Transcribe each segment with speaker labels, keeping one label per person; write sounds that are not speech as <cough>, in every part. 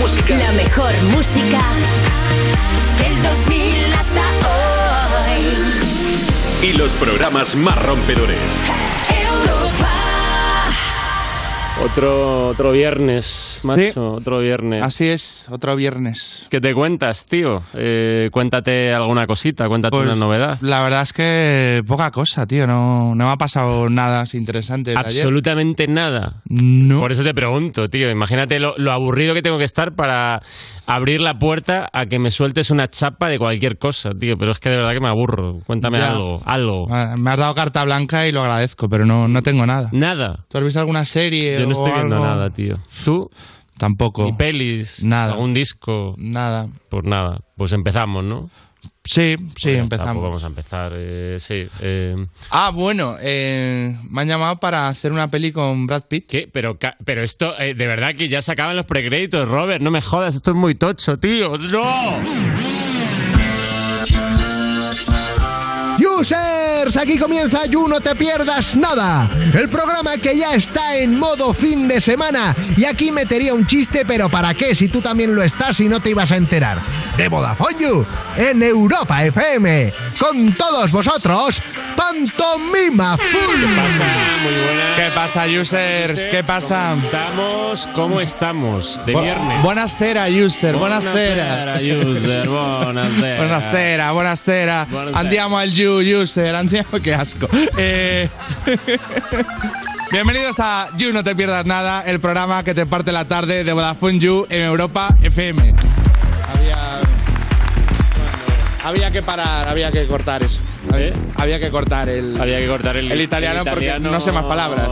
Speaker 1: música.
Speaker 2: La mejor música del 2000 hasta
Speaker 1: Y los programas más rompedores.
Speaker 2: hoy. Europa.
Speaker 3: Otro, otro viernes, macho, otro viernes.
Speaker 4: Así es, otro viernes.
Speaker 3: ¿Qué te cuentas, tío? Eh, cuéntate alguna cosita, cuéntate
Speaker 4: Pues,
Speaker 3: una novedad.
Speaker 4: La verdad es que poca cosa, tío. No, no me ha pasado nada así interesante. desde ayer.
Speaker 3: Absolutamente nada.
Speaker 4: No.
Speaker 3: Por eso te pregunto, tío. Imagínate lo, lo aburrido que tengo que estar para abrir la puerta a que me sueltes una chapa de cualquier cosa, tío. Pero es que de verdad que me aburro. Cuéntame
Speaker 4: Ya.
Speaker 3: algo, algo.
Speaker 4: Ah, Me has dado carta blanca y lo agradezco, pero no, no tengo nada.
Speaker 3: Nada.
Speaker 4: ¿Tú has visto alguna
Speaker 3: Yo
Speaker 4: serie?
Speaker 3: no estoy
Speaker 4: o
Speaker 3: viendo
Speaker 4: algo?
Speaker 3: nada, tío.
Speaker 4: ¿Tú? Tampoco.
Speaker 3: Ni pelis,
Speaker 4: Nada.
Speaker 3: algún disco,
Speaker 4: Nada.
Speaker 3: pues nada. Pues empezamos, ¿no? Ya
Speaker 4: Sí, sí,
Speaker 3: está, pues
Speaker 4: empezamos.
Speaker 3: vamos a empezar, eh, sí. eh,
Speaker 4: Ah, bueno, eh, me han llamado para hacer una peli con Brad Pitt.
Speaker 3: ¿Qué? Pero, ca- pero esto, eh, de verdad que ya se acaban los precréditos, Robert. No me jodas, esto es muy tocho, tío. ¡No!
Speaker 5: Users, aquí comienza You No Te Pierdas Nada, el programa que ya está en modo fin de semana. Y aquí metería un chiste, pero ¿para qué si tú también lo estás y no te ibas a enterar? De Vodafone You, en Europa FM, con todos vosotros, Pantomima Full.
Speaker 3: Muy buenas.
Speaker 4: ¿Qué pasa, users? ¿Qué pasa?
Speaker 3: ¿Cómo estamos? ¿Cómo estamos? De
Speaker 4: Bu-
Speaker 3: viernes.
Speaker 4: Buonasera, user. Buonasera.
Speaker 3: Buonasera,
Speaker 4: <laughs>
Speaker 3: user. Buonasera.
Speaker 4: Buonasera, buonasera.
Speaker 3: Buonasera.
Speaker 4: Andiamo al You User, andiamo, <laughs> qué asco. Eh, <laughs> Bienvenidos a You No Te Pierdas Nada, el programa que te parte la tarde de Vodafone You en Europa FM. Había, había que parar, había que cortar eso.
Speaker 3: ¿Eh?
Speaker 4: Había que cortar el.
Speaker 3: Había que cortar el,
Speaker 4: El italiano porque no sé más palabras.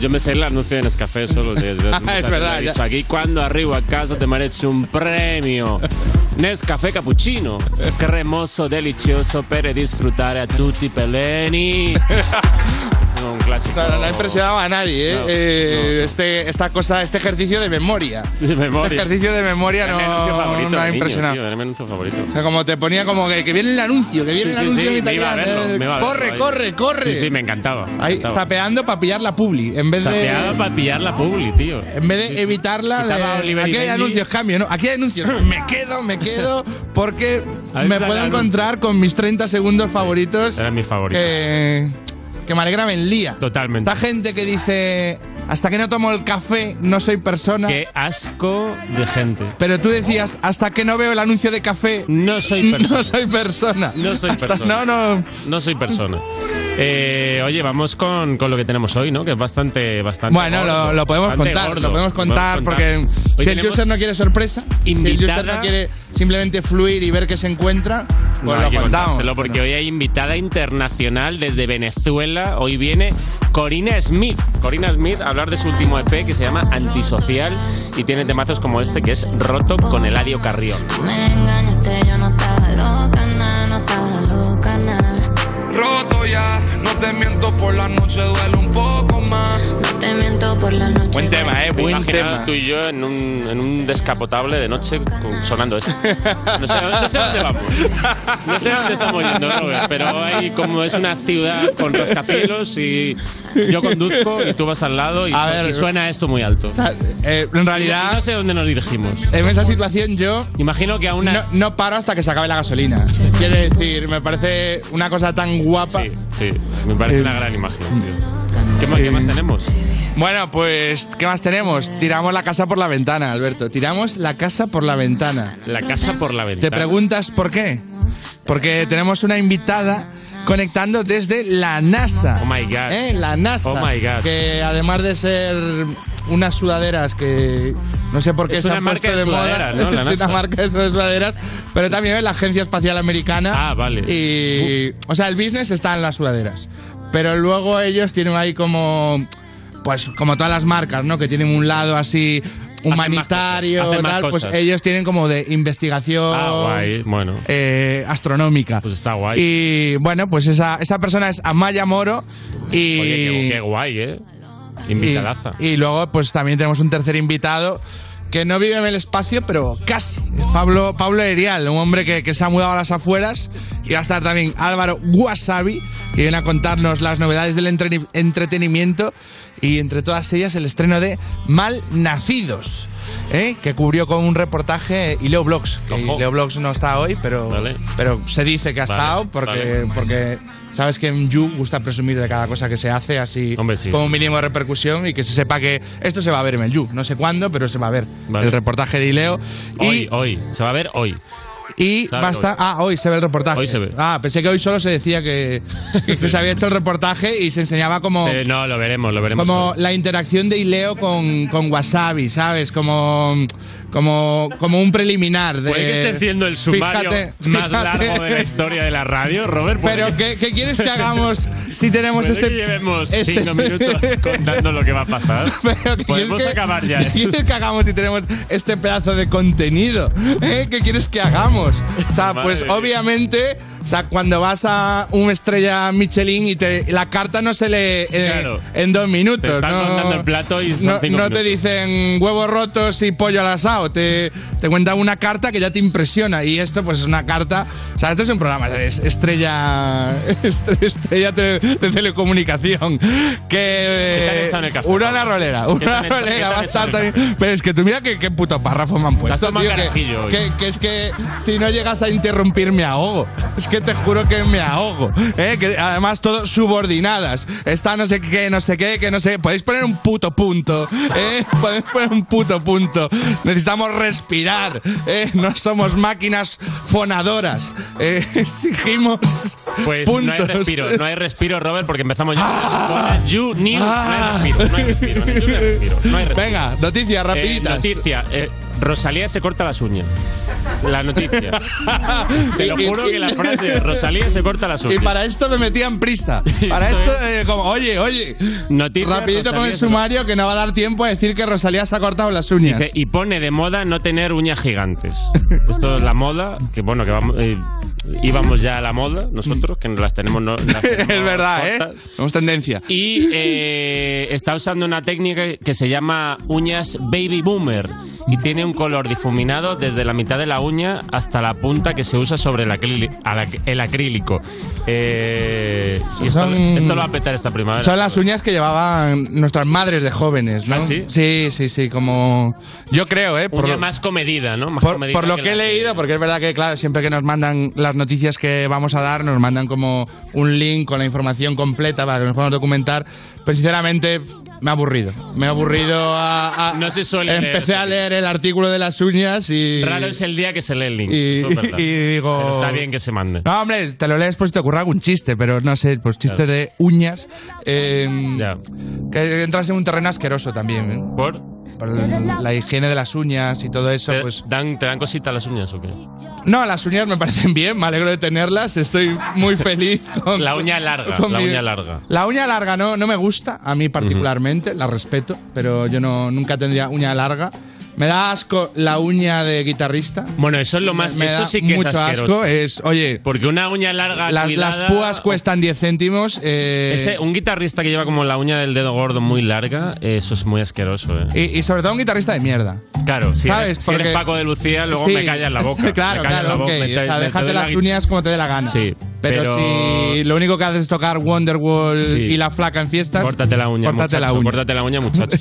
Speaker 3: Yo me sé el anuncio de Nescafé solo.
Speaker 4: <laughs>
Speaker 3: De, de-
Speaker 4: Ah, es
Speaker 3: muchas
Speaker 4: verdad,
Speaker 3: veces he
Speaker 4: ya.
Speaker 3: dicho, aquí cuando arribo a casa te merece un
Speaker 4: <laughs>
Speaker 3: premio. Nescafé cappuccino, cremoso, delicioso per disfrutare a tutti i peleni. <laughs> Es un clásico.
Speaker 4: Claro, no ha impresionado a nadie, ¿eh?
Speaker 3: No,
Speaker 4: Eh,
Speaker 3: no, no.
Speaker 4: Este, esta cosa, este ejercicio de memoria.
Speaker 3: <laughs> De
Speaker 4: Este
Speaker 3: memoria.
Speaker 4: ejercicio de memoria
Speaker 3: Era mi anuncio
Speaker 4: no,
Speaker 3: favorito
Speaker 4: no
Speaker 3: de
Speaker 4: ha
Speaker 3: niño,
Speaker 4: impresionado.
Speaker 3: tío, era mi anuncio favorito.
Speaker 4: O sea, como te ponía como que, que viene el anuncio, que
Speaker 3: Sí,
Speaker 4: viene el
Speaker 3: sí,
Speaker 4: anuncio
Speaker 3: sí,
Speaker 4: en
Speaker 3: me iba a
Speaker 4: italiano.
Speaker 3: verlo, me iba a verlo
Speaker 4: corre,
Speaker 3: ahí.
Speaker 4: corre, corre.
Speaker 3: Sí, sí, me encantaba. me
Speaker 4: Ahí,
Speaker 3: encantaba.
Speaker 4: tapeando para pillar la publi, en vez de,
Speaker 3: Tapeaba para pillar la publi, tío.
Speaker 4: en vez de evitarla. de-
Speaker 3: Quitaba a Oliver y
Speaker 4: aquí hay
Speaker 3: Benji.
Speaker 4: anuncios, cambio, ¿no? Aquí hay anuncios. Me quedo, me quedo, porque
Speaker 3: <laughs> A ver si
Speaker 4: me
Speaker 3: sale
Speaker 4: puedo
Speaker 3: algo. Eh,
Speaker 4: encontrar con mis 30 segundos favoritos.
Speaker 3: eran mis favoritos.
Speaker 4: Eh, Que, que me alegran el día.
Speaker 3: Totalmente.
Speaker 4: Esta gente que dice, hasta que no tomo el café, no soy persona.
Speaker 3: Qué asco de gente.
Speaker 4: Pero tú decías, hasta que no veo el anuncio de café,
Speaker 3: No soy persona.
Speaker 4: <laughs> no soy persona.
Speaker 3: No soy
Speaker 4: Hasta-
Speaker 3: persona.
Speaker 4: No, no.
Speaker 3: No soy persona. Eh, oye, vamos con, con lo que tenemos hoy, ¿no? Que es bastante, bastante.
Speaker 4: Bueno,
Speaker 3: gordo.
Speaker 4: lo, lo podemos
Speaker 3: Bastante
Speaker 4: contar,
Speaker 3: gordo.
Speaker 4: lo podemos contar, porque
Speaker 3: Hoy
Speaker 4: si el
Speaker 3: tenemos-
Speaker 4: user no quiere sorpresa, si el
Speaker 3: invitada-
Speaker 4: user no quiere simplemente fluir y ver qué se encuentra, pues
Speaker 3: No, hay
Speaker 4: lo
Speaker 3: que
Speaker 4: contamos.
Speaker 3: contárselo, porque hoy hay invitada internacional desde Venezuela. Hoy viene Corina Smith. Corina Smith a hablar de su último EP que se llama Antisocial y tiene temazos como este que es Roto con Eladio Carrión.
Speaker 6: Me engañaste, yo no estaba loca, na, no estaba loca, na.
Speaker 7: roto ya. No te miento, por la noche duele un poco más.
Speaker 6: No te miento por la noche.
Speaker 4: Buen tema, eh,
Speaker 3: Me
Speaker 4: buen
Speaker 3: imaginaba
Speaker 4: tema.
Speaker 3: tú y yo en un, en un descapotable de noche con- sonando
Speaker 4: <laughs>
Speaker 3: eso. No sé, no sé dónde vamos. No sé dónde estamos yendo, Robert, pero hay como es una ciudad con rascacielos y yo conduzco y tú vas al lado y,
Speaker 4: A ver.
Speaker 3: y suena esto muy alto.
Speaker 4: O sea, eh, en
Speaker 3: Y No
Speaker 4: realidad,
Speaker 3: sé dónde nos dirigimos.
Speaker 4: en esa situación yo
Speaker 3: Imagino que a una...
Speaker 4: no, no paro hasta que se acabe la gasolina. Quiere decir, me parece una cosa tan guapa.
Speaker 3: Sí, sí, me
Speaker 4: Eh,
Speaker 3: parece una gran imagen. tío. ¿Qué, más, qué más tenemos?
Speaker 4: Bueno, pues, ¿qué más tenemos? Tiramos la casa por la ventana, Alberto. Tiramos la casa por la ventana.
Speaker 3: La casa por la
Speaker 4: ¿Te
Speaker 3: ventana.
Speaker 4: preguntas por qué? Porque tenemos una invitada conectando desde la NASA.
Speaker 3: Oh my God.
Speaker 4: ¿Eh? La NASA.
Speaker 3: Oh my God.
Speaker 4: Que además de ser unas sudaderas que no sé por qué
Speaker 3: Es
Speaker 4: se
Speaker 3: una
Speaker 4: han
Speaker 3: marca
Speaker 4: puesto
Speaker 3: de
Speaker 4: moda.
Speaker 3: sudaderas, ¿no? La
Speaker 4: <laughs> es
Speaker 3: NASA.
Speaker 4: una marca de sudaderas, pero también es la Agencia Espacial Americana.
Speaker 3: Ah, vale.
Speaker 4: Y, o sea, el business está en las sudaderas. Pero luego ellos tienen ahí como pues como todas las marcas, ¿no? Que tienen un lado así humanitario,
Speaker 3: cosas, hacen más
Speaker 4: tal, pues
Speaker 3: cosas.
Speaker 4: ellos tienen como de investigación
Speaker 3: Ah, guay. Bueno,
Speaker 4: oh, eh, astronómica.
Speaker 3: Pues está guay.
Speaker 4: Y bueno, pues esa, esa persona es Amaya Moro. Y,
Speaker 3: oye, qué, qué guay, ¿eh?
Speaker 4: y,
Speaker 3: Invitadaza.
Speaker 4: y luego, pues también tenemos un tercer invitado que no vive en el espacio, pero casi. Es Pablo, Pablo Erial, un hombre que, que se ha mudado a las afueras. Y va a estar también Álvaro Wasabi, que viene a contarnos las novedades del entre- entretenimiento y entre todas ellas el estreno de Malnacidos. ¿eh? que cubrió con un reportaje y Leo Blogs. que
Speaker 3: Ojo.
Speaker 4: Leo Blogs no está hoy, pero,
Speaker 3: Vale.
Speaker 4: pero se dice que ha
Speaker 3: Vale,
Speaker 4: estado porque,
Speaker 3: vale.
Speaker 4: Eh, porque sabes que en You gusta presumir de cada cosa que se hace, así
Speaker 3: Hombre, sí.
Speaker 4: como un mínimo de repercusión y que se sepa que esto se va a ver en el You. No sé cuándo, pero se va a ver
Speaker 3: Vale.
Speaker 4: el reportaje de Leo.
Speaker 3: Hoy,
Speaker 4: Y,
Speaker 3: hoy. Se va a ver hoy.
Speaker 4: y
Speaker 3: Claro,
Speaker 4: basta.
Speaker 3: hoy.
Speaker 4: Ah, hoy se ve el reportaje.
Speaker 3: Hoy se ve.
Speaker 4: Ah, pensé que hoy solo se decía
Speaker 3: <laughs>
Speaker 4: que, que
Speaker 3: Sí.
Speaker 4: se había hecho el reportaje y se enseñaba como.
Speaker 3: Eh, no, lo veremos, lo veremos.
Speaker 4: Como
Speaker 3: hoy.
Speaker 4: la interacción de Ileo con, con Wasabi, ¿sabes? Como, como, como un preliminar de...
Speaker 3: Puede que esté siendo el sumario
Speaker 4: Eh, Fíjate,
Speaker 3: más
Speaker 4: fíjate.
Speaker 3: largo de la historia de la radio, Robert. puede
Speaker 4: Pero
Speaker 3: que-
Speaker 4: ¿qué, qué quieres que hagamos si tenemos
Speaker 3: puede
Speaker 4: este...
Speaker 3: que llevemos
Speaker 4: este-
Speaker 3: cinco minutos contando lo que va a pasar.
Speaker 4: <laughs> Pero ¿qué
Speaker 3: Podemos
Speaker 4: quieres que-
Speaker 3: Pues acabar ya. ¿eh?
Speaker 4: <laughs> ¿Qué quieres que hagamos si tenemos este pedazo de contenido? ¿Eh? ¿Qué quieres que hagamos? O sea,
Speaker 3: Madre
Speaker 4: pues
Speaker 3: mía.
Speaker 4: obviamente, o sea, cuando vas a una estrella Michelin y te, la carta no se lee eh,
Speaker 3: Claro.
Speaker 4: en dos minutos.
Speaker 3: Te están
Speaker 4: ¿no?
Speaker 3: contando el plato y son
Speaker 4: no,
Speaker 3: cinco
Speaker 4: no
Speaker 3: minutos.
Speaker 4: te dicen huevos rotos y pollo al asado. Te, te cuentan una carta que ya te impresiona. Y esto, pues, es una carta. O sea, esto es un programa, es estrella. <laughs> estre- Estrella de, de telecomunicación. Que.
Speaker 3: ¿Qué te han echado en el café?
Speaker 4: Eh, Una en la rolera.
Speaker 3: ¿Qué te
Speaker 4: Una
Speaker 3: han echado- qué te
Speaker 4: rolera.
Speaker 3: han
Speaker 4: Va a
Speaker 3: echado
Speaker 4: estar
Speaker 3: en el
Speaker 4: también. Pero es que tú mira qué, qué puto párrafo me han puesto.
Speaker 3: tomado
Speaker 4: tío, que-
Speaker 3: carajillo hoy.
Speaker 4: que, que es que si no llegas a interrumpir me ahogo. Es que te juro que me ahogo. ¿eh? Que además todo subordinadas. Está no sé qué, no sé qué, que no sé qué. Podéis poner un puto punto. ¿eh? <laughs> Podéis poner un puto punto. Necesitamos respirar. ¿eh? No somos máquinas fonadoras. ¿eh? <laughs> Exigimos
Speaker 3: Pues no
Speaker 4: puntos.
Speaker 3: hay respiro, no hay respiro, Robert, porque empezamos ya.
Speaker 4: Ah.
Speaker 3: Con You New,
Speaker 4: Ah.
Speaker 3: no hay
Speaker 4: <laughs>
Speaker 3: respiro, no hay respiro, ni you, no hay respiro, <laughs> no hay respiro.
Speaker 4: Venga, noticias
Speaker 3: Eh,
Speaker 4: rapiditas.
Speaker 3: noticia, eh, Rosalía se corta las uñas. La
Speaker 4: <laughs>
Speaker 3: noticia. Te lo
Speaker 4: Y- y-
Speaker 3: juro que la frase Rosalía se corta las
Speaker 4: Y
Speaker 3: uñas.
Speaker 4: para esto me metían
Speaker 3: <laughs>
Speaker 4: prisa. Para
Speaker 3: Eso
Speaker 4: esto,
Speaker 3: es.
Speaker 4: eh, como, oye, oye.
Speaker 3: Noticias,
Speaker 4: rapidito con
Speaker 3: Rosalía,
Speaker 4: el sumario que no va a dar tiempo a decir que Rosalía se ha cortado las uñas.
Speaker 3: Dice, y pone de moda no tener uñas gigantes. Esto es la moda, que bueno, que vamos, eh, íbamos ya a la moda nosotros, que las tenemos... No,
Speaker 4: <laughs>
Speaker 3: las
Speaker 4: <laughs> es
Speaker 3: tenemos
Speaker 4: verdad, ¿eh?
Speaker 3: cortas.
Speaker 4: Tenemos tendencia.
Speaker 3: Y eh, está usando una técnica que se llama uñas baby boomer y tiene un color difuminado desde la mitad de la uña hasta la punta que se usa sobre el, acríli- ala- el acrílico. Eh, y esto,
Speaker 4: Son-
Speaker 3: esto lo va a petar esta primavera.
Speaker 4: Son las uñas que llevaban nuestras madres de jóvenes, ¿no?
Speaker 3: ¿Ah, sí?
Speaker 4: sí, sí, sí, como. Yo creo, ¿eh?
Speaker 3: Uña
Speaker 4: lo-
Speaker 3: más comedida, ¿no? Más
Speaker 4: Por,
Speaker 3: comedida
Speaker 4: por lo que, he
Speaker 3: la
Speaker 4: leído, porque es verdad que, claro, siempre que nos mandan las noticias que vamos a dar, nos mandan como un link con la información completa para que nos podamos documentar. Pero sinceramente, me ha aburrido. Me ha aburrido a. a-
Speaker 3: No se suele leer
Speaker 4: Empecé
Speaker 3: eso.
Speaker 4: a leer el artículo de las uñas y.
Speaker 3: Raro es el día que se lee el link.
Speaker 4: y,
Speaker 3: eso es verdad.
Speaker 4: y digo.
Speaker 3: Pero está bien que se mande.
Speaker 4: No, hombre, te lo lees pues te ocurra algún chiste, pero no sé, pues chistes
Speaker 3: Claro.
Speaker 4: de uñas. eh,
Speaker 3: Ya.
Speaker 4: Que entras en un terreno asqueroso también. ¿eh?
Speaker 3: ¿Por? Eh.
Speaker 4: Por la higiene de las uñas y todo eso,
Speaker 3: ¿Te,
Speaker 4: pues.
Speaker 3: dan, ¿Te dan cositas las uñas o qué?
Speaker 4: No, las uñas me parecen bien, me alegro de tenerlas, estoy
Speaker 3: <laughs>
Speaker 4: muy feliz con...
Speaker 3: La uña larga,
Speaker 4: con
Speaker 3: la uña larga.
Speaker 4: La uña larga no, no me gusta, a mí particularmente, la respeto, pero yo no, nunca tendría uña larga. Me da asco la uña de guitarrista.
Speaker 3: Bueno, eso es lo más...
Speaker 4: me
Speaker 3: eso
Speaker 4: da
Speaker 3: sí que
Speaker 4: mucho
Speaker 3: es asqueroso.
Speaker 4: asco, eh, es, oye,
Speaker 3: Porque una uña larga
Speaker 4: las, las
Speaker 3: cuidada-
Speaker 4: púas cuestan 10 céntimos. eh,
Speaker 3: Ese- un guitarrista que lleva como la uña del dedo gordo muy larga, eso es muy asqueroso, ¿eh?
Speaker 4: y, y sobre todo un guitarrista de mierda.
Speaker 3: Claro, si,
Speaker 4: ¿Sabes?
Speaker 3: eres, si eres
Speaker 4: Porque-
Speaker 3: Paco de Lucía, luego
Speaker 4: Sí.
Speaker 3: me callas
Speaker 4: <laughs>
Speaker 3: la boca.
Speaker 4: claro,
Speaker 3: me callas
Speaker 4: claro,
Speaker 3: la boca,
Speaker 4: ok.
Speaker 3: me te-
Speaker 4: O sea,
Speaker 3: me te
Speaker 4: déjate
Speaker 3: doy la
Speaker 4: las
Speaker 3: gui-
Speaker 4: uñas como te dé la gana.
Speaker 3: Sí,
Speaker 4: Pero,
Speaker 3: pero-
Speaker 4: si lo único que haces es tocar Wonderwall
Speaker 3: Sí.
Speaker 4: y la flaca en fiestas...
Speaker 3: Córtate la uña,
Speaker 4: Córtate
Speaker 3: muchacho,
Speaker 4: la uña.
Speaker 3: Córtate la uña,
Speaker 4: <laughs>
Speaker 3: muchacho.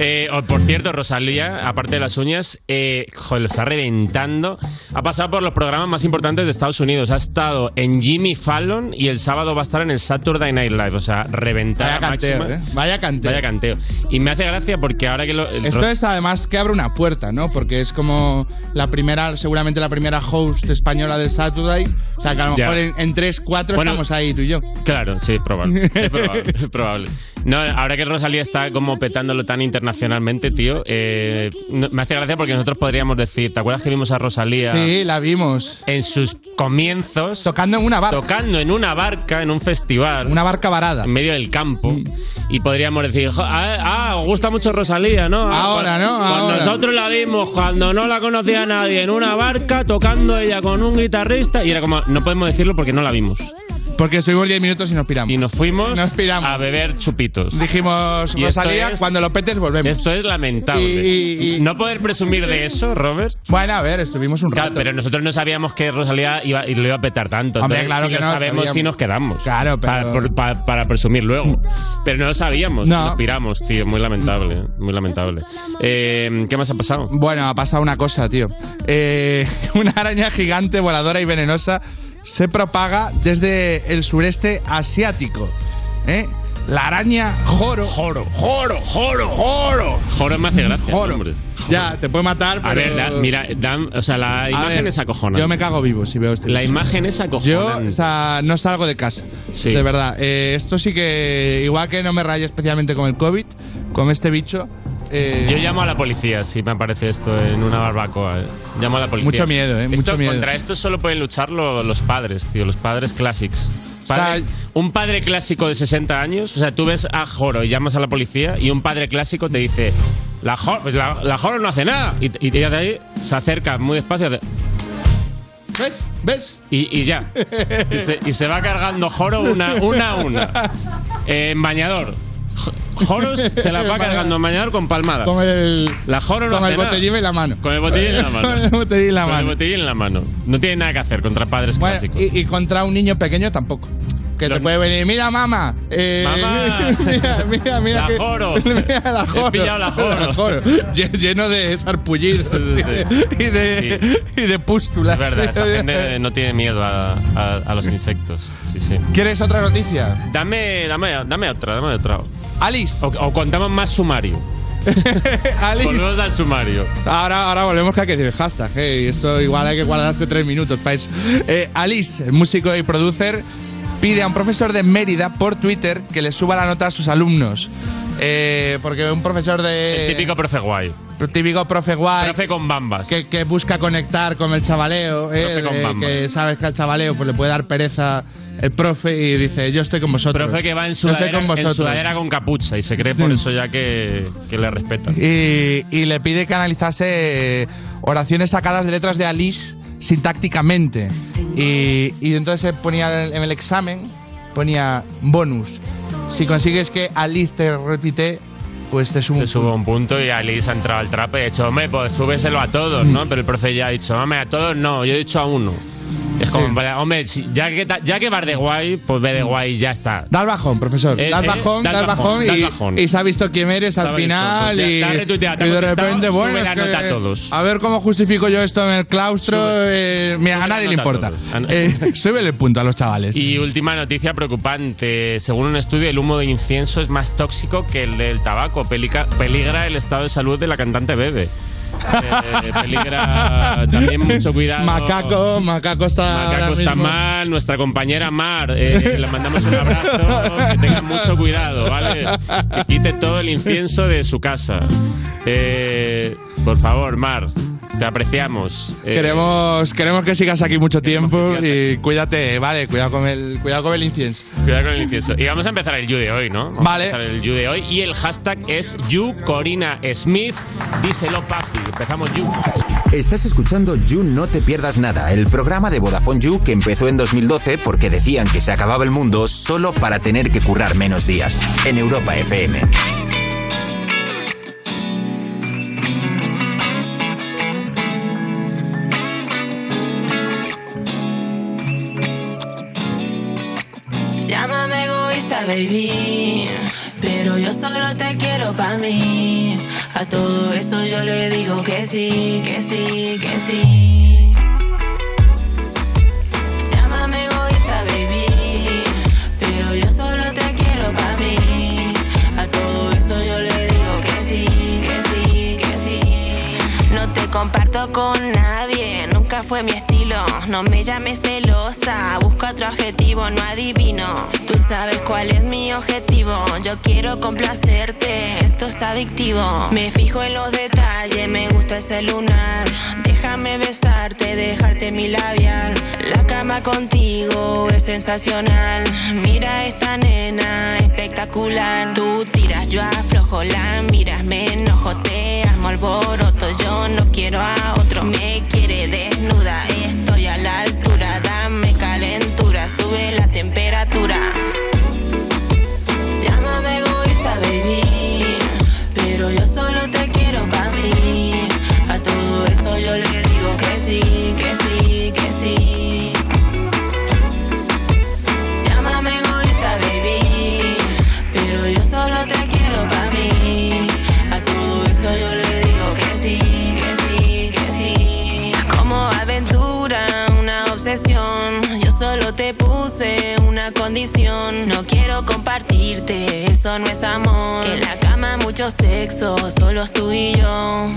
Speaker 3: Eh, oh, por cierto, Rosalía, aparte de las uñas, eh, joder, lo está reventando. Ha pasado por los programas más importantes de Estados Unidos. Ha estado en Jimmy Fallon y el sábado va a estar en el Saturday Night Live. O sea, reventada
Speaker 4: Vaya canteo,
Speaker 3: máxima.
Speaker 4: ¿eh? Vaya canteo.
Speaker 3: Vaya canteo. Y me hace gracia porque ahora que lo... el
Speaker 4: Esto
Speaker 3: Ros-
Speaker 4: es además que abre una puerta, ¿no? Porque es como la primera, seguramente la primera host española del Saturday. O sea, que a lo
Speaker 3: Ya.
Speaker 4: mejor en, en 3, 4
Speaker 3: Bueno,
Speaker 4: estamos ahí tú y yo.
Speaker 3: Claro, sí, es
Speaker 4: <laughs>
Speaker 3: probable. Es probable, es probable. No, ahora que Rosalía está como petándolo tan internacionalmente, tío, eh, no- me hace gracia porque nosotros podríamos decir, ¿te acuerdas que vimos a Rosalía
Speaker 4: Sí, la vimos.
Speaker 3: en sus comienzos
Speaker 4: Tocando en una barca.
Speaker 3: tocando en una barca, en un festival?
Speaker 4: una barca varada. Mm.
Speaker 3: en medio del campo y podríamos decir, "Jo, ah, ah, os gusta mucho Rosalía, ¿no? Ah,
Speaker 4: Ahora,
Speaker 3: cuando-
Speaker 4: ¿no?
Speaker 3: Cuando
Speaker 4: Ahora".
Speaker 3: nosotros la vimos, cuando no la conocía nadie, en una barca, tocando ella con un guitarrista, y era como, no podemos decirlo porque no la vimos.
Speaker 4: porque estuvimos 10 minutos y nos piramos.
Speaker 3: Y nos fuimos
Speaker 4: Nos piramos.
Speaker 3: a beber chupitos.
Speaker 4: Dijimos,
Speaker 3: Y esto
Speaker 4: Rosalía,
Speaker 3: es-
Speaker 4: cuando lo petes volvemos.
Speaker 3: Esto es lamentable.
Speaker 4: Y- y- y-
Speaker 3: No poder presumir de eso, Robert.
Speaker 4: Bueno, a ver, estuvimos un
Speaker 3: Claro,
Speaker 4: rato.
Speaker 3: pero nosotros no sabíamos que Rosalía iba, y lo iba a petar tanto.
Speaker 4: Hombre,
Speaker 3: Entonces, si
Speaker 4: claro que
Speaker 3: lo
Speaker 4: no lo
Speaker 3: sabemos
Speaker 4: sabíamos.
Speaker 3: si nos quedamos.
Speaker 4: Claro, pero-
Speaker 3: Para, por- pa- para presumir luego. Pero no lo sabíamos.
Speaker 4: No.
Speaker 3: Nos piramos, tío. Muy lamentable. Muy lamentable. Eh, ¿Qué más ha pasado?
Speaker 4: Bueno, ha pasado una cosa, tío. Eh, <laughs> una araña gigante, voladora y venenosa se propaga desde el sureste asiático. ¿eh? La araña Joro.
Speaker 3: Joro. Joro, joro, joro. Joro me hace gracia.
Speaker 4: Joro.
Speaker 3: hombre.
Speaker 4: Ya, te puede matar, pero...
Speaker 3: A ver, da- mira, dan- o sea, la
Speaker 4: A
Speaker 3: imagen
Speaker 4: ver,
Speaker 3: es acojonante.
Speaker 4: Yo me cago vivo si veo este.
Speaker 3: La imagen es
Speaker 4: Yo
Speaker 3: acojonante.
Speaker 4: o sea, no salgo de casa.
Speaker 3: Sí.
Speaker 4: De verdad. Eh, esto sí que, igual que no me rayo especialmente con el COVID, con este bicho. eh,
Speaker 3: Yo llamo a la policía si me aparece esto en una barbacoa. eh. Llamo a la policía.
Speaker 4: Mucho miedo, eh,
Speaker 3: Esto-
Speaker 4: mucho miedo.
Speaker 3: Contra esto solo pueden luchar lo- los padres, tío. Los padres clásicos. Padre-
Speaker 4: O sea,
Speaker 3: un padre clásico de 60 años, o sea, tú ves a Joro y llamas a la policía y un padre clásico te dice, la Joro, pues la, la Joro no hace nada. Y, y ya de ahí se acerca muy despacio hace-
Speaker 4: ¿Ves? ¿Ves?
Speaker 3: y, y ya. Y se, y se va cargando Joro una, una a
Speaker 4: <laughs>
Speaker 3: una. En bañador. Jo- Joros se
Speaker 4: <laughs>
Speaker 3: la va cargando en bañador con palmadas.
Speaker 4: Con el,
Speaker 3: La Joro no
Speaker 4: con
Speaker 3: hace
Speaker 4: el
Speaker 3: nada.
Speaker 4: botellín en la mano.
Speaker 3: Con el botellín en la mano.
Speaker 4: <laughs> Con el botellín en la
Speaker 3: Con el
Speaker 4: mano.
Speaker 3: botellín en la mano. No tiene nada que hacer contra padres
Speaker 4: Bueno, <laughs>
Speaker 3: clásicos.
Speaker 4: y, y contra un niño pequeño tampoco. Que
Speaker 3: Los-
Speaker 4: te puede venir, mira mamá, eh,
Speaker 3: Mamá.
Speaker 4: <laughs> mira, mira, mira.
Speaker 3: La
Speaker 4: que-
Speaker 3: joro.
Speaker 4: <laughs> mira <laughs> la
Speaker 3: He
Speaker 4: joro.
Speaker 3: pillado la joro.
Speaker 4: Lle- Lleno de sarpullidos
Speaker 3: Sí, sí.
Speaker 4: <laughs> y, de, y de pústulas.
Speaker 3: Es verdad, esa
Speaker 4: <laughs>
Speaker 3: gente no tiene miedo a, a- a los insectos. Sí, sí.
Speaker 4: ¿Quieres otra noticia?
Speaker 3: Dame, dame, dame otra, dame otra.
Speaker 4: Alice.
Speaker 3: O, o contamos más sumario.
Speaker 4: <laughs> Alice.
Speaker 3: Volvemos al sumario.
Speaker 4: Ahora, ahora volvemos que hay que decir hashtag, eh, y esto igual hay que guardarse tres minutos para eso. Eh, Alice, el músico y producer, pide a un profesor de Mérida por Twitter que le suba la nota a sus alumnos. Eh, porque un profesor de...
Speaker 3: El típico profe guay.
Speaker 4: típico profe guay
Speaker 3: Profe con bambas.
Speaker 4: que, que busca conectar con el chavaleo, eh,
Speaker 3: Profe con
Speaker 4: de-
Speaker 3: bamba.
Speaker 4: que sabes que al chavaleo pues, le puede dar pereza el profe y dice, yo estoy con vosotros.
Speaker 3: Profe que va en
Speaker 4: Yo estoy
Speaker 3: sudadera,
Speaker 4: con
Speaker 3: en
Speaker 4: vosotros".
Speaker 3: sudadera con capucha y se cree por eso ya que, que le respetan.
Speaker 4: y, y le pide que analizase eh, oraciones sacadas de letras de Alice sintácticamente. Y, y entonces ponía en el examen, ponía bonus. Si consigues que Alice te repite, pues te sumo
Speaker 3: Te subo un punto y Alice ha entrado al trapo y ha dicho, hombre, pues súbeselo a todos,
Speaker 4: Mm.
Speaker 3: ¿no? Pero el profe ya ha dicho, hombre, a todos no, yo he dicho a uno. Es como,
Speaker 4: Sí.
Speaker 3: vale, hombre, si- ya, que, ta- ya que vas de guay, pues ve de guay y ya está.
Speaker 4: Da el bajón, profesor.
Speaker 3: Eh,
Speaker 4: Da el
Speaker 3: eh,
Speaker 4: bajón, da el bajón,
Speaker 3: da el
Speaker 4: y,
Speaker 3: bajón.
Speaker 4: y se ha visto quién eres al
Speaker 3: Se ha visto,
Speaker 4: final.
Speaker 3: pues ya
Speaker 4: y,
Speaker 3: está, retuiteado, te
Speaker 4: y
Speaker 3: ha
Speaker 4: de
Speaker 3: contestado,
Speaker 4: repente,
Speaker 3: sube
Speaker 4: bueno,
Speaker 3: la
Speaker 4: es que-
Speaker 3: nota a todos.
Speaker 4: a ver cómo justifico yo esto en el claustro. eh, mira,
Speaker 3: Sube
Speaker 4: a
Speaker 3: la
Speaker 4: nadie le
Speaker 3: nota a
Speaker 4: importa.
Speaker 3: todos. A na-
Speaker 4: Eh, <laughs> súbele el punto a los chavales.
Speaker 3: Y última noticia preocupante. Según un estudio, el humo de incienso es más tóxico que el del tabaco. Pelica- peligra el estado de salud de la cantante
Speaker 4: <laughs>
Speaker 3: Bebe. Eh, peligra también mucho cuidado.
Speaker 4: Macaco, Macaco está. ahora
Speaker 3: Macaco está
Speaker 4: mismo-
Speaker 3: mal, nuestra compañera Mar, eh, le mandamos un abrazo, que tenga mucho cuidado, ¿vale? Que quite todo el incienso de su casa. Eh, por favor, Mar, te apreciamos. Eh,
Speaker 4: Queremos, queremos que sigas aquí mucho tiempo
Speaker 3: que sigas
Speaker 4: y cuídate, vale, cuidado con el, cuidado con el incienso.
Speaker 3: Cuidado con el incienso. Y vamos a empezar el You de hoy, ¿no? Vamos
Speaker 4: Vale.
Speaker 3: A empezar el You de hoy. Y el hashtag es You Corina Smith. Díselo, papi. Empezamos You.
Speaker 8: Estás escuchando You No Te Pierdas Nada, el programa de Vodafone You que empezó en 2012 porque decían que se acababa el mundo solo para tener que currar menos días. En Europa FM.
Speaker 9: Llámame egoísta, baby. Pero yo solo te quiero pa' mí. A todo eso yo le digo que sí, que sí, que sí. Llámame egoísta, baby. Pero yo solo te quiero pa' mí. A todo eso yo le digo que sí, que sí, que sí. No te comparto con nadie, nunca fue mi estilo. No me llames celosa, busco otro adjetivo, no adivino. Tú sabes cuál es mi objetivo, yo quiero complacerte, esto es adictivo. Me fijo en los detalles, me gusta ese lunar. Déjame besarte, dejarte mi labial. La cama contigo es sensacional. Mira esta nena, espectacular. Tú tiras, yo aflojo, la miras, me enojo, te armo alboroto. Yo no quiero a otro, me quiere desnuda. Estoy a la altura, dame calentura, sube la temperatura visión. No quiero compartirte, eso no es amor. En la cama mucho sexo, solo es tú y yo.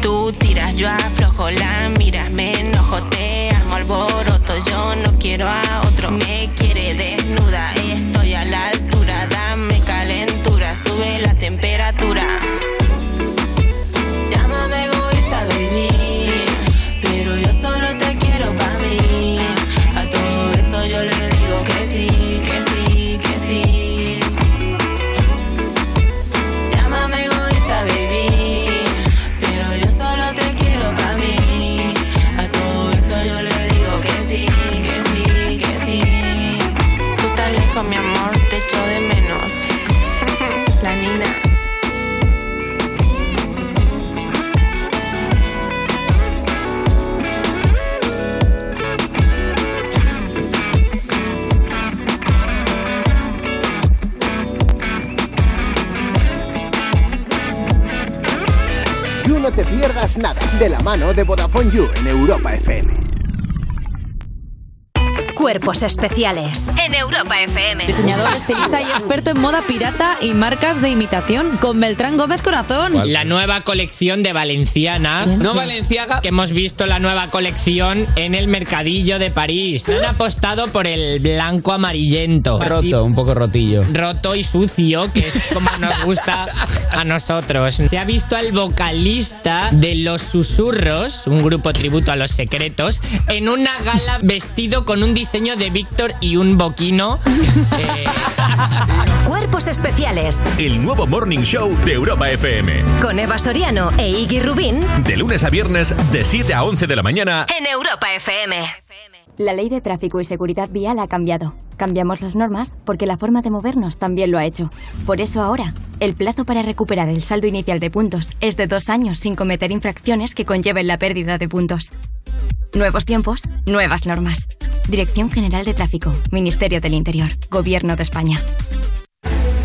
Speaker 9: Tú tiras, yo aflojo la miras, me enojo, te armo alboroto. Yo no quiero a otro, me quiere desnuda. Estoy a la altura, dame calentura, sube la temperatura. Llámame egoísta, baby. Pero yo solo te quiero para mí. A todo eso yo le digo que sí, que sí, que sí. Llámame egoísta, baby. Pero yo solo te quiero para mí. A todo eso yo le digo que sí, que sí, que sí. Tú estás lejos, mi amor, te echo de menos. La nina.
Speaker 5: You No Te Pierdas Nada, de la mano de Vodafone You en Europa FM.
Speaker 2: Cuerpos especiales en Europa FM.
Speaker 10: Diseñador, estilista y experto en moda pirata y marcas de imitación con Beltrán Gómez Corazón.
Speaker 11: La nueva colección de Valenciana.
Speaker 10: No
Speaker 11: Valenciaga. Que hemos visto la nueva colección en el mercadillo de París. Han apostado por el blanco amarillento. Así,
Speaker 12: Roto, un poco rotillo.
Speaker 11: roto y sucio, que es como nos gusta a nosotros. Se ha visto al vocalista de Los Susurros, un grupo tributo a los secretos, en una gala vestido con un diseño de Víctor y un boquino.
Speaker 2: Cuerpos especiales
Speaker 13: El nuevo Morning Show de Europa FM.
Speaker 2: con Eva Soriano e Iggy Rubín
Speaker 13: De lunes a viernes, de 7 a 11 de la mañana.
Speaker 2: en Europa FM.
Speaker 14: La ley de tráfico y seguridad vial ha cambiado. Cambiamos las normas porque la forma de movernos también lo ha hecho. Por eso ahora, el plazo para recuperar el saldo inicial de puntos es de dos años sin cometer infracciones que conlleven la pérdida de puntos. Nuevos tiempos, nuevas normas. Dirección General de Tráfico, Ministerio del Interior, Gobierno de España.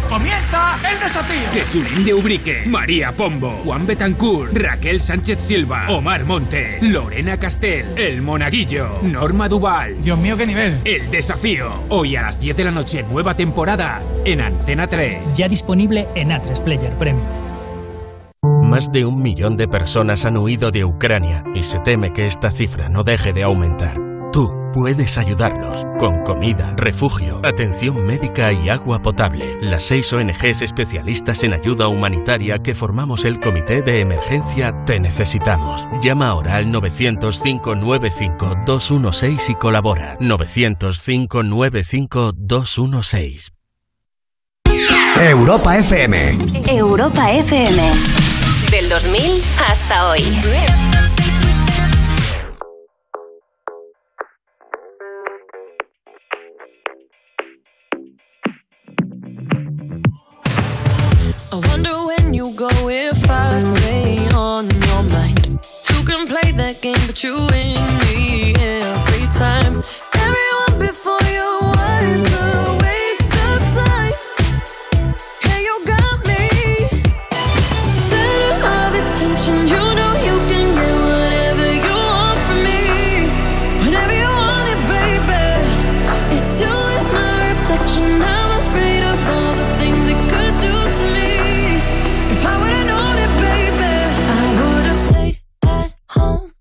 Speaker 15: ¡Comienza el desafío! Jesulín de Ubrique, María Pombo, Juan Betancourt, Raquel Sánchez Silva, Omar Monte, Lorena Castel, El Monaguillo, Norma Duval. Dios mío, qué nivel. El desafío. Hoy a las 10 de la noche, nueva temporada en Antena 3.
Speaker 16: Ya disponible en A3 Player Premium.
Speaker 17: Más de un millón de personas han huido de Ucrania y se teme que esta cifra no deje de aumentar. Tú puedes ayudarlos con comida, refugio, atención médica y agua potable. Las seis ONGs especialistas en ayuda humanitaria que formamos el Comité de Emergencia te necesitamos. Llama ahora al 900-595-216 y colabora. 900-595-216.
Speaker 18: Europa FM.
Speaker 2: Europa FM. Del 2000 hasta hoy.
Speaker 19: I wonder when you go if I stay on your mind. Two can play that game, but you win me every time. Everyone before you was a waste of time. Hey, you got me. Center of attention, you know you can get whatever you want from me. Whenever you want it, baby. It's you in my reflection. I'm afraid of all the things it could do to me. If I would've known it, baby, I would've stayed at home.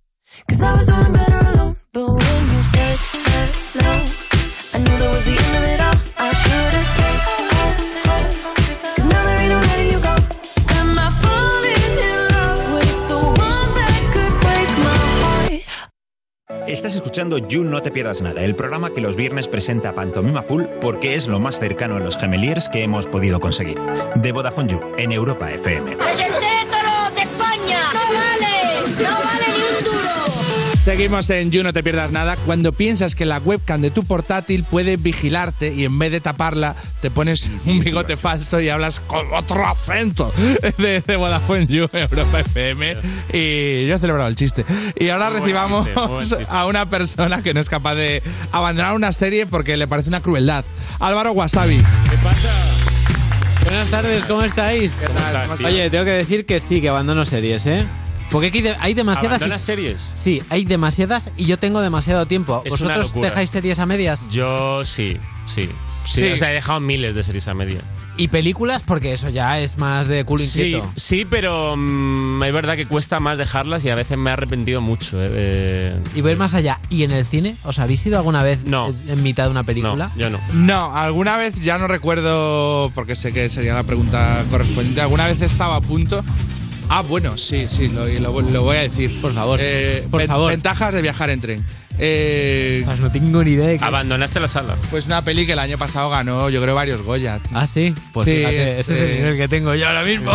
Speaker 19: Cause I was doing better alone. But when you said hello, I knew that was the end of it all. I should've stayed at home. Cause now there ain't no letting you go. Am I falling in love with the one that could break my heart?
Speaker 20: Estás escuchando You No Te Pierdas Nada, el programa que los viernes presenta Pantomima Full porque es lo más cercano a los gemeliers que hemos podido conseguir. De Vodafone You, en Europa FM.
Speaker 21: ¡Que se entere todo lo de España! ¡No vale! ¡No vale ni un duro!
Speaker 4: Seguimos en You, no te pierdas nada. Cuando piensas que la webcam de tu portátil puede vigilarte y en vez de taparla, te pones un bigote falso y hablas con otro acento <laughs> de, de Vodafone You, Europa FM. Y yo he celebrado el chiste. Y ahora
Speaker 3: Muy buen
Speaker 4: recibamos
Speaker 3: chiste, muy buen chiste.
Speaker 4: a una persona que no es capaz de abandonar una serie porque le parece una crueldad. Álvaro Wasabi.
Speaker 3: ¿Qué pasa? Buenas tardes, ¿cómo estáis? ¿Cómo estás, tío?
Speaker 22: Oye, tengo que decir que sí, que abandono series, ¿eh? Porque aquí de- hay demasiadas.
Speaker 3: ¿Abandonas series?
Speaker 22: Sí, hay demasiadas y yo tengo demasiado tiempo.
Speaker 3: Es una
Speaker 22: ¿Vosotros
Speaker 3: locura.
Speaker 22: dejáis series a medias?
Speaker 3: Yo sí, sí. Sí,
Speaker 22: Sí.
Speaker 3: o sea, he dejado miles de series a media.
Speaker 22: Y películas, porque eso ya es más de culo
Speaker 3: Sí,
Speaker 22: inquieto.
Speaker 3: sí, pero mm, es verdad que cuesta más dejarlas y a veces me he arrepentido mucho. eh, de-
Speaker 22: Y voy a ir más allá. ¿Y en el cine? ¿Os habéis ido alguna vez en- en mitad de una película?
Speaker 3: yo no.
Speaker 4: No, alguna vez, ya no recuerdo, porque sé que sería la pregunta correspondiente, alguna vez estaba a punto... Ah, bueno, sí, sí, lo, lo- lo voy a decir. Por favor,
Speaker 22: por favor.
Speaker 4: Ventajas de viajar en tren. Eh,
Speaker 22: no tengo ni idea de
Speaker 3: Abandonaste la sala.
Speaker 4: Pues una peli que el año pasado ganó, yo creo, varios Goya.
Speaker 22: Ah, sí. Pues
Speaker 4: Sí,
Speaker 22: fíjate, ese es el
Speaker 4: eh,
Speaker 22: nivel que tengo yo ahora mismo.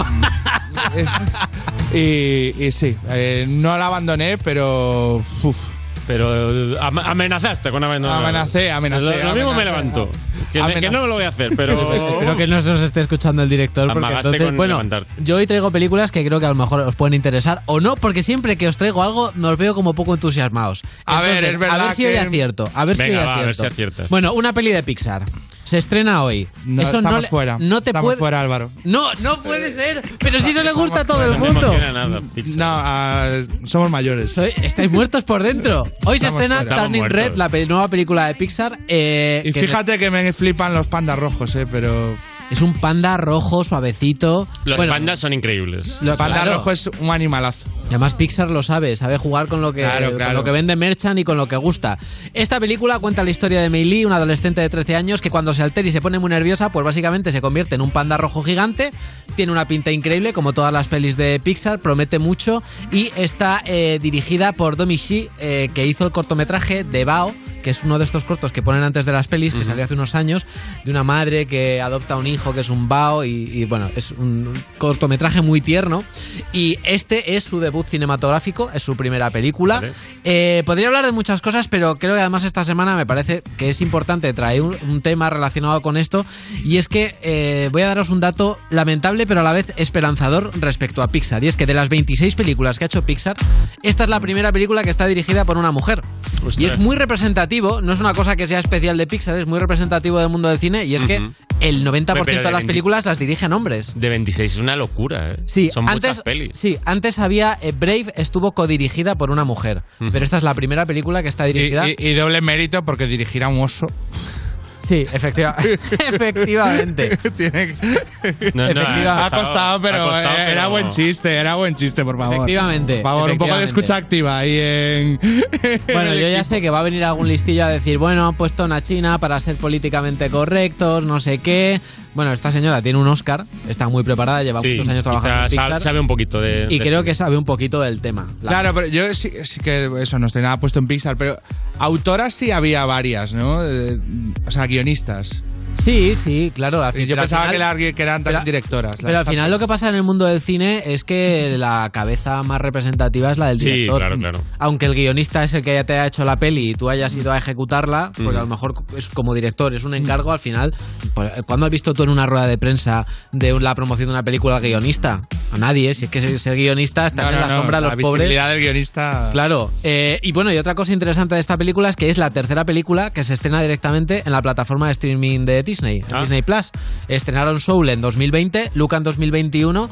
Speaker 4: Y, y sí, eh, <laughs> no la abandoné, pero... uf,
Speaker 3: Pero eh, am- amenazaste con abandonar.
Speaker 4: Amenacé, amenacé,
Speaker 3: Lo, lo mismo me
Speaker 4: amenacé.
Speaker 3: levanto. Que, sé que no lo voy a hacer,
Speaker 4: <laughs>
Speaker 3: pero.
Speaker 22: Espero que no se os esté escuchando el director. Porque
Speaker 3: Amagaste
Speaker 22: entonces,
Speaker 3: con
Speaker 22: bueno,
Speaker 3: levantarte.
Speaker 22: yo hoy traigo películas que creo que a lo mejor os pueden interesar o no, porque siempre que os traigo algo me os veo como poco entusiasmados.
Speaker 4: A ver, es verdad
Speaker 22: A ver si
Speaker 4: que-
Speaker 22: hoy acierto. A ver si
Speaker 4: Venga,
Speaker 22: hoy
Speaker 4: va, a
Speaker 22: acierto.
Speaker 4: ver si aciertas.
Speaker 22: Bueno, una peli de Pixar. Se estrena hoy.
Speaker 4: No,
Speaker 22: Eso
Speaker 4: estamos
Speaker 22: no le-
Speaker 4: fuera.
Speaker 22: No te
Speaker 4: estamos
Speaker 22: puede-
Speaker 4: fuera, Álvaro.
Speaker 22: No, no puede ser. Pero si eso le gusta a todo el
Speaker 4: No me
Speaker 22: mundo.
Speaker 4: emociona
Speaker 3: nada,
Speaker 4: No, ah, somos mayores.
Speaker 22: Estáis muertos por dentro. Hoy se
Speaker 4: Estamos
Speaker 22: estrena Turning
Speaker 4: fuera. Estamos muertos.
Speaker 22: Red, la pe- nueva película de Pixar. eh,
Speaker 4: Y
Speaker 22: que-
Speaker 4: fíjate que me flipan los pandas rojos, eh, pero...
Speaker 22: Es un panda rojo, suavecito.
Speaker 3: Los
Speaker 22: Bueno,
Speaker 3: pandas son increíbles.
Speaker 22: Los
Speaker 4: panda
Speaker 22: claro.
Speaker 4: rojo es un animalazo.
Speaker 22: Y Además Pixar lo sabe, sabe jugar con lo que,
Speaker 4: Claro,
Speaker 22: con
Speaker 4: claro.
Speaker 22: lo que vende Merchant y con lo que gusta. Esta película cuenta la historia de Mei Lee, una adolescente de 13 años que cuando se altera y se pone muy nerviosa, pues básicamente se convierte en un panda rojo gigante. Tiene una pinta increíble, como todas las pelis de Pixar, promete mucho y está eh, dirigida por Domi Shi, eh, que hizo el cortometraje de Bao, que es uno de estos cortos que ponen antes de las pelis, que salió hace unos años, de una madre que adopta un hijo que es un bao y, y, bueno, es un cortometraje muy tierno. Y este es su debut cinematográfico, es su primera película. Eh, podría hablar de muchas cosas, pero creo que además esta semana me parece que es importante traer un, un tema relacionado con esto. Y es que eh, voy a daros un dato lamentable, pero a la vez esperanzador respecto a Pixar. Y es que de las 26 películas que ha hecho Pixar, esta es la primera película que está dirigida por una mujer. Y es muy representativo, no es una cosa que sea especial de Pixar, es muy representativo del mundo del cine. Y es que
Speaker 3: Ujú.
Speaker 22: el 90%
Speaker 3: Pero
Speaker 22: de las
Speaker 3: de
Speaker 22: películas las dirigen hombres.
Speaker 3: De 26 es una locura, ¿eh?
Speaker 22: Sí,
Speaker 3: Son
Speaker 22: antes,
Speaker 3: muchas pelis.
Speaker 22: sí, antes había eh, Brave estuvo codirigida por una mujer, pero esta es la primera película que está dirigida.
Speaker 4: Y, y doble mérito porque dirigir a un oso.
Speaker 22: Sí,
Speaker 3: <laughs>
Speaker 22: efectivamente. efectivamente.
Speaker 4: <laughs> No,
Speaker 22: no,
Speaker 4: ha
Speaker 22: Efectivamente.
Speaker 4: costado, pero
Speaker 22: Ha costado,
Speaker 4: eh, era
Speaker 22: pero-
Speaker 4: buen chiste, era buen chiste, por favor.
Speaker 22: Efectivamente,
Speaker 4: Por favor, un poco de
Speaker 22: efectivamente.
Speaker 4: escucha activa ahí en.
Speaker 22: Bueno, yo ya sé que va a venir algún listillo a decir, bueno, han puesto una china para ser políticamente correctos, no sé qué. Bueno, esta señora tiene un Oscar, está muy preparada, lleva
Speaker 3: Sí,
Speaker 22: muchos años trabajando en
Speaker 3: quizá sab-
Speaker 22: Pixar.
Speaker 3: sabe un poquito de.
Speaker 22: y
Speaker 3: de-
Speaker 22: creo que sabe un poquito del tema. La-
Speaker 4: Claro, pero yo sí, sí que eso, no estoy nada puesto en Pixar, pero autoras sí había varias, ¿no? Eh, o sea, guionistas.
Speaker 22: Sí, sí, claro. al fin-
Speaker 4: Y yo
Speaker 22: pero al
Speaker 4: pensaba
Speaker 22: final-
Speaker 4: que, las gui- que eran también
Speaker 22: pero-
Speaker 4: directoras.
Speaker 22: Pero al final lo que pasa en el mundo del cine es que la cabeza más representativa es la del
Speaker 4: Sí,
Speaker 22: director.
Speaker 4: claro, claro.
Speaker 22: Aunque el guionista es el que ya te ha hecho la peli y tú hayas ido a ejecutarla, pues Mm. a lo mejor es como director, es un encargo al final. Pues, ¿Cuándo has visto tú en una rueda de prensa de la promoción de una película al guionista? A nadie, si es que ser ser guionista está
Speaker 4: No,
Speaker 22: en
Speaker 4: no,
Speaker 22: la
Speaker 4: no,
Speaker 22: sombra de los
Speaker 4: la
Speaker 22: pobres.
Speaker 4: visibilidad del guionista.
Speaker 22: Claro. Eh, y bueno, y otra cosa interesante de esta película es que es la tercera película que se estrena directamente en la plataforma de streaming de Disney, en Disney Plus. Estrenaron Soul en 2020, Luca en 2021.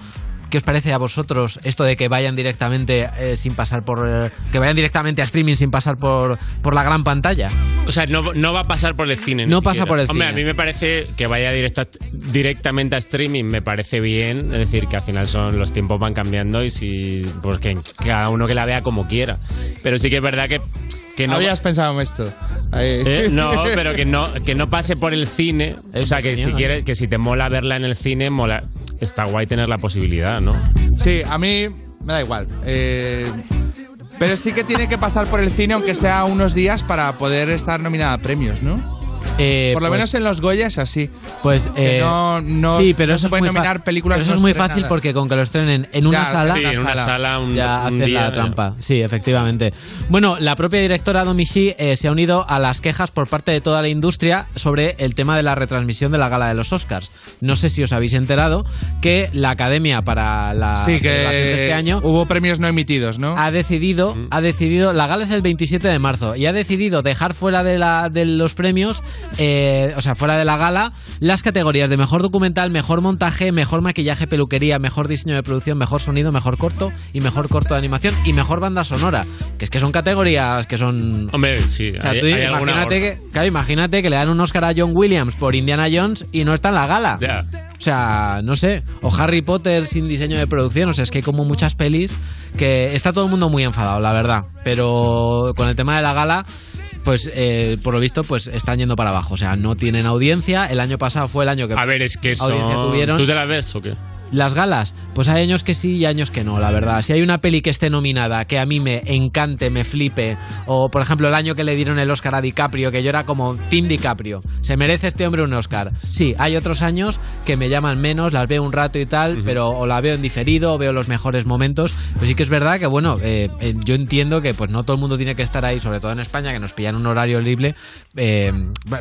Speaker 22: ¿Qué os parece a vosotros esto de que vayan directamente eh, sin pasar por eh, que vayan directamente a streaming sin pasar por, por la gran pantalla?
Speaker 3: O sea, no, no va a pasar por el cine. ni
Speaker 22: No pasa
Speaker 3: siquiera.
Speaker 22: por el
Speaker 3: Hombre,
Speaker 22: cine.
Speaker 3: a mí me parece que vaya directa, directamente a streaming, me parece bien. Es decir, que al final son los tiempos van cambiando y si. Porque cada uno que la vea como quiera. Pero sí que es verdad que. que no,
Speaker 4: Habías pensado en esto. Ahí.
Speaker 3: Eh,
Speaker 22: <laughs>
Speaker 3: no, pero que no, que no pase por el cine. O sea, que si
Speaker 4: genial.
Speaker 3: quieres, que si te mola verla en el cine, mola. Está guay tener la posibilidad, ¿no?
Speaker 4: Sí, a mí me da igual. Eh, pero sí que tiene que pasar por el cine, aunque sea unos días, para poder estar nominada a premios, ¿no?
Speaker 22: Eh,
Speaker 4: por lo
Speaker 22: pues-
Speaker 4: menos en los Goya es así.
Speaker 22: Pues
Speaker 4: Que no- no-
Speaker 22: sí, pero
Speaker 4: no
Speaker 22: eso
Speaker 4: se
Speaker 22: es
Speaker 4: pueden
Speaker 22: muy fa-
Speaker 4: nominar películas
Speaker 22: pero eso
Speaker 4: no
Speaker 22: es muy
Speaker 4: estrenadas.
Speaker 22: fácil porque con que lo estrenen en una
Speaker 4: Ya,
Speaker 22: sala,
Speaker 4: sí, en una
Speaker 3: sala, un-
Speaker 22: ya
Speaker 3: un
Speaker 22: hacen
Speaker 3: día, eh.
Speaker 22: la
Speaker 3: ya.
Speaker 22: trampa. Sí, efectivamente. Bueno, la propia directora Domichi eh, se ha unido a las quejas por parte de toda la industria sobre el tema de la retransmisión de la gala de los Oscars. No sé si os habéis enterado que la Academia para la
Speaker 4: Sí,
Speaker 22: celebración de
Speaker 4: que
Speaker 22: este año
Speaker 4: hubo premios no emitidos, ¿no?
Speaker 22: ha decidido, ha decidido, la gala es el 27 de marzo y ha decidido dejar fuera de, la, de los premios eh, o sea, fuera de la gala, las categorías de mejor documental, mejor montaje, mejor maquillaje, peluquería, mejor diseño de producción, mejor sonido, mejor corto y mejor corto de animación y mejor banda sonora. Que es que son categorías que son.
Speaker 3: Hombre, sí.
Speaker 22: O sea,
Speaker 3: hay-
Speaker 22: tú
Speaker 3: hay alguna
Speaker 22: imagínate
Speaker 3: gorda.
Speaker 22: que, claro, imagínate que le dan un Oscar a John Williams por Indiana Jones y no está en la gala. O sea, no sé. O Harry Potter sin diseño de producción. O sea, es que hay como muchas pelis que está todo el mundo muy enfadado, la verdad. Pero con el tema de la gala, pues eh, por lo visto, pues están yendo para abajo. O sea, no tienen audiencia. El año pasado fue el año que
Speaker 3: A ver, es que
Speaker 22: audiencia
Speaker 3: son-
Speaker 22: tuvieron.
Speaker 3: ¿Tú te la ves o qué?
Speaker 22: Las galas, pues hay años que sí y años que no, la verdad. Si hay una peli que esté nominada, que a mí me encante, me flipe, o por ejemplo el año que le dieron el Oscar a DiCaprio, que yo era como Team DiCaprio, se merece este hombre un Oscar. Sí, hay otros años que me llaman menos, las veo un rato y tal, pero o la veo en diferido, o veo los mejores momentos. Pues sí que es verdad que, bueno, eh, eh, yo entiendo que pues no todo el mundo tiene que estar ahí, sobre todo en España, que nos pillan un horario libre, eh,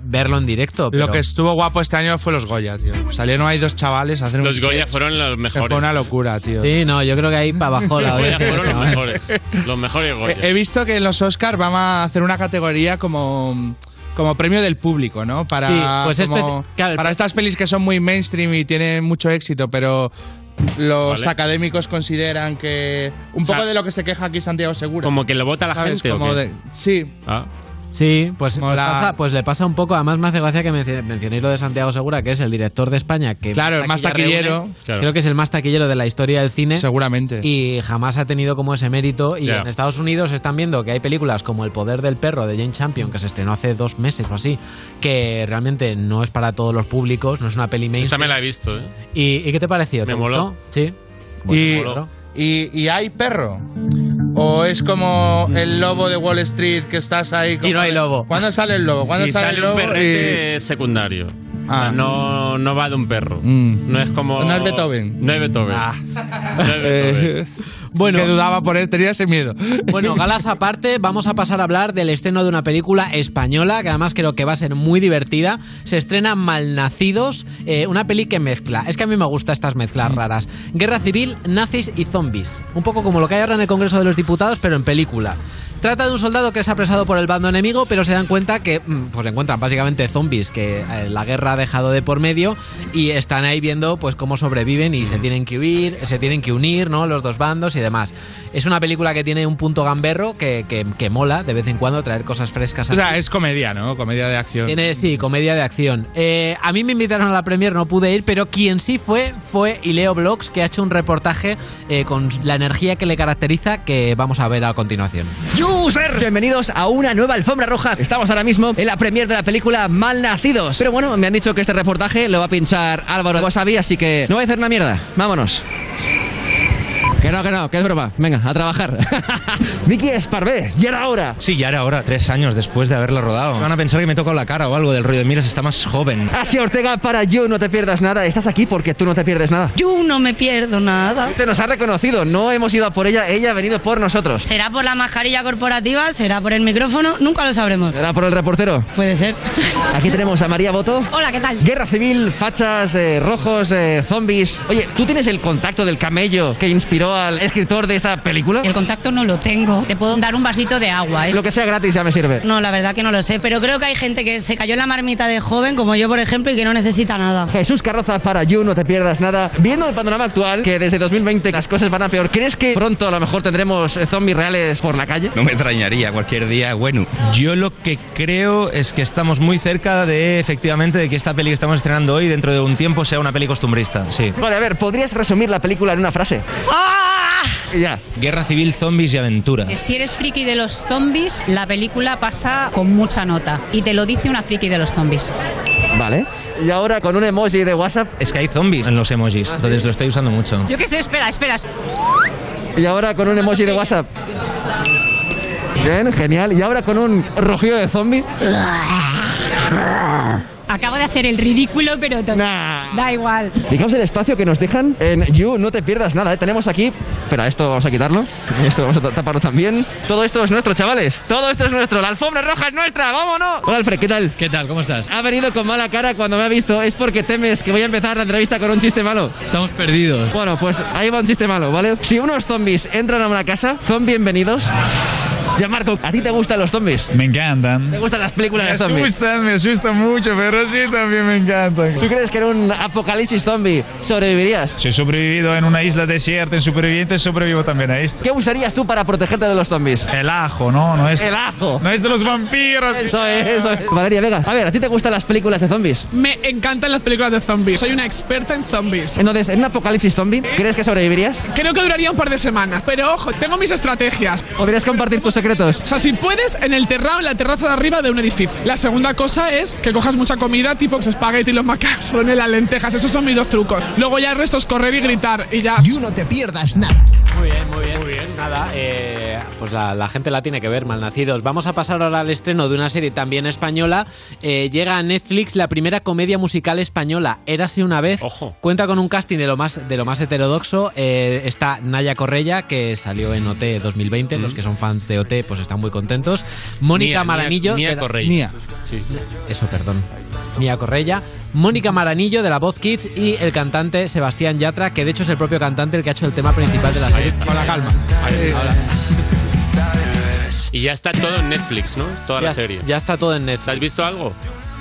Speaker 22: verlo en directo. Pero...
Speaker 4: Lo que estuvo guapo este año fue los Goya, tío. Salieron ahí dos chavales a hacer
Speaker 3: Los
Speaker 4: un
Speaker 3: Goya fueron los
Speaker 4: que
Speaker 3: mejores.
Speaker 4: fue una locura, tío.
Speaker 22: Sí, no, yo creo que ahí para abajo la
Speaker 3: Los Goya
Speaker 22: audiencia
Speaker 3: fueron
Speaker 22: está <laughs>
Speaker 3: los
Speaker 22: mal.
Speaker 3: mejores. Los mejores Goya.
Speaker 4: He he visto que en los Oscars van a hacer una categoría como, como premio del público, ¿no? Para,
Speaker 22: Sí, pues es
Speaker 4: como-
Speaker 22: espe- claro, el-
Speaker 4: para estas pelis que son muy mainstream y tienen mucho éxito, pero los
Speaker 3: Vale.
Speaker 4: académicos consideran que... Un
Speaker 3: O sea,
Speaker 4: poco de lo que se queja aquí Santiago Segura.
Speaker 3: Como que lo vota la
Speaker 4: ¿Sabes?
Speaker 3: gente. ¿o
Speaker 4: Como
Speaker 3: qué?
Speaker 4: de- sí.
Speaker 3: Ah.
Speaker 22: Sí, pues, pues
Speaker 4: Mola.
Speaker 22: pasa- pues le pasa un poco. Además, me hace gracia que menci- mencionéis lo de Santiago Segura, que es el director de España. Que
Speaker 4: Claro, el más
Speaker 22: taquilla
Speaker 4: taquillero.
Speaker 22: reúne.
Speaker 4: Claro.
Speaker 22: Creo que es el más taquillero de la historia del cine.
Speaker 4: Seguramente.
Speaker 22: Y jamás ha tenido como ese mérito. Y
Speaker 4: Ya.
Speaker 22: en Estados Unidos están viendo que hay películas como El poder del perro de Jane Champion, que se estrenó hace dos meses o así, que realmente no es para todos los públicos, no es una peli
Speaker 3: Esta
Speaker 22: mainstream.
Speaker 3: me la he visto, ¿eh?
Speaker 22: ¿Y, y qué te pareció?
Speaker 3: Me
Speaker 22: ¿Te
Speaker 3: moló.
Speaker 22: gustó? Sí.
Speaker 4: Y, y, y hay perro. O es como el lobo de Wall Street que estás ahí. Y no hay lobo. ¿Cuándo sale el lobo? ¿Cuándo
Speaker 3: Y
Speaker 4: sale, eh, el
Speaker 3: un
Speaker 4: lobo?
Speaker 3: perrete secundario. O sea, no, no va de un perro. No es como.
Speaker 4: Mm. No es Beethoven. Ah.
Speaker 3: No es Beethoven.
Speaker 4: <laughs>
Speaker 22: Bueno.
Speaker 4: Que dudaba por él, tenía
Speaker 22: <laughs>
Speaker 4: ese miedo.
Speaker 22: Bueno, galas aparte, vamos a pasar a hablar del estreno de una película española que además creo que va a ser muy divertida. Se estrena Malnacidos, eh, una peli que mezcla. Es que a mí me gustan estas mezclas raras. Guerra civil, nazis y zombies. Un poco como lo que hay ahora en el Congreso de los Diputados, pero en película. Trata de un soldado que es apresado por el bando enemigo, pero se dan cuenta que mm, pues encuentran básicamente zombies que eh, la guerra ha dejado de por medio y están ahí viendo pues cómo sobreviven y se tienen que huir, se tienen que unir, ¿no? Los dos bandos y demás. Es una película que tiene un punto gamberro que, que, que mola de vez en cuando traer cosas frescas.
Speaker 4: O sea,
Speaker 22: así.
Speaker 4: es comedia, ¿no? Comedia de acción.
Speaker 22: Tiene, sí, comedia de acción. Eh, a mí me invitaron a la premier, no pude ir, pero quien sí fue fue Ileo Blogs, que ha hecho un reportaje eh, con la energía que le caracteriza que vamos a ver a continuación.
Speaker 23: Users, bienvenidos a una nueva alfombra roja. Estamos ahora mismo en la premier de la película Malnacidos. Pero bueno, me han dicho que este reportaje lo va a pinchar Álvaro Wasabi, así que no voy a hacer una mierda. Vámonos. Que no, que no, que es broma. Venga, a trabajar. <laughs> Miki Esparvé, ya era hora.
Speaker 24: Sí, ya era hora, tres años después de haberla rodado. Van a pensar que me toca la cara o algo del rollo de miras, está más joven.
Speaker 23: Asia Ortega para You No Te Pierdas Nada. Estás aquí porque tú no te pierdes nada.
Speaker 25: Yo no me pierdo nada.
Speaker 23: Te nos ha reconocido, no hemos ido a por ella, ella ha venido por nosotros.
Speaker 25: ¿Será por la mascarilla corporativa? ¿Será por el micrófono? Nunca lo sabremos.
Speaker 23: ¿Era por el reportero?
Speaker 25: Puede ser.
Speaker 23: Aquí tenemos a María Boto.
Speaker 25: Hola, ¿qué tal?
Speaker 23: Guerra civil, fachas, eh, rojos, eh, zombies. Oye, ¿tú tienes el contacto del camello que inspiró al escritor de esta película?
Speaker 25: El contacto no lo tengo. Te puedo dar un vasito de agua. ¿eh?
Speaker 23: Lo que sea gratis ya me sirve.
Speaker 25: No, la verdad que no lo sé, pero creo que hay gente que se cayó en la marmita de joven, como yo, por ejemplo, y que no necesita nada.
Speaker 23: Jesús Carroza para You, no te pierdas nada. Viendo el panorama actual, que desde 2020 las cosas van a peor, ¿crees que pronto a lo mejor tendremos eh, zombies reales por la calle?
Speaker 24: No me extrañaría cualquier día, bueno. Yo lo que creo es que estamos muy cerca de, efectivamente, de que esta peli que estamos estrenando hoy, dentro de un tiempo, sea una peli costumbrista, sí.
Speaker 23: Vale, a ver, ¿podrías resumir la película en una frase? Ya.
Speaker 24: Guerra civil, zombies y aventura.
Speaker 26: Eh, Si eres friki de los zombies, la película pasa con mucha nota. Y te lo dice una friki de los zombies.
Speaker 23: Vale. Y ahora con un emoji de WhatsApp. Ah,
Speaker 24: Es que hay zombies en los emojis, entonces lo estoy usando mucho.
Speaker 26: Yo qué sé, espera, espera.
Speaker 23: Y ahora con un emoji de WhatsApp. Bien, genial. Y ahora con un rojío de zombie.
Speaker 26: Acabo de hacer el ridículo, pero to- da igual.
Speaker 23: Fijaos el espacio que nos dejan en You, no te pierdas nada. ¿eh? Tenemos aquí. Espera, esto vamos a quitarlo. <laughs> Esto vamos a ta- taparlo también. Todo esto es nuestro, chavales. Todo esto es nuestro. La alfombra roja es nuestra. ¡Vámonos! Hola, Alfred, ¿qué tal?
Speaker 24: ¿Qué tal? ¿Cómo estás?
Speaker 23: Ha venido con mala cara cuando me ha visto. Es porque temes que voy a empezar la entrevista con un chiste malo.
Speaker 24: Estamos perdidos.
Speaker 23: Bueno, pues ahí va un chiste malo, ¿vale? Si unos zombies entran a una casa, son bienvenidos. Gianmarco, ¿a ti te gustan los zombies?
Speaker 6: Me encantan.
Speaker 23: ¿Te gustan las películas
Speaker 6: Me
Speaker 23: de zombies?
Speaker 6: asustan, me asustan mucho, pero sí también me encantan.
Speaker 23: ¿Tú crees que en un apocalipsis zombie sobrevivirías?
Speaker 6: Si he sobrevivido en una isla desierta, en supervivientes, sobrevivo también a esto.
Speaker 23: ¿Qué usarías tú para protegerte de los zombies?
Speaker 6: El ajo, ¿no? no es,
Speaker 23: El ajo.
Speaker 6: No es de los vampiros.
Speaker 23: Eso es, eso es. Valeria Vega, a ver, ¿a ti te gustan las películas de zombies?
Speaker 7: Me encantan las películas de zombies. Soy una experta en zombies.
Speaker 23: Entonces, ¿en un apocalipsis zombie crees que sobrevivirías?
Speaker 7: Creo que duraría un par de semanas, pero ojo, tengo mis estrategias.
Speaker 23: ¿Podrías compartir tus secretos?
Speaker 7: O sea, si puedes, en el terrado, en la terraza de arriba de un edificio. La segunda cosa es que cojas mucha comida, tipo los espaguetis, los macarrones, las lentejas. Esos son mis dos trucos. Luego ya el resto es correr y gritar y ya.
Speaker 5: Y no te pierdas nada.
Speaker 22: Muy bien, muy bien. Muy bien. Nada, eh, Pues la, la gente la tiene que ver, malnacidos. Vamos a pasar ahora al estreno de una serie también española. Eh, llega a Netflix la primera comedia musical española, Érase una vez. Cuenta con un casting de lo más, de lo más heterodoxo. Eh, está Naya Correia, que salió en OT 2020.
Speaker 24: Mm.
Speaker 22: Los que son fans de OT pues están muy contentos. Mónica
Speaker 3: Nia,
Speaker 22: Maranillo.
Speaker 3: Nia-
Speaker 22: de
Speaker 3: Nia
Speaker 22: la-
Speaker 3: Correia.
Speaker 22: Nia.
Speaker 3: Sí.
Speaker 22: Eso, perdón. Mía Correia, Mónica Maranillo de la Voz Kids y el cantante Sebastián Yatra, que de hecho es el propio cantante el que ha hecho el tema principal de la serie. Con la calma.
Speaker 4: Eh,
Speaker 3: Y ya está todo en Netflix, ¿no? Toda la serie.
Speaker 22: Ya está todo en Netflix.
Speaker 3: ¿Has visto algo?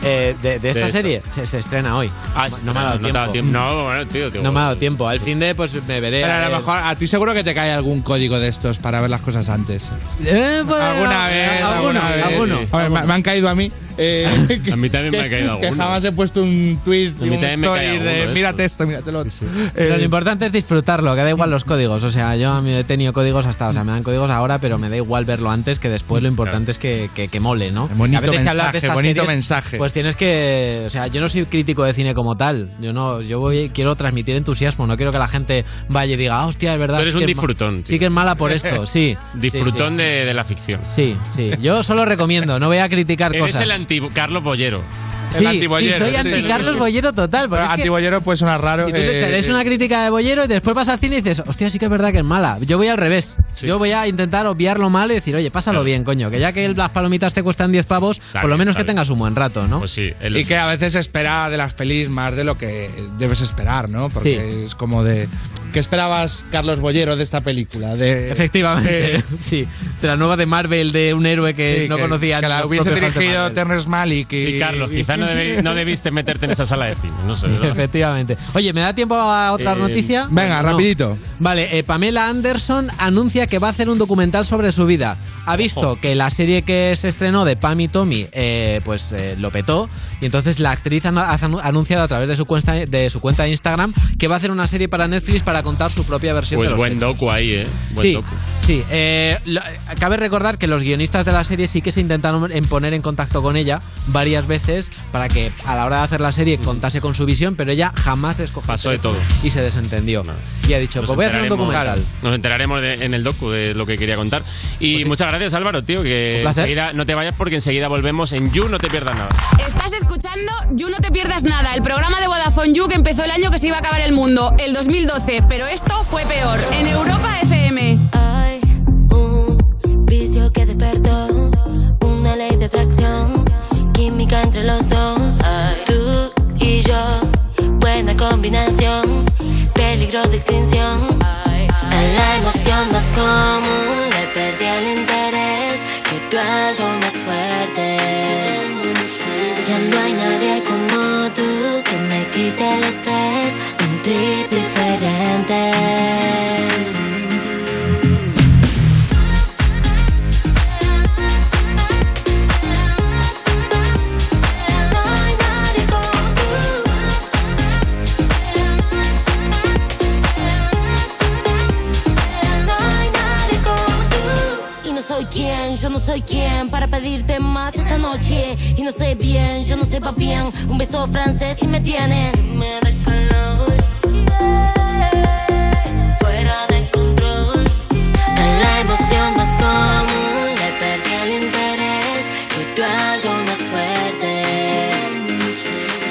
Speaker 22: Eh, de, de esta
Speaker 3: De esto.
Speaker 22: serie se, se estrena hoy.
Speaker 3: Ah,
Speaker 22: no me ha dado
Speaker 3: no te ha dado
Speaker 22: tiempo.
Speaker 3: No, bueno, tío, tío.
Speaker 22: No me ha dado tiempo. Al fin de, pues me veré.
Speaker 4: Pero a
Speaker 22: ver.
Speaker 4: lo mejor a ti seguro que te cae algún código de estos para ver las cosas antes.
Speaker 22: Eh, pues,
Speaker 4: alguna vez,
Speaker 22: alguno,
Speaker 4: alguna vez.
Speaker 22: alguno.
Speaker 4: A ver, me, me han caído a mí.
Speaker 22: <laughs>
Speaker 4: eh,
Speaker 3: A mí también me ha caído
Speaker 4: <laughs> Que
Speaker 3: alguno.
Speaker 4: jamás he puesto un tweet
Speaker 22: A
Speaker 4: y
Speaker 22: mí
Speaker 4: un
Speaker 22: también me cae
Speaker 4: story
Speaker 22: alguno de
Speaker 4: de
Speaker 22: estos.
Speaker 4: mírate esto, mírate lo otro.
Speaker 3: Eh,
Speaker 4: Eh,
Speaker 22: Pero lo importante es disfrutarlo, que da igual los códigos. O sea, yo a mí he tenido códigos hasta, o sea, me dan códigos ahora, pero me da igual verlo antes que después. Lo importante es que, que, que mole, ¿no?
Speaker 4: Bonito
Speaker 22: a veces si hablas
Speaker 4: mensaje,
Speaker 22: de estas
Speaker 4: bonito
Speaker 22: series,
Speaker 4: mensaje.
Speaker 22: Pues tienes que, o sea, yo no soy crítico de cine como tal. Yo no, yo voy, quiero transmitir entusiasmo. No quiero que la gente vaya y diga, "Ah, hostia, es verdad.
Speaker 3: Tú eres
Speaker 22: sí
Speaker 3: un
Speaker 22: que es ma-
Speaker 3: disfrutón, tío.
Speaker 22: Sí que es mala por esto,
Speaker 3: <laughs>
Speaker 22: sí.
Speaker 3: Disfrutón
Speaker 22: Sí,
Speaker 3: De, de la ficción.
Speaker 22: Sí, sí. Yo solo recomiendo, no voy a criticar
Speaker 3: Eres
Speaker 22: cosas.
Speaker 3: el anti Carlos Bollero.
Speaker 22: Sí, sí, soy anti Carlos Bollero total. porque es que-
Speaker 4: Antibollero puede sonar raro. eh,
Speaker 22: y tú le- te lees una crítica de Bollero y después vas al cine y dices, hostia, sí que es verdad que es mala. Yo voy al revés. Yo voy a intentar obviar lo malo y decir, oye, pásalo bien, coño. Que ya que las palomitas te cuestan 10 pavos, por lo
Speaker 4: bien, eh.
Speaker 22: menos
Speaker 4: está
Speaker 22: que tengas un buen rato, ¿no?
Speaker 3: Pues sí.
Speaker 4: Y que a veces espera de las pelis más de lo que debes esperar, ¿no? Porque es como de. ¿Qué esperabas, Carlos Bollero, de esta película? De,
Speaker 22: Efectivamente,
Speaker 4: de-
Speaker 22: <laughs> sí. De la nueva de Marvel, de un héroe que
Speaker 4: Eh. Sí,
Speaker 22: no
Speaker 4: que-
Speaker 22: conocía.
Speaker 4: que la
Speaker 22: los
Speaker 4: hubiese
Speaker 22: propios fans de
Speaker 4: dirigido
Speaker 22: Marvel.
Speaker 4: Terrence Malick y-
Speaker 3: Sí, Carlos, quizá no, debí- no debiste meterte en esa sala de cine. No sé.
Speaker 22: <laughs> Efectivamente. Oye, ¿me da tiempo a otra
Speaker 3: Eh,
Speaker 22: noticia?
Speaker 3: venga,
Speaker 22: No.
Speaker 3: rapidito.
Speaker 22: Vale, eh, Pamela Anderson anuncia que va a hacer un documental sobre su vida. Ha visto Ojo. que la serie que se estrenó de Pam y Tommy, eh, pues eh, lo petó. Y entonces la actriz ha ha anunciado a través de su, cuenta, de su cuenta de Instagram que va a hacer una serie para Netflix para contar su propia versión de
Speaker 3: Pues
Speaker 22: los
Speaker 3: buen
Speaker 22: hechos.
Speaker 3: docu ahí, ¿eh? Buen
Speaker 22: Sí,
Speaker 3: docu.
Speaker 22: sí. eh, lo- cabe recordar que los guionistas de la serie sí que se intentaron en poner en contacto con ella varias veces para que a la hora de hacer la serie contase con su visión, pero ella jamás les cogió el
Speaker 3: Pasó de
Speaker 22: teléfono
Speaker 3: todo.
Speaker 22: y se desentendió. Y ha dicho,
Speaker 3: Nos
Speaker 22: pues voy a hacer un
Speaker 3: enteraremos-
Speaker 22: documental. Pues
Speaker 3: Nos enteraremos de- en el docu de lo que quería contar. Y muchas gracias, Álvaro, tío. Que
Speaker 22: Un placer.
Speaker 3: enseguida no te vayas porque enseguida volvemos en You, no te pierdas nada.
Speaker 8: Estás escuchando You No Te Pierdas Nada, el programa de Vodafone You que empezó el año que se iba a acabar el mundo, el 2012, pero esto fue peor, en Europa FM.
Speaker 27: Hay un vicio que despertó, una ley de atracción, química entre los dos. Tú y yo, buena combinación, peligro de extinción. A la emoción más común le perdí el interés, quebró algo más fuerte. Ya no hay nadie como tú que me quite el estrés, un trip diferente. Y no soy quien, yo no soy quien para pedirte más esta noche. Y no sé bien, yo no sé pa' bien. Un beso francés y me tienes. Me da calor. fuera de control. A la emoción más común le perdí el interés. Quiero algo más fuerte.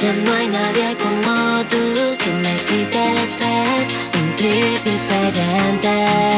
Speaker 27: Ya no hay nadie como tú que me quite el estrés. Un trip diferente. Tú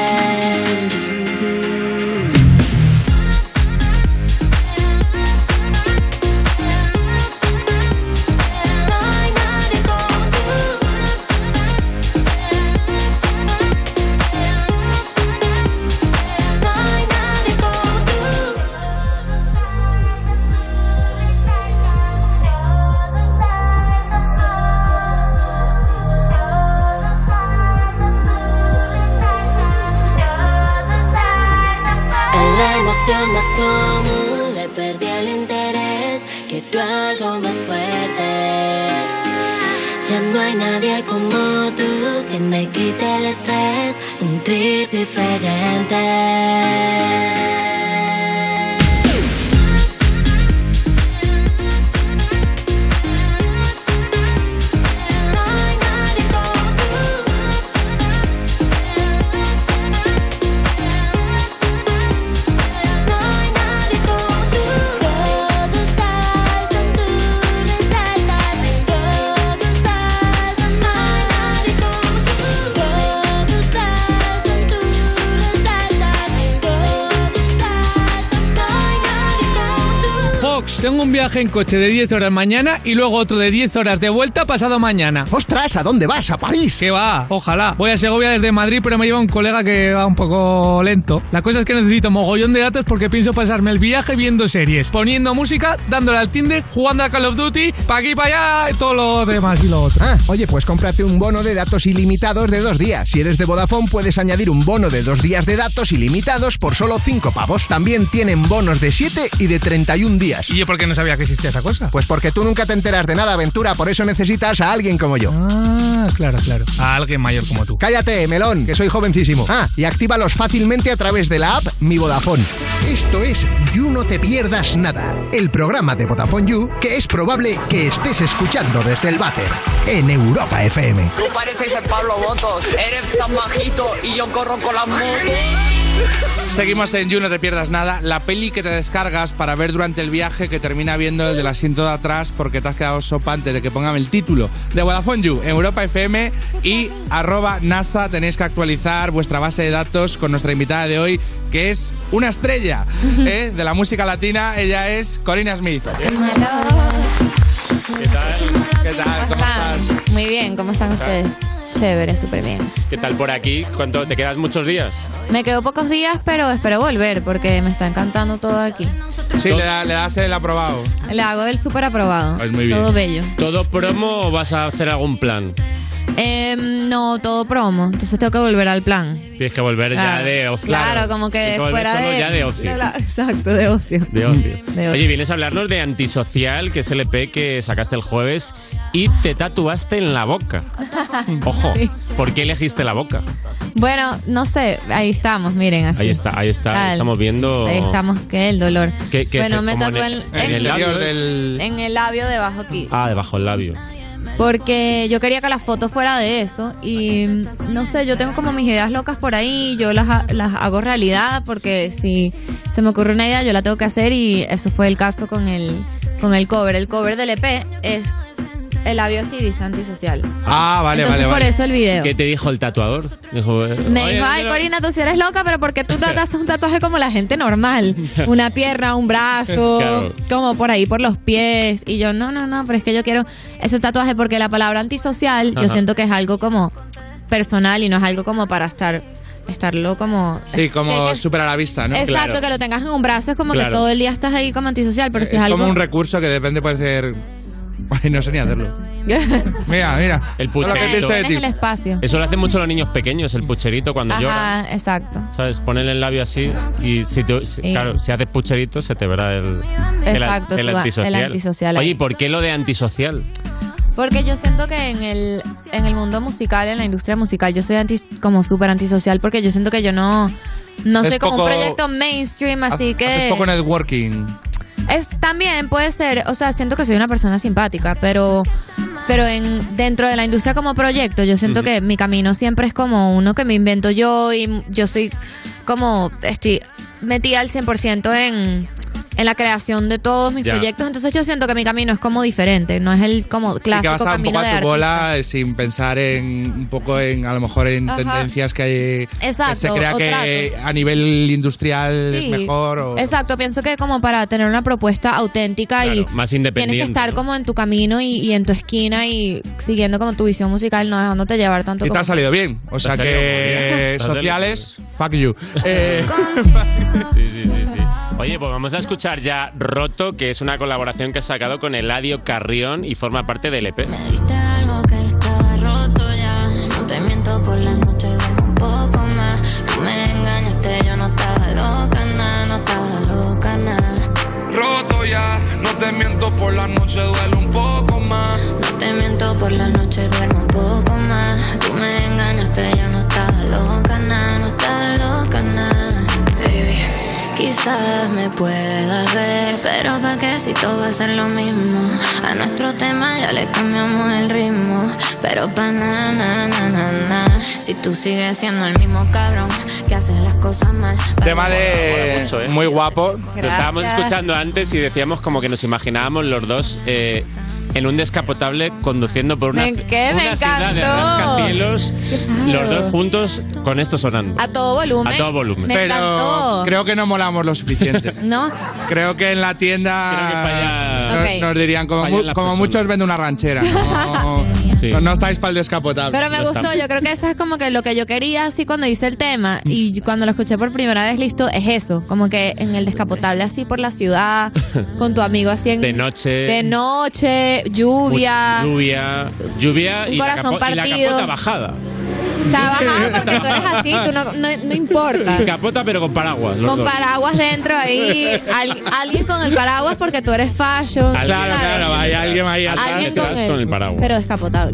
Speaker 27: llamas común le perdí el interés. Quiero algo más fuerte. Ya no hay nadie como tú que me quite el estrés. Un trip diferente.
Speaker 1: Fox, tengo un viaje en coche de 10 horas mañana y luego otro de 10 horas de vuelta pasado mañana.
Speaker 5: ¡Ostras! ¿A dónde vas? ¿A París?
Speaker 1: Que va, ojalá. Voy a Segovia desde Madrid, pero me lleva un colega que va un poco lento. La cosa es que necesito mogollón de datos porque pienso pasarme el viaje viendo series, poniendo música, dándole al Tinder, jugando a Call of Duty, pa' aquí, pa' allá, y todo lo demás y lo otro.
Speaker 5: Ah, oye, pues cómprate un bono de datos ilimitados de dos días. Si eres de Vodafone, puedes añadir un bono de dos días de datos ilimitados por solo 5 pavos. También tienen bonos de 7 y de 31 días.
Speaker 1: ¿Y yo por qué no sabía que existía esa cosa?
Speaker 5: Pues porque tú nunca te enteras de nada, Aventura, por eso necesitas a alguien como yo.
Speaker 1: Ah, claro, claro. A alguien mayor como tú.
Speaker 5: Cállate, melón, que soy jovencísimo. Ah, y actívalos fácilmente a través de la app Mi Vodafone. Esto es You No Te Pierdas Nada, el programa de Vodafone You que es probable que estés escuchando desde el váter en Europa FM.
Speaker 9: Tú pareces el Pablo Botos, eres tan bajito y yo corro con las motos.
Speaker 4: Seguimos en You, no te pierdas nada. La peli que te descargas para ver durante el viaje que termina viendo el del asiento de atrás porque te has quedado sopante de que pongan el título de Vodafone You en Europa FM y arroba NASA. Tenéis que actualizar vuestra base de datos con nuestra invitada de hoy que es una estrella ¿eh? de la música latina. Ella es Corina Smith. ¿Qué tal? ¿Qué
Speaker 3: Ah,
Speaker 4: tal? ¿Cómo estás?
Speaker 28: Muy bien, ¿cómo están ustedes? Chévere, súper bien.
Speaker 3: ¿Qué tal por aquí? ¿Cuánto te quedas muchos días?
Speaker 28: Me quedo pocos días, pero espero volver porque me está encantando todo aquí.
Speaker 4: Sí, le, da- le das el aprobado.
Speaker 28: Le hago del súper aprobado.
Speaker 3: Pues muy bien.
Speaker 28: Todo bello.
Speaker 3: ¿Todo promo o vas a hacer algún plan?
Speaker 28: Em, no, todo promo. Entonces tengo que volver al plan.
Speaker 3: Tienes que volver
Speaker 28: Claro.
Speaker 3: ya de ocio.
Speaker 28: Claro, como que
Speaker 3: Tienes volver
Speaker 28: fuera
Speaker 3: solo
Speaker 28: de.
Speaker 3: ya de ocio.
Speaker 28: la- exacto, de ocio.
Speaker 3: De ocio.
Speaker 28: De ocio.
Speaker 3: Oye, vienes a hablarnos de Antisocial, que es el EP que sacaste el jueves y te tatuaste en la boca.
Speaker 28: <laughs>
Speaker 3: Ojo, ¿por qué elegiste la boca?
Speaker 28: Bueno, no sé, ahí estamos, miren. Así.
Speaker 3: Ahí está, ahí está,
Speaker 28: Tal.
Speaker 3: estamos viendo...
Speaker 28: Ahí estamos, que el dolor.
Speaker 3: ¿Qué- qué es
Speaker 28: bueno,
Speaker 3: el-
Speaker 28: me
Speaker 3: como en
Speaker 28: tatué
Speaker 3: el-
Speaker 28: el-
Speaker 3: en el labio del-
Speaker 28: en el labio debajo aquí.
Speaker 3: Ah, debajo del labio.
Speaker 28: Porque yo quería que la foto fuera de eso y mm, no sé, yo tengo como mis ideas locas por ahí, yo las, ha- las hago realidad porque si se me ocurre una idea yo la tengo que hacer y eso fue el caso con el, con el cover. El cover del EP es el labio así dice antisocial.
Speaker 4: Ah, vale,
Speaker 28: Entonces,
Speaker 4: vale,
Speaker 28: por
Speaker 4: vale.
Speaker 28: eso el video.
Speaker 3: ¿Qué te dijo el tatuador? Dijo, eh,
Speaker 28: Me
Speaker 3: "Oye,
Speaker 28: dijo, ay
Speaker 3: mira".
Speaker 28: Corina, tú si eres loca, pero
Speaker 4: <laughs>
Speaker 28: porque tú te haces un tatuaje como la gente normal? Una pierna,
Speaker 4: <laughs>
Speaker 28: un brazo,
Speaker 3: Claro.
Speaker 28: como por ahí, por los pies. Y yo, no, no, no, pero es que yo quiero ese tatuaje porque la palabra antisocial
Speaker 4: Ajá.
Speaker 28: yo siento que es algo como personal y no es algo como para estar estarlo como...
Speaker 4: Sí, como súper a la vista, ¿no?
Speaker 28: Exacto, que lo tengas en un brazo es como
Speaker 4: Claro.
Speaker 28: que todo el día estás ahí como antisocial, pero si es,
Speaker 4: Es
Speaker 28: algo... <laughs>
Speaker 4: como un recurso que de repente puede ser... <laughs> Ay, no sé ni hacerlo. Mira, mira.
Speaker 3: El
Speaker 28: Claro,
Speaker 3: pucherito.
Speaker 28: tienes el espacio.
Speaker 3: Eso lo hacen mucho los niños pequeños, el pucherito cuando lloran.
Speaker 28: Ajá, exacto.
Speaker 3: ¿Sabes? Ponerle el labio así y si, te- si-
Speaker 28: Sí.
Speaker 3: claro, si haces pucherito se te verá el, el-
Speaker 28: Exacto,
Speaker 3: el,
Speaker 28: tú,
Speaker 3: antisocial.
Speaker 28: el antisocial ahí.
Speaker 3: Oye, ¿y ¿por qué lo de antisocial?
Speaker 28: Porque yo siento que en el, en el mundo musical, en la industria musical, yo soy anti, como súper antisocial porque yo siento que yo no, no
Speaker 4: Es
Speaker 28: soy como un
Speaker 4: poco-
Speaker 28: proyecto mainstream, así
Speaker 4: Haces
Speaker 28: que...
Speaker 4: poco networking.
Speaker 28: Es, también puede ser, o sea, siento que soy una persona simpática, pero, pero en, dentro de la industria como proyecto, yo siento
Speaker 29: Ujú.
Speaker 28: que mi camino siempre es como uno que me invento yo y yo soy como, estoy metida al 100% en, en la creación de todos mis
Speaker 4: Ya.
Speaker 28: proyectos, entonces yo siento que mi camino es como diferente, no es el como
Speaker 4: y que vas
Speaker 28: clásico
Speaker 4: a un
Speaker 28: camino
Speaker 4: poco
Speaker 28: de
Speaker 4: a tu
Speaker 28: arte.
Speaker 4: bola eh, sin pensar en un poco en a lo mejor en
Speaker 28: Ajá.
Speaker 4: tendencias que hay
Speaker 28: Exacto,
Speaker 4: que se crea
Speaker 28: o
Speaker 4: que a nivel industrial es
Speaker 28: Sí,
Speaker 4: mejor o
Speaker 28: Exacto, pienso que como para tener una propuesta auténtica y
Speaker 4: Claro, más
Speaker 28: tienes que
Speaker 4: independiente,
Speaker 28: estar
Speaker 4: ¿no?
Speaker 28: como en tu camino y, y en tu esquina y siguiendo como tu visión musical, no dejándote llevar tanto
Speaker 4: y te
Speaker 28: como...
Speaker 4: ha salido bien o sea
Speaker 3: salido
Speaker 4: <laughs>
Speaker 3: muy bien.
Speaker 4: que
Speaker 3: Te ha salido
Speaker 4: sociales fuck
Speaker 28: <laughs>
Speaker 4: you Eh,
Speaker 3: Sí, sí, sí, sí. Oye, pues vamos a escuchar ya Roto, que es una colaboración que ha sacado con Eladio Carrión y forma parte del E EP.
Speaker 29: algo que está roto ya. No te miento por la noche, duermo un poco más. Tú me engañaste, yo no estaba loca, nada, no estaba pueda ver. Pero pa' qué si todo va a ser lo mismo. A nuestro tema ya le cambiamos el ritmo. Pero pa' na, na, na, na, na. Si tú sigues siendo el mismo cabrón que hace las cosas mal.
Speaker 4: Tema de. Muy guapo.
Speaker 3: ¿eh? Lo estábamos
Speaker 29: Gracias.
Speaker 3: escuchando antes y decíamos como que nos imaginábamos los dos eh, en un descapotable conduciendo por una,
Speaker 28: Me, que me
Speaker 3: una ciudad de
Speaker 28: encantó.
Speaker 3: rascacielos, los dos juntos con esto sonando.
Speaker 28: A todo volumen.
Speaker 3: A todo volumen.
Speaker 28: Me
Speaker 4: Pero
Speaker 28: encantó.
Speaker 4: creo que no molamos lo suficiente.
Speaker 28: ¿No?
Speaker 4: Creo que en la tienda
Speaker 28: falla-
Speaker 4: nos,
Speaker 28: Ok.
Speaker 4: nos dirían, como,
Speaker 3: fallan
Speaker 4: mu-
Speaker 3: las
Speaker 4: como
Speaker 3: personas.
Speaker 4: muchos vende una ranchera.
Speaker 28: <laughs>
Speaker 4: No, no, no estáis para
Speaker 3: Ah,
Speaker 4: el descapotable.
Speaker 28: Pero me gustó, yo creo que eso es como que lo que yo quería así cuando hice el tema
Speaker 3: Mm.
Speaker 28: y cuando lo escuché por primera vez listo, es eso, como que en el descapotable así por la ciudad, con tu amigo así en,
Speaker 3: De noche.
Speaker 28: de noche, lluvia.
Speaker 3: Lluvia. Lluvia
Speaker 28: Un
Speaker 3: y, la
Speaker 28: corazón
Speaker 3: capo- y la
Speaker 28: partido.
Speaker 3: capota bajada.
Speaker 28: Está bajada porque tú eres así, tú no, no, no importa.
Speaker 3: Y capota pero con paraguas. los
Speaker 28: Con
Speaker 3: dos.
Speaker 28: paraguas
Speaker 4: <laughs>
Speaker 28: dentro ahí, al- alguien con el paraguas porque tú eres fallo.
Speaker 4: Claro, claro, hay alguien ahí atrás
Speaker 28: Alguien
Speaker 4: detrás
Speaker 28: con el,
Speaker 4: con el paraguas.
Speaker 28: Pero descapotable.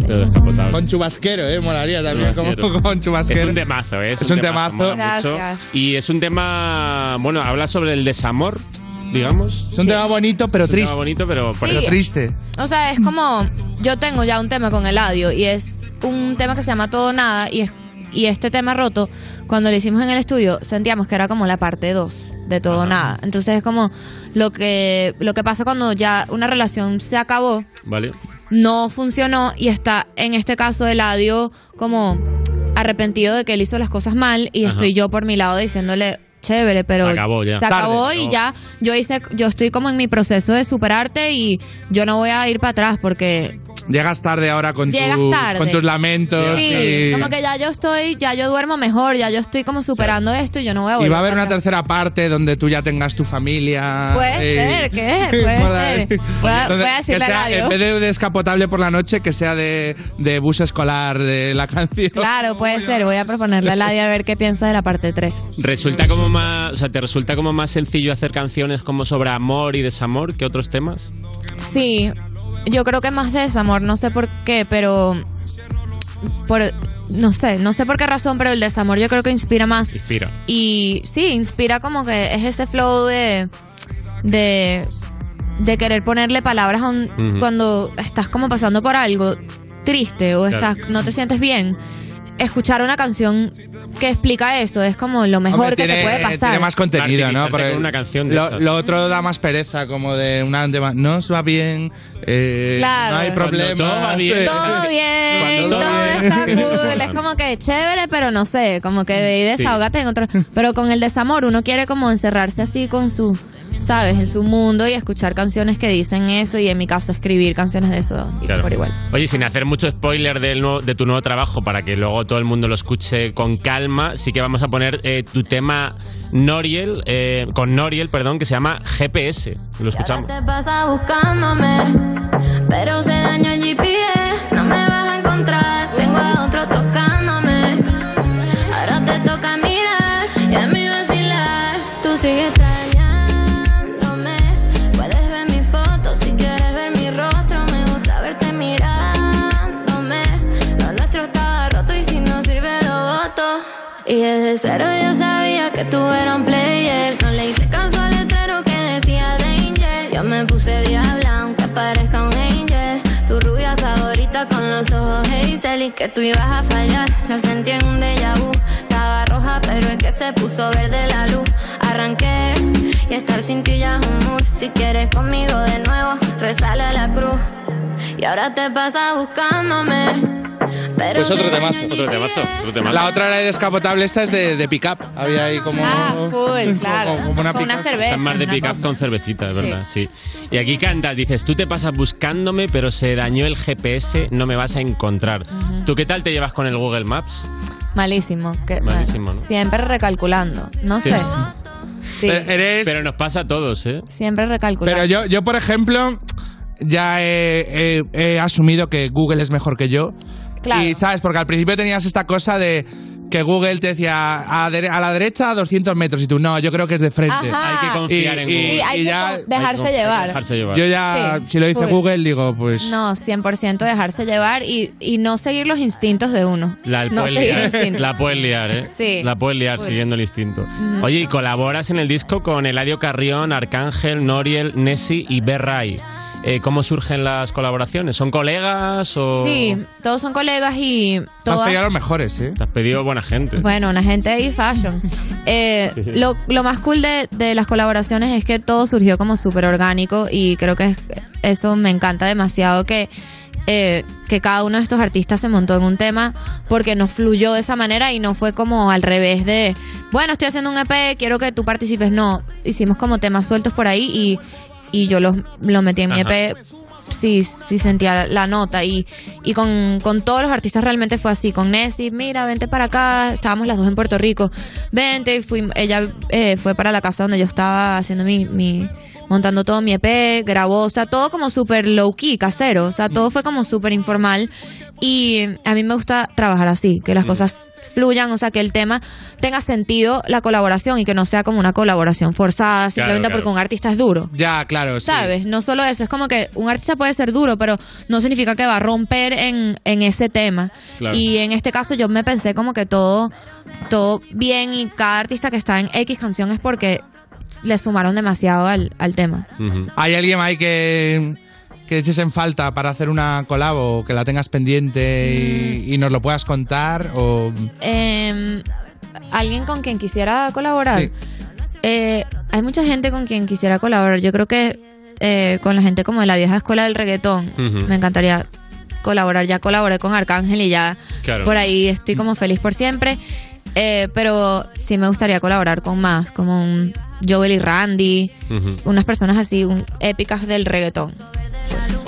Speaker 4: Con chubasquero, eh, molaría también. Como,
Speaker 3: Chubasquero.
Speaker 4: con chubasquero.
Speaker 3: Es un temazo, ¿eh?
Speaker 4: Es, un temazo.
Speaker 3: mola mucho.
Speaker 28: Gracias.
Speaker 3: Y es un tema, bueno, habla sobre el desamor, digamos.
Speaker 4: Es un tema bonito, pero
Speaker 3: triste. bonito, pero,
Speaker 28: Pero Sí.
Speaker 4: triste.
Speaker 28: O sea, es como. Yo tengo ya un tema con Eladio y es un tema que se llama Todo o Nada y, es, y este tema roto, cuando lo hicimos en el estudio, sentíamos que era como la parte 2 de Todo o Nada. Entonces es como lo que, lo que pasa cuando ya una relación se acabó,
Speaker 3: Vale.
Speaker 28: no funcionó y está en este caso Eladio como arrepentido de que él hizo las cosas mal y
Speaker 3: Ajá.
Speaker 28: estoy yo por mi lado diciéndole chévere pero
Speaker 3: Se acabó ya.
Speaker 28: se acabó
Speaker 3: Tarde,
Speaker 28: y
Speaker 3: ¿no?
Speaker 28: ya yo hice yo estoy como en mi proceso de superarte y yo no voy a ir para atrás porque
Speaker 4: Llegas tarde ahora con, tu-
Speaker 28: Llegas tarde.
Speaker 4: con tus lamentos.
Speaker 28: sí,
Speaker 4: y-
Speaker 28: como que ya yo estoy ya yo duermo mejor ya yo estoy como superando esto y yo no voy a volver
Speaker 4: Y va a haber
Speaker 28: para
Speaker 4: una tercera parte donde tú ya tengas tu familia. eh,
Speaker 28: Puede
Speaker 4: <laughs>
Speaker 28: ser, ¿qué? Puede ser. Voy a- voy a decirle
Speaker 4: que sea,
Speaker 28: a Eladio.
Speaker 4: En vez de descapotable por la noche, que sea de, de bus escolar de la canción.
Speaker 28: Claro, puede ser. Voy a proponerle a Eladio a ver qué piensa de la parte 3.
Speaker 3: Resulta como más, o sea, te resulta como más sencillo hacer canciones como sobre amor y desamor que otros temas.
Speaker 28: Sí, yo creo que más de desamor, no sé por qué, pero por no sé, no sé por qué razón, pero el desamor yo creo que inspira más
Speaker 3: Inspira.
Speaker 28: y sí, inspira como que es ese flow de de de querer ponerle palabras a un-
Speaker 10: Ujú.
Speaker 28: cuando estás como pasando por algo triste o
Speaker 10: Claro.
Speaker 28: estás no te sientes bien. Escuchar una canción que explica eso es como lo mejor
Speaker 4: Hombre,
Speaker 28: que te
Speaker 4: tiene- eh,
Speaker 28: puede pasar.
Speaker 4: Tiene más contenido, ¿no?
Speaker 3: Martirizarte con una canción de
Speaker 4: lo,
Speaker 3: esas.
Speaker 4: lo otro da más pereza, como de una de no os va bien, eh,
Speaker 28: Claro.
Speaker 4: no hay
Speaker 3: Cuando
Speaker 4: problema.
Speaker 3: todo va bien.
Speaker 28: Todo
Speaker 4: <laughs>
Speaker 28: bien,
Speaker 4: Cuando
Speaker 28: todo
Speaker 3: <laughs>
Speaker 28: está
Speaker 4: bien.
Speaker 28: cool. Es como que chévere, pero no sé, como que ve y
Speaker 4: Sí.
Speaker 28: desahogate en otro. Pero con el desamor uno quiere como encerrarse así con su, ¿sabes? En su mundo y escuchar canciones que dicen eso y en mi caso escribir canciones de eso. y
Speaker 3: Claro.
Speaker 28: Por igual.
Speaker 3: Oye, sin hacer mucho spoiler del nuevo- de tu nuevo trabajo para que luego todo el mundo lo escuche con calma, sí que vamos a poner eh, tu tema Noriel, eh, con Noriel, perdón, que se llama GPS. Lo escuchamos.
Speaker 29: Te pasa buscándome, pero se dañó el GPS. No me vas a encontrar, tengo a otro tocándome. Ahora te toca mirar y a mí vacilar. Tú sigues extrañándome. Puedes ver mi foto si quieres ver mi rostro. Me gusta verte mirándome. Lo nuestro estaba roto y si no sirve lo voto. Y desde cero yo sabía que tú eras un player. No le hice caso al letrero que decía Danger. Yo me puse diabla aunque parezca un angel. Tu rubia favorita con los ojos hazel y que tú ibas a fallar. Lo sentí en un déjà vu. Estaba roja, pero es que se puso verde la luz. Arranqué y estar sin ti ya es un mood. Si quieres conmigo de nuevo, rezale a la cruz. Y ahora te pasas buscándome. Pero
Speaker 4: Pues otro temazo.
Speaker 3: Otro temazo, otro temazo.
Speaker 4: La otra era de descapotable, esta es de, de pick-up. Había ahí como...
Speaker 28: Ah, cool, claro.
Speaker 4: como una
Speaker 28: con una cerveza.
Speaker 3: Están más de
Speaker 28: una
Speaker 3: pick up
Speaker 28: cosa.
Speaker 3: con cervecita, de verdad, sí. Y aquí cantas, dices, tú te pasas buscándome, pero se dañó el GPS, no me vas a encontrar. ¿Tú qué tal te llevas con el Google Maps?
Speaker 28: Malísimo. que-
Speaker 3: Malísimo,
Speaker 28: bueno,
Speaker 3: ¿no?
Speaker 28: Siempre recalculando. No
Speaker 3: Sí.
Speaker 28: sé. Sí,
Speaker 4: Eh,
Speaker 3: Pero nos pasa a todos, ¿eh?
Speaker 28: siempre recalculando.
Speaker 4: Pero yo, yo, por ejemplo, ya he, he- he asumido que Google es mejor que yo.
Speaker 28: Claro.
Speaker 4: Y, ¿sabes? Porque al principio tenías esta cosa de... que Google te decía a, dere- a la derecha 200 metros y tú, no, yo creo que es de frente.
Speaker 28: Ajá. Hay que
Speaker 3: confiar en Google.
Speaker 28: Sí, hay que
Speaker 4: ya-
Speaker 28: co- dejarse
Speaker 4: Hay que
Speaker 28: llevar.
Speaker 4: Yo ya,
Speaker 28: Sí,
Speaker 4: si lo dice
Speaker 28: full.
Speaker 4: Google, digo, pues...
Speaker 28: No, 100% dejarse llevar y, y no seguir los instintos de uno.
Speaker 3: La
Speaker 28: no
Speaker 3: puedes
Speaker 28: seguir
Speaker 3: liar,
Speaker 28: los
Speaker 3: ¿eh?
Speaker 28: instintos.
Speaker 3: la puedes liar, ¿eh?
Speaker 28: Sí.
Speaker 3: La puedes liar
Speaker 28: Uy.
Speaker 3: siguiendo el instinto.
Speaker 28: No.
Speaker 3: Oye, y colaboras en el disco con Eladio Carrión, Arcángel, Noriel, Nessie y Berray. Eh, ¿Cómo surgen las colaboraciones? ¿Son colegas o...?
Speaker 28: Sí, todos son colegas y
Speaker 3: Te has
Speaker 28: todas...
Speaker 3: pedido
Speaker 4: los mejores, ¿eh?
Speaker 3: Te has pedido buena gente.
Speaker 28: Bueno, una gente
Speaker 3: <laughs>
Speaker 28: ahí fashion. Eh,
Speaker 3: Sí.
Speaker 28: lo, lo más cool de, de las colaboraciones es que todo surgió como súper orgánico y creo que es- eso me encanta demasiado que, eh, que cada uno de estos artistas se montó en un tema porque nos fluyó de esa manera y no fue como al revés de, bueno, estoy haciendo un EP, quiero que tú participes. No, hicimos como temas sueltos por ahí y, y yo los, lo metí en mi E
Speaker 10: Ajá.
Speaker 28: EP sí, sí sentía la nota y, y con, con todos los artistas realmente fue así, con Nessie, mira, vente para acá, estábamos las dos en Puerto Rico, vente, y fui, ella eh, fue para la casa donde yo estaba haciendo mi, mi montando todo mi EP, grabó, o sea, todo como súper low-key, casero, o sea, todo fue como súper informal y a mí me gusta trabajar así, que
Speaker 4: Mm.
Speaker 28: las cosas fluyan, o sea, que el tema tenga sentido la colaboración y que no sea como una colaboración forzada, simplemente
Speaker 4: claro.
Speaker 28: porque un artista es duro.
Speaker 4: Ya, claro, sí.
Speaker 28: ¿Sabes? No solo eso, es como que un artista puede ser duro, pero no significa que va a romper en, en ese tema.
Speaker 15: Claro.
Speaker 28: Y en este caso yo me pensé como que todo, todo bien y cada artista que está en X canción es porque le sumaron demasiado al, al tema.
Speaker 4: ¿Hay alguien ahí que, que eches en falta para hacer una colabo o que la tengas pendiente
Speaker 28: Mm.
Speaker 4: y, y nos lo puedas contar? O...
Speaker 28: Em, ¿Alguien con quien quisiera colaborar?
Speaker 4: Sí.
Speaker 28: Eh, hay mucha gente con quien quisiera colaborar. Yo creo que eh, con la gente como de la vieja escuela del reggaetón
Speaker 26: Ujú.
Speaker 3: Mm.
Speaker 28: me encantaría colaborar. Ya colaboré con Arcángel y ya
Speaker 26: Claro.
Speaker 28: por ahí estoy como feliz por siempre. Eh, pero sí me gustaría colaborar con más, como un Joel y Randy,
Speaker 3: Mm-hmm.
Speaker 28: unas personas así un- épicas del reggaetón.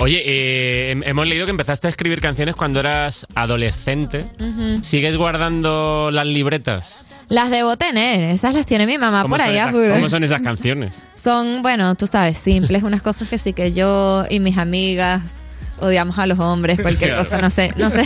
Speaker 3: Oye, eh, hem- hemos leído que empezaste a escribir canciones cuando eras adolescente.
Speaker 28: Ujú.
Speaker 3: ¿Sigues guardando las libretas?
Speaker 28: Las debo tener, esas las tiene mi mamá
Speaker 3: ¿Cómo
Speaker 28: Ah, por
Speaker 3: son
Speaker 28: ahí.
Speaker 3: esas-
Speaker 28: apuro.
Speaker 3: ¿Cómo son esas canciones?
Speaker 28: Son, bueno, tú sabes, simples, unas cosas que sí que yo y mis amigas odiamos a los hombres, cualquier
Speaker 26: Claro.
Speaker 28: cosa, no sé, no sé,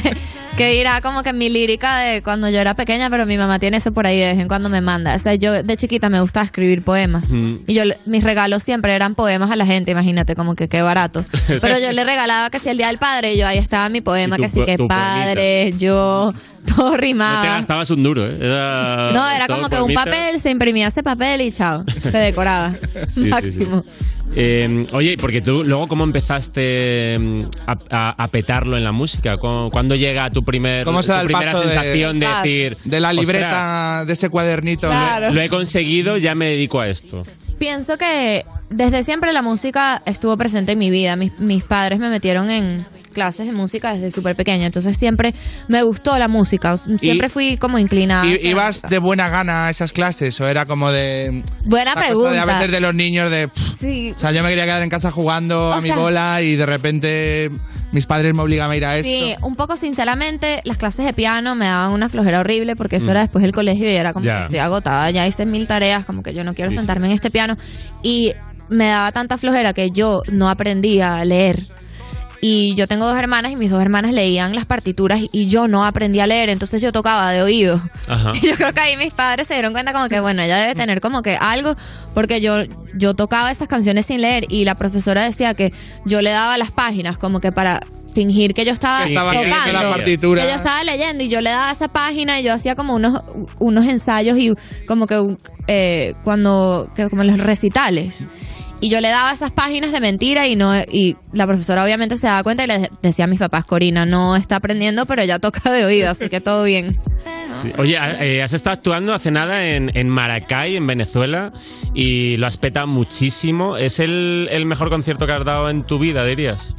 Speaker 28: que dirá como que mi lírica de cuando yo era pequeña, pero mi mamá tiene eso por ahí de vez en cuando me manda. O sea, yo de chiquita me gustaba escribir poemas. Y yo, le- mis regalos siempre eran poemas a la gente, imagínate, como que qué barato. Pero yo le regalaba que si el Día del Padre, y yo ahí estaba mi poema,
Speaker 3: Y tu
Speaker 28: que sí
Speaker 3: po-
Speaker 28: que
Speaker 3: tu
Speaker 28: padre, yo, <laughs>
Speaker 3: No
Speaker 28: todo
Speaker 3: te
Speaker 28: rimaba.
Speaker 3: gastabas un duro, ¿eh? Era
Speaker 28: Ah. No, era
Speaker 3: todo
Speaker 28: como que un
Speaker 3: poemita.
Speaker 28: papel, se imprimía ese papel y chao, se decoraba.
Speaker 3: <laughs> Sí, sí, sí.
Speaker 28: Máximo.
Speaker 3: Eh, oye, porque tú luego cómo empezaste mm, a, a- a petarlo en la música? ¿Cu- ¿Cuándo llega tu primer
Speaker 4: ¿Cómo se da
Speaker 3: tu
Speaker 4: el
Speaker 3: primera
Speaker 4: paso de-
Speaker 3: sensación de,
Speaker 4: Ah.
Speaker 3: decir
Speaker 4: De la
Speaker 3: "Ostras,
Speaker 4: libreta, de ese cuadernito.
Speaker 28: Claro.
Speaker 3: Lo he conseguido, ya me dedico a esto.
Speaker 28: Pienso que desde siempre la música estuvo presente en mi vida. Mis, mis padres me metieron en clases de música desde súper pequeña, entonces siempre me gustó la música, siempre
Speaker 4: Y-
Speaker 28: fui como inclinada.
Speaker 4: ¿Y,
Speaker 28: hacia Ah, la
Speaker 4: ¿Ibas
Speaker 28: música.
Speaker 4: de buena gana a esas clases o era como de... la
Speaker 28: Buena
Speaker 4: cosa De a
Speaker 28: pregunta.
Speaker 4: veces de los niños de... pff,
Speaker 28: Sí.
Speaker 4: o sea, yo me quería quedar en casa jugando
Speaker 28: O
Speaker 4: a mi
Speaker 28: sea-
Speaker 4: bola y de repente mis padres me obligan a ir a esto.
Speaker 28: Sí, un poco sinceramente, las clases de piano me daban una flojera horrible porque eso era después del colegio y era como
Speaker 26: Ya.
Speaker 28: que estoy agotada, ya hice mil tareas, como que yo no quiero sentarme en este piano. Y me daba tanta flojera que yo no aprendía a leer. Y yo tengo dos hermanas y mis dos hermanas leían las partituras y yo no aprendí a leer, entonces yo tocaba de oído.
Speaker 26: Ajá.
Speaker 28: <laughs> Y yo creo que ahí mis padres se dieron cuenta como que, bueno, ella debe tener como que algo, porque yo, yo tocaba esas canciones sin leer y la profesora decía que yo le daba las páginas como que para fingir que yo estaba,
Speaker 4: Que estaba leyendo
Speaker 28: tocando,
Speaker 4: la partitura.
Speaker 28: que yo estaba leyendo y yo le daba esa página y yo hacía como unos, unos ensayos y como que eh, cuando, que como los recitales. Y yo le daba esas páginas de mentira y no y la profesora obviamente se daba cuenta y le de- decía a mis papás, Corina, no está aprendiendo, pero ella toca de oído, así que todo bien.
Speaker 3: Sí. Oye, ha- eh, has estado actuando hace nada en, en Maracay, en Venezuela, y lo has petado muchísimo. ¿Es el, el mejor concierto que has dado en tu vida, dirías?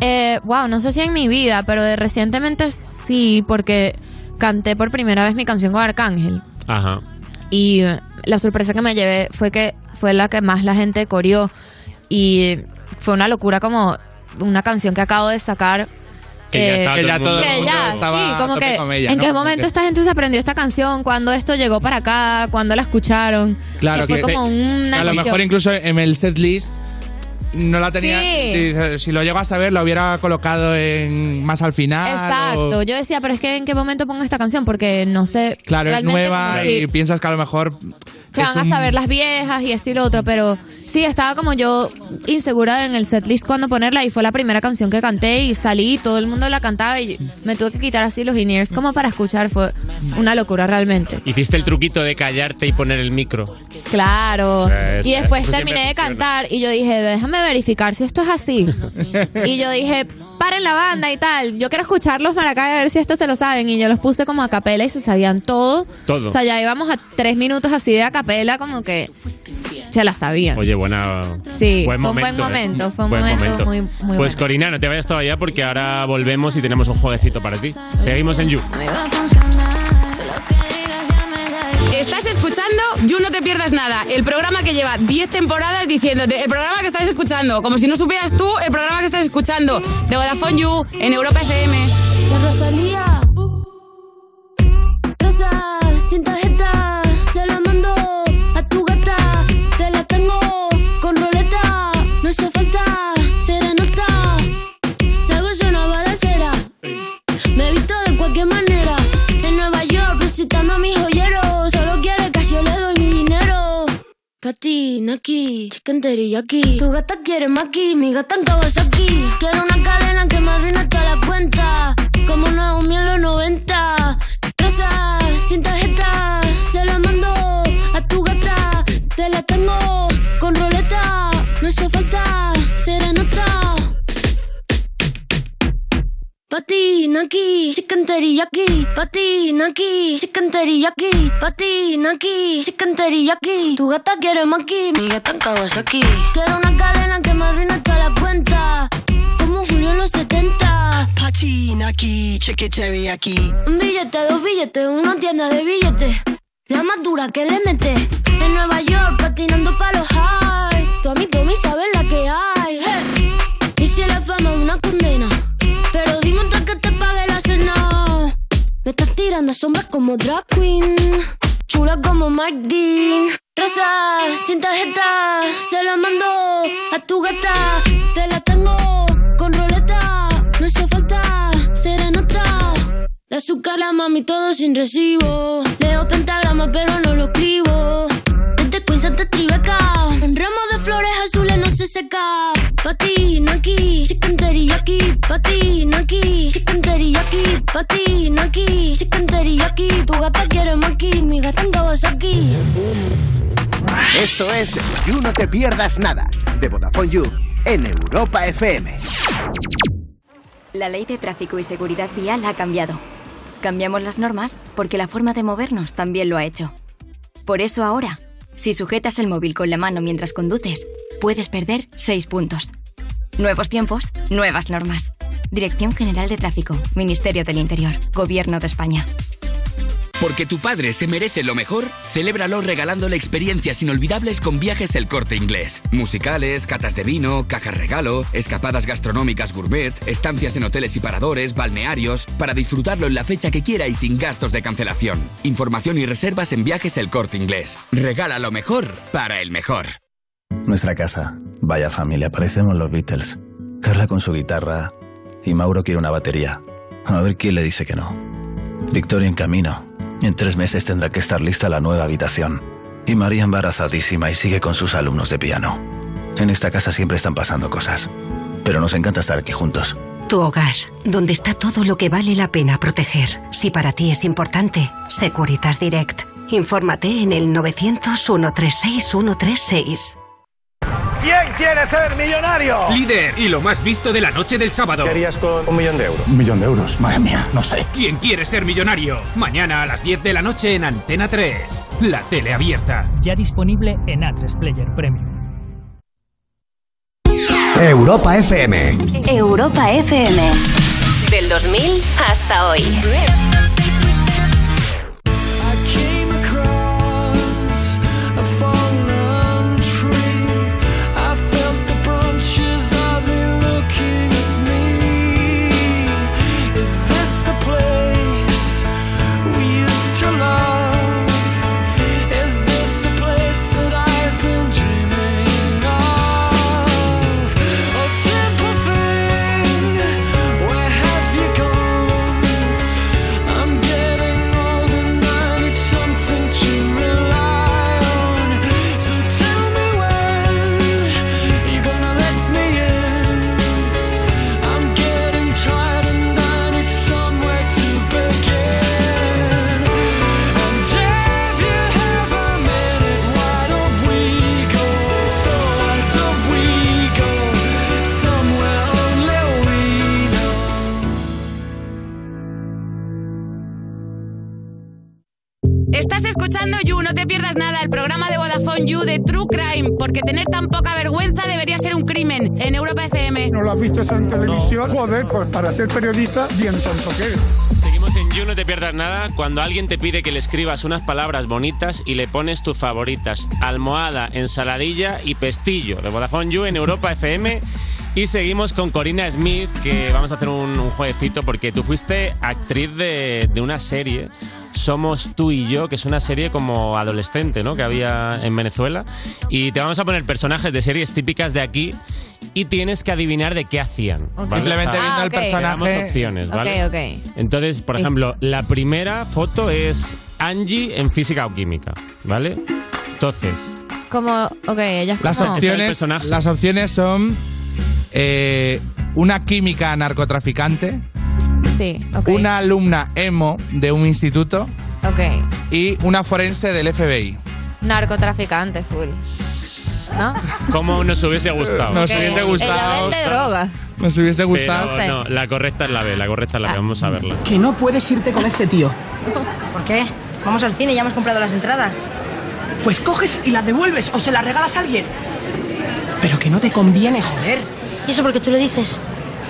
Speaker 28: Eh, wow, no sé si en mi vida, pero de recientemente sí, porque canté por primera vez mi canción con Arcángel.
Speaker 3: Ajá.
Speaker 28: Y eh, la sorpresa que me llevé fue que fue la que más la gente corió. Y fue una locura como una canción que acabo de sacar.
Speaker 4: Que
Speaker 11: Eh,
Speaker 4: ya estaba todo el mundo-
Speaker 28: que ya,
Speaker 4: estaba
Speaker 28: sí,
Speaker 4: a
Speaker 28: como
Speaker 4: Ah, tope
Speaker 28: que
Speaker 4: con ella,
Speaker 28: en
Speaker 4: ¿no?
Speaker 28: qué
Speaker 4: Como
Speaker 28: momento
Speaker 4: que-
Speaker 28: esta gente se aprendió esta canción, cuando esto llegó para acá, cuando la escucharon.
Speaker 4: Claro,
Speaker 28: que fue
Speaker 4: que-
Speaker 28: como una
Speaker 4: a lo
Speaker 28: emoción.
Speaker 4: mejor incluso en el set list no la tenía.
Speaker 28: Sí.
Speaker 4: y dice, si lo llego a saber, lo hubiera colocado en más al final.
Speaker 28: Exacto.
Speaker 4: o-
Speaker 28: Yo decía, pero es que en qué momento pongo esta canción porque no sé.
Speaker 4: claro, es
Speaker 28: realmente
Speaker 4: nueva
Speaker 28: cómo-
Speaker 4: y piensas que a lo mejor.
Speaker 28: Se
Speaker 4: es
Speaker 28: van a
Speaker 4: un-
Speaker 28: saber las viejas y esto y lo otro, pero sí, estaba como yo insegura en el setlist cuando ponerla y fue la primera canción que canté y salí y todo el mundo la cantaba y me tuve que quitar así los in como para escuchar, fue una locura realmente.
Speaker 3: Hiciste el truquito de callarte y poner el micro.
Speaker 28: Claro.
Speaker 3: Es-
Speaker 28: y después
Speaker 3: eso siempre
Speaker 28: terminé de
Speaker 3: funciona.
Speaker 28: cantar y yo dije, déjame verificar si esto
Speaker 3: <laughs>
Speaker 28: es así. y yo dije, paren la banda y tal, yo quiero escucharlos para acá a ver si esto se lo saben y yo los puse como a capela y se sabían todo.
Speaker 3: Todo.
Speaker 28: O sea, ya íbamos a tres minutos así de a capela como que se la sabían.
Speaker 3: Oye, buena.
Speaker 28: Sí,
Speaker 3: buen
Speaker 28: fue un
Speaker 3: momento,
Speaker 28: buen
Speaker 3: ¿eh?
Speaker 28: momento, fue un
Speaker 3: Buen momento.
Speaker 28: momento, muy, muy
Speaker 3: Pues Corina, no te vayas todavía porque ahora volvemos y tenemos un jueguecito para ti. Seguimos en You.
Speaker 8: Estás escuchando You No Te Pierdas Nada, el programa que lleva 10 temporadas diciéndote, el programa que estás escuchando, como si no supieras tú el programa que estás escuchando, de Vodafone You, en Europa FM.
Speaker 30: La Rosalía. Rosa, sin tarjeta, se la mando a tu gata. Te la tengo con roleta, no hizo falta serenata. Salgo yo una balacera, me he visto de cualquier manera. En Nueva York visitando a mis joyeros, solo quiere que yo le doy mi dinero. Katy, Naki, chicken teriyaki. Tu gata quiere maki, mi gata en Kawasaki. Quiero una cadena que me arruine toda la cuenta. Como una homie en los 90. Rosa, sin tarjeta, se la mando a tu gata. Te la tengo con roleta. No hizo falta serenata. Pati, Naki, chicken teriyaki. Pati, Naki, chicken teriyaki. Pati, Naki, chicken teriyaki. Tu gata quiere maki, mi gata en Kawasaki. Quiero una cadena que me arruine toda la cuenta. Como Julio en los 70. Pati, Naki, chicken teriyaki. Un billete, dos billetes, una tienda de billetes. La más dura que le mete. En Nueva York, patinando pa' los highs. Tu amigo me sabe la que hay. Hey. Y si la fama es una condena. Pero dime hasta que te pague la cena. Me estás tirando sombras como drag queen. Chula como Mike Dean. Rosa, sin tarjeta. Se la mando a tu gata. Te la tengo con roleta. No hizo falta serenata. De azúcar la mami todo sin recibo. Leo pentagrama pero no lo escribo. Desde Queens hasta Tribeca. Un ramo de flores azules no se seca. Patina aquí, chicken teriyaki. Patina aquí, chicken teriyaki. Patina aquí, chicken teriyaki. Tu gata quiere maki, mi gata en Kawasaki.
Speaker 5: Esto es You No Te Pierdas Nada, de Vodafone You, en Europa FM.
Speaker 14: La ley de tráfico y seguridad vial ha cambiado. Cambiamos las normas porque la forma de movernos también lo ha hecho. Por eso ahora, si sujetas el móvil con la mano mientras conduces, puedes perder 6 puntos. Nuevos tiempos, nuevas normas. Dirección General de Tráfico, Ministerio del Interior, Gobierno de España.
Speaker 31: Porque tu padre se merece lo mejor, celébralo regalándole experiencias inolvidables con viajes el corte inglés. Musicales, catas de vino, cajas regalo, escapadas gastronómicas gourmet, estancias en hoteles y paradores, balnearios, para disfrutarlo en la fecha que quiera y sin gastos de cancelación. Información y reservas en viajes el corte inglés. Regala lo mejor para el mejor.
Speaker 32: Nuestra casa. Vaya familia, parecemos los Beatles. Carla con su guitarra y Mauro quiere una batería. A ver quién le dice que no. Victoria en camino. En tres meses tendrá que estar lista la nueva habitación. Y María embarazadísima y sigue con sus alumnos de piano. En esta casa siempre están pasando cosas. Pero nos encanta estar aquí juntos.
Speaker 33: Tu hogar, donde está todo lo que vale la pena proteger. Si para ti es importante, Securitas Direct. Infórmate en el 900 136 136.
Speaker 34: ¿Quién quiere ser millonario?
Speaker 15: Líder y lo más visto de la noche del sábado. ¿Qué harías con un millón de euros?
Speaker 35: Un millón de euros, madre mía, no sé.
Speaker 15: ¿Quién quiere ser millonario? Mañana a las 10 de la noche en Antena 3. La tele abierta.
Speaker 18: Ya disponible en A3 Player Premium.
Speaker 5: Europa FM.
Speaker 18: Europa FM.
Speaker 2: Del 2000 hasta hoy.
Speaker 19: Is this the place that I've been dreaming of?
Speaker 8: Estás escuchando You, no te pierdas nada, el programa de Vodafone You de True Crime, porque tener tan poca vergüenza debería ser un crimen en Europa FM.
Speaker 1: ¿No lo has visto eso en televisión? Joder, pues para ser periodista, bien tonto que eres.
Speaker 3: Seguimos en You, no te pierdas nada. Cuando alguien te pide que le escribas unas palabras bonitas y le pones tus favoritas: almohada, ensaladilla y pestillo. De Vodafone You en Europa FM. Y seguimos con Corina Smith, que vamos a hacer un, un jueguecito porque tú fuiste actriz de, de una serie. Somos tú y yo, que es una serie como adolescente, ¿no? Que había en Venezuela. Y te vamos a poner personajes de series típicas de aquí y tienes que adivinar de qué hacían.
Speaker 4: Ok. Simplemente viendo Ah, al ok. personaje.
Speaker 3: Te damos opciones,
Speaker 28: Ok,
Speaker 3: ¿vale?
Speaker 28: ok.
Speaker 3: Entonces, por ejemplo, la primera foto es Angie en física o química, ¿vale? Entonces,
Speaker 28: Como, ok, ellas
Speaker 4: Las
Speaker 28: como...
Speaker 4: opciones, las opciones son eh, una química narcotraficante,
Speaker 28: Sí, ok.
Speaker 4: una alumna emo de un instituto
Speaker 28: Ok.
Speaker 4: y una forense del FBI.
Speaker 28: Narcotraficante, full. ¿No?
Speaker 3: ¿cómo nos hubiese gustado?
Speaker 4: Nos hubiese
Speaker 28: Ella
Speaker 4: gustado.
Speaker 28: vende drogas.
Speaker 4: Nos hubiese
Speaker 3: Pero
Speaker 4: gustado.
Speaker 3: no, la correcta es la B, la correcta
Speaker 28: Ah.
Speaker 3: es la B, vamos a verla.
Speaker 2: Que no puedes irte con este tío.
Speaker 6: <laughs> ¿Por qué? Vamos al cine, ya hemos comprado las entradas.
Speaker 2: Pues coges y la devuelves o se la regalas a alguien. Pero que no te conviene, joder.
Speaker 6: ¿Y eso porque tú lo dices?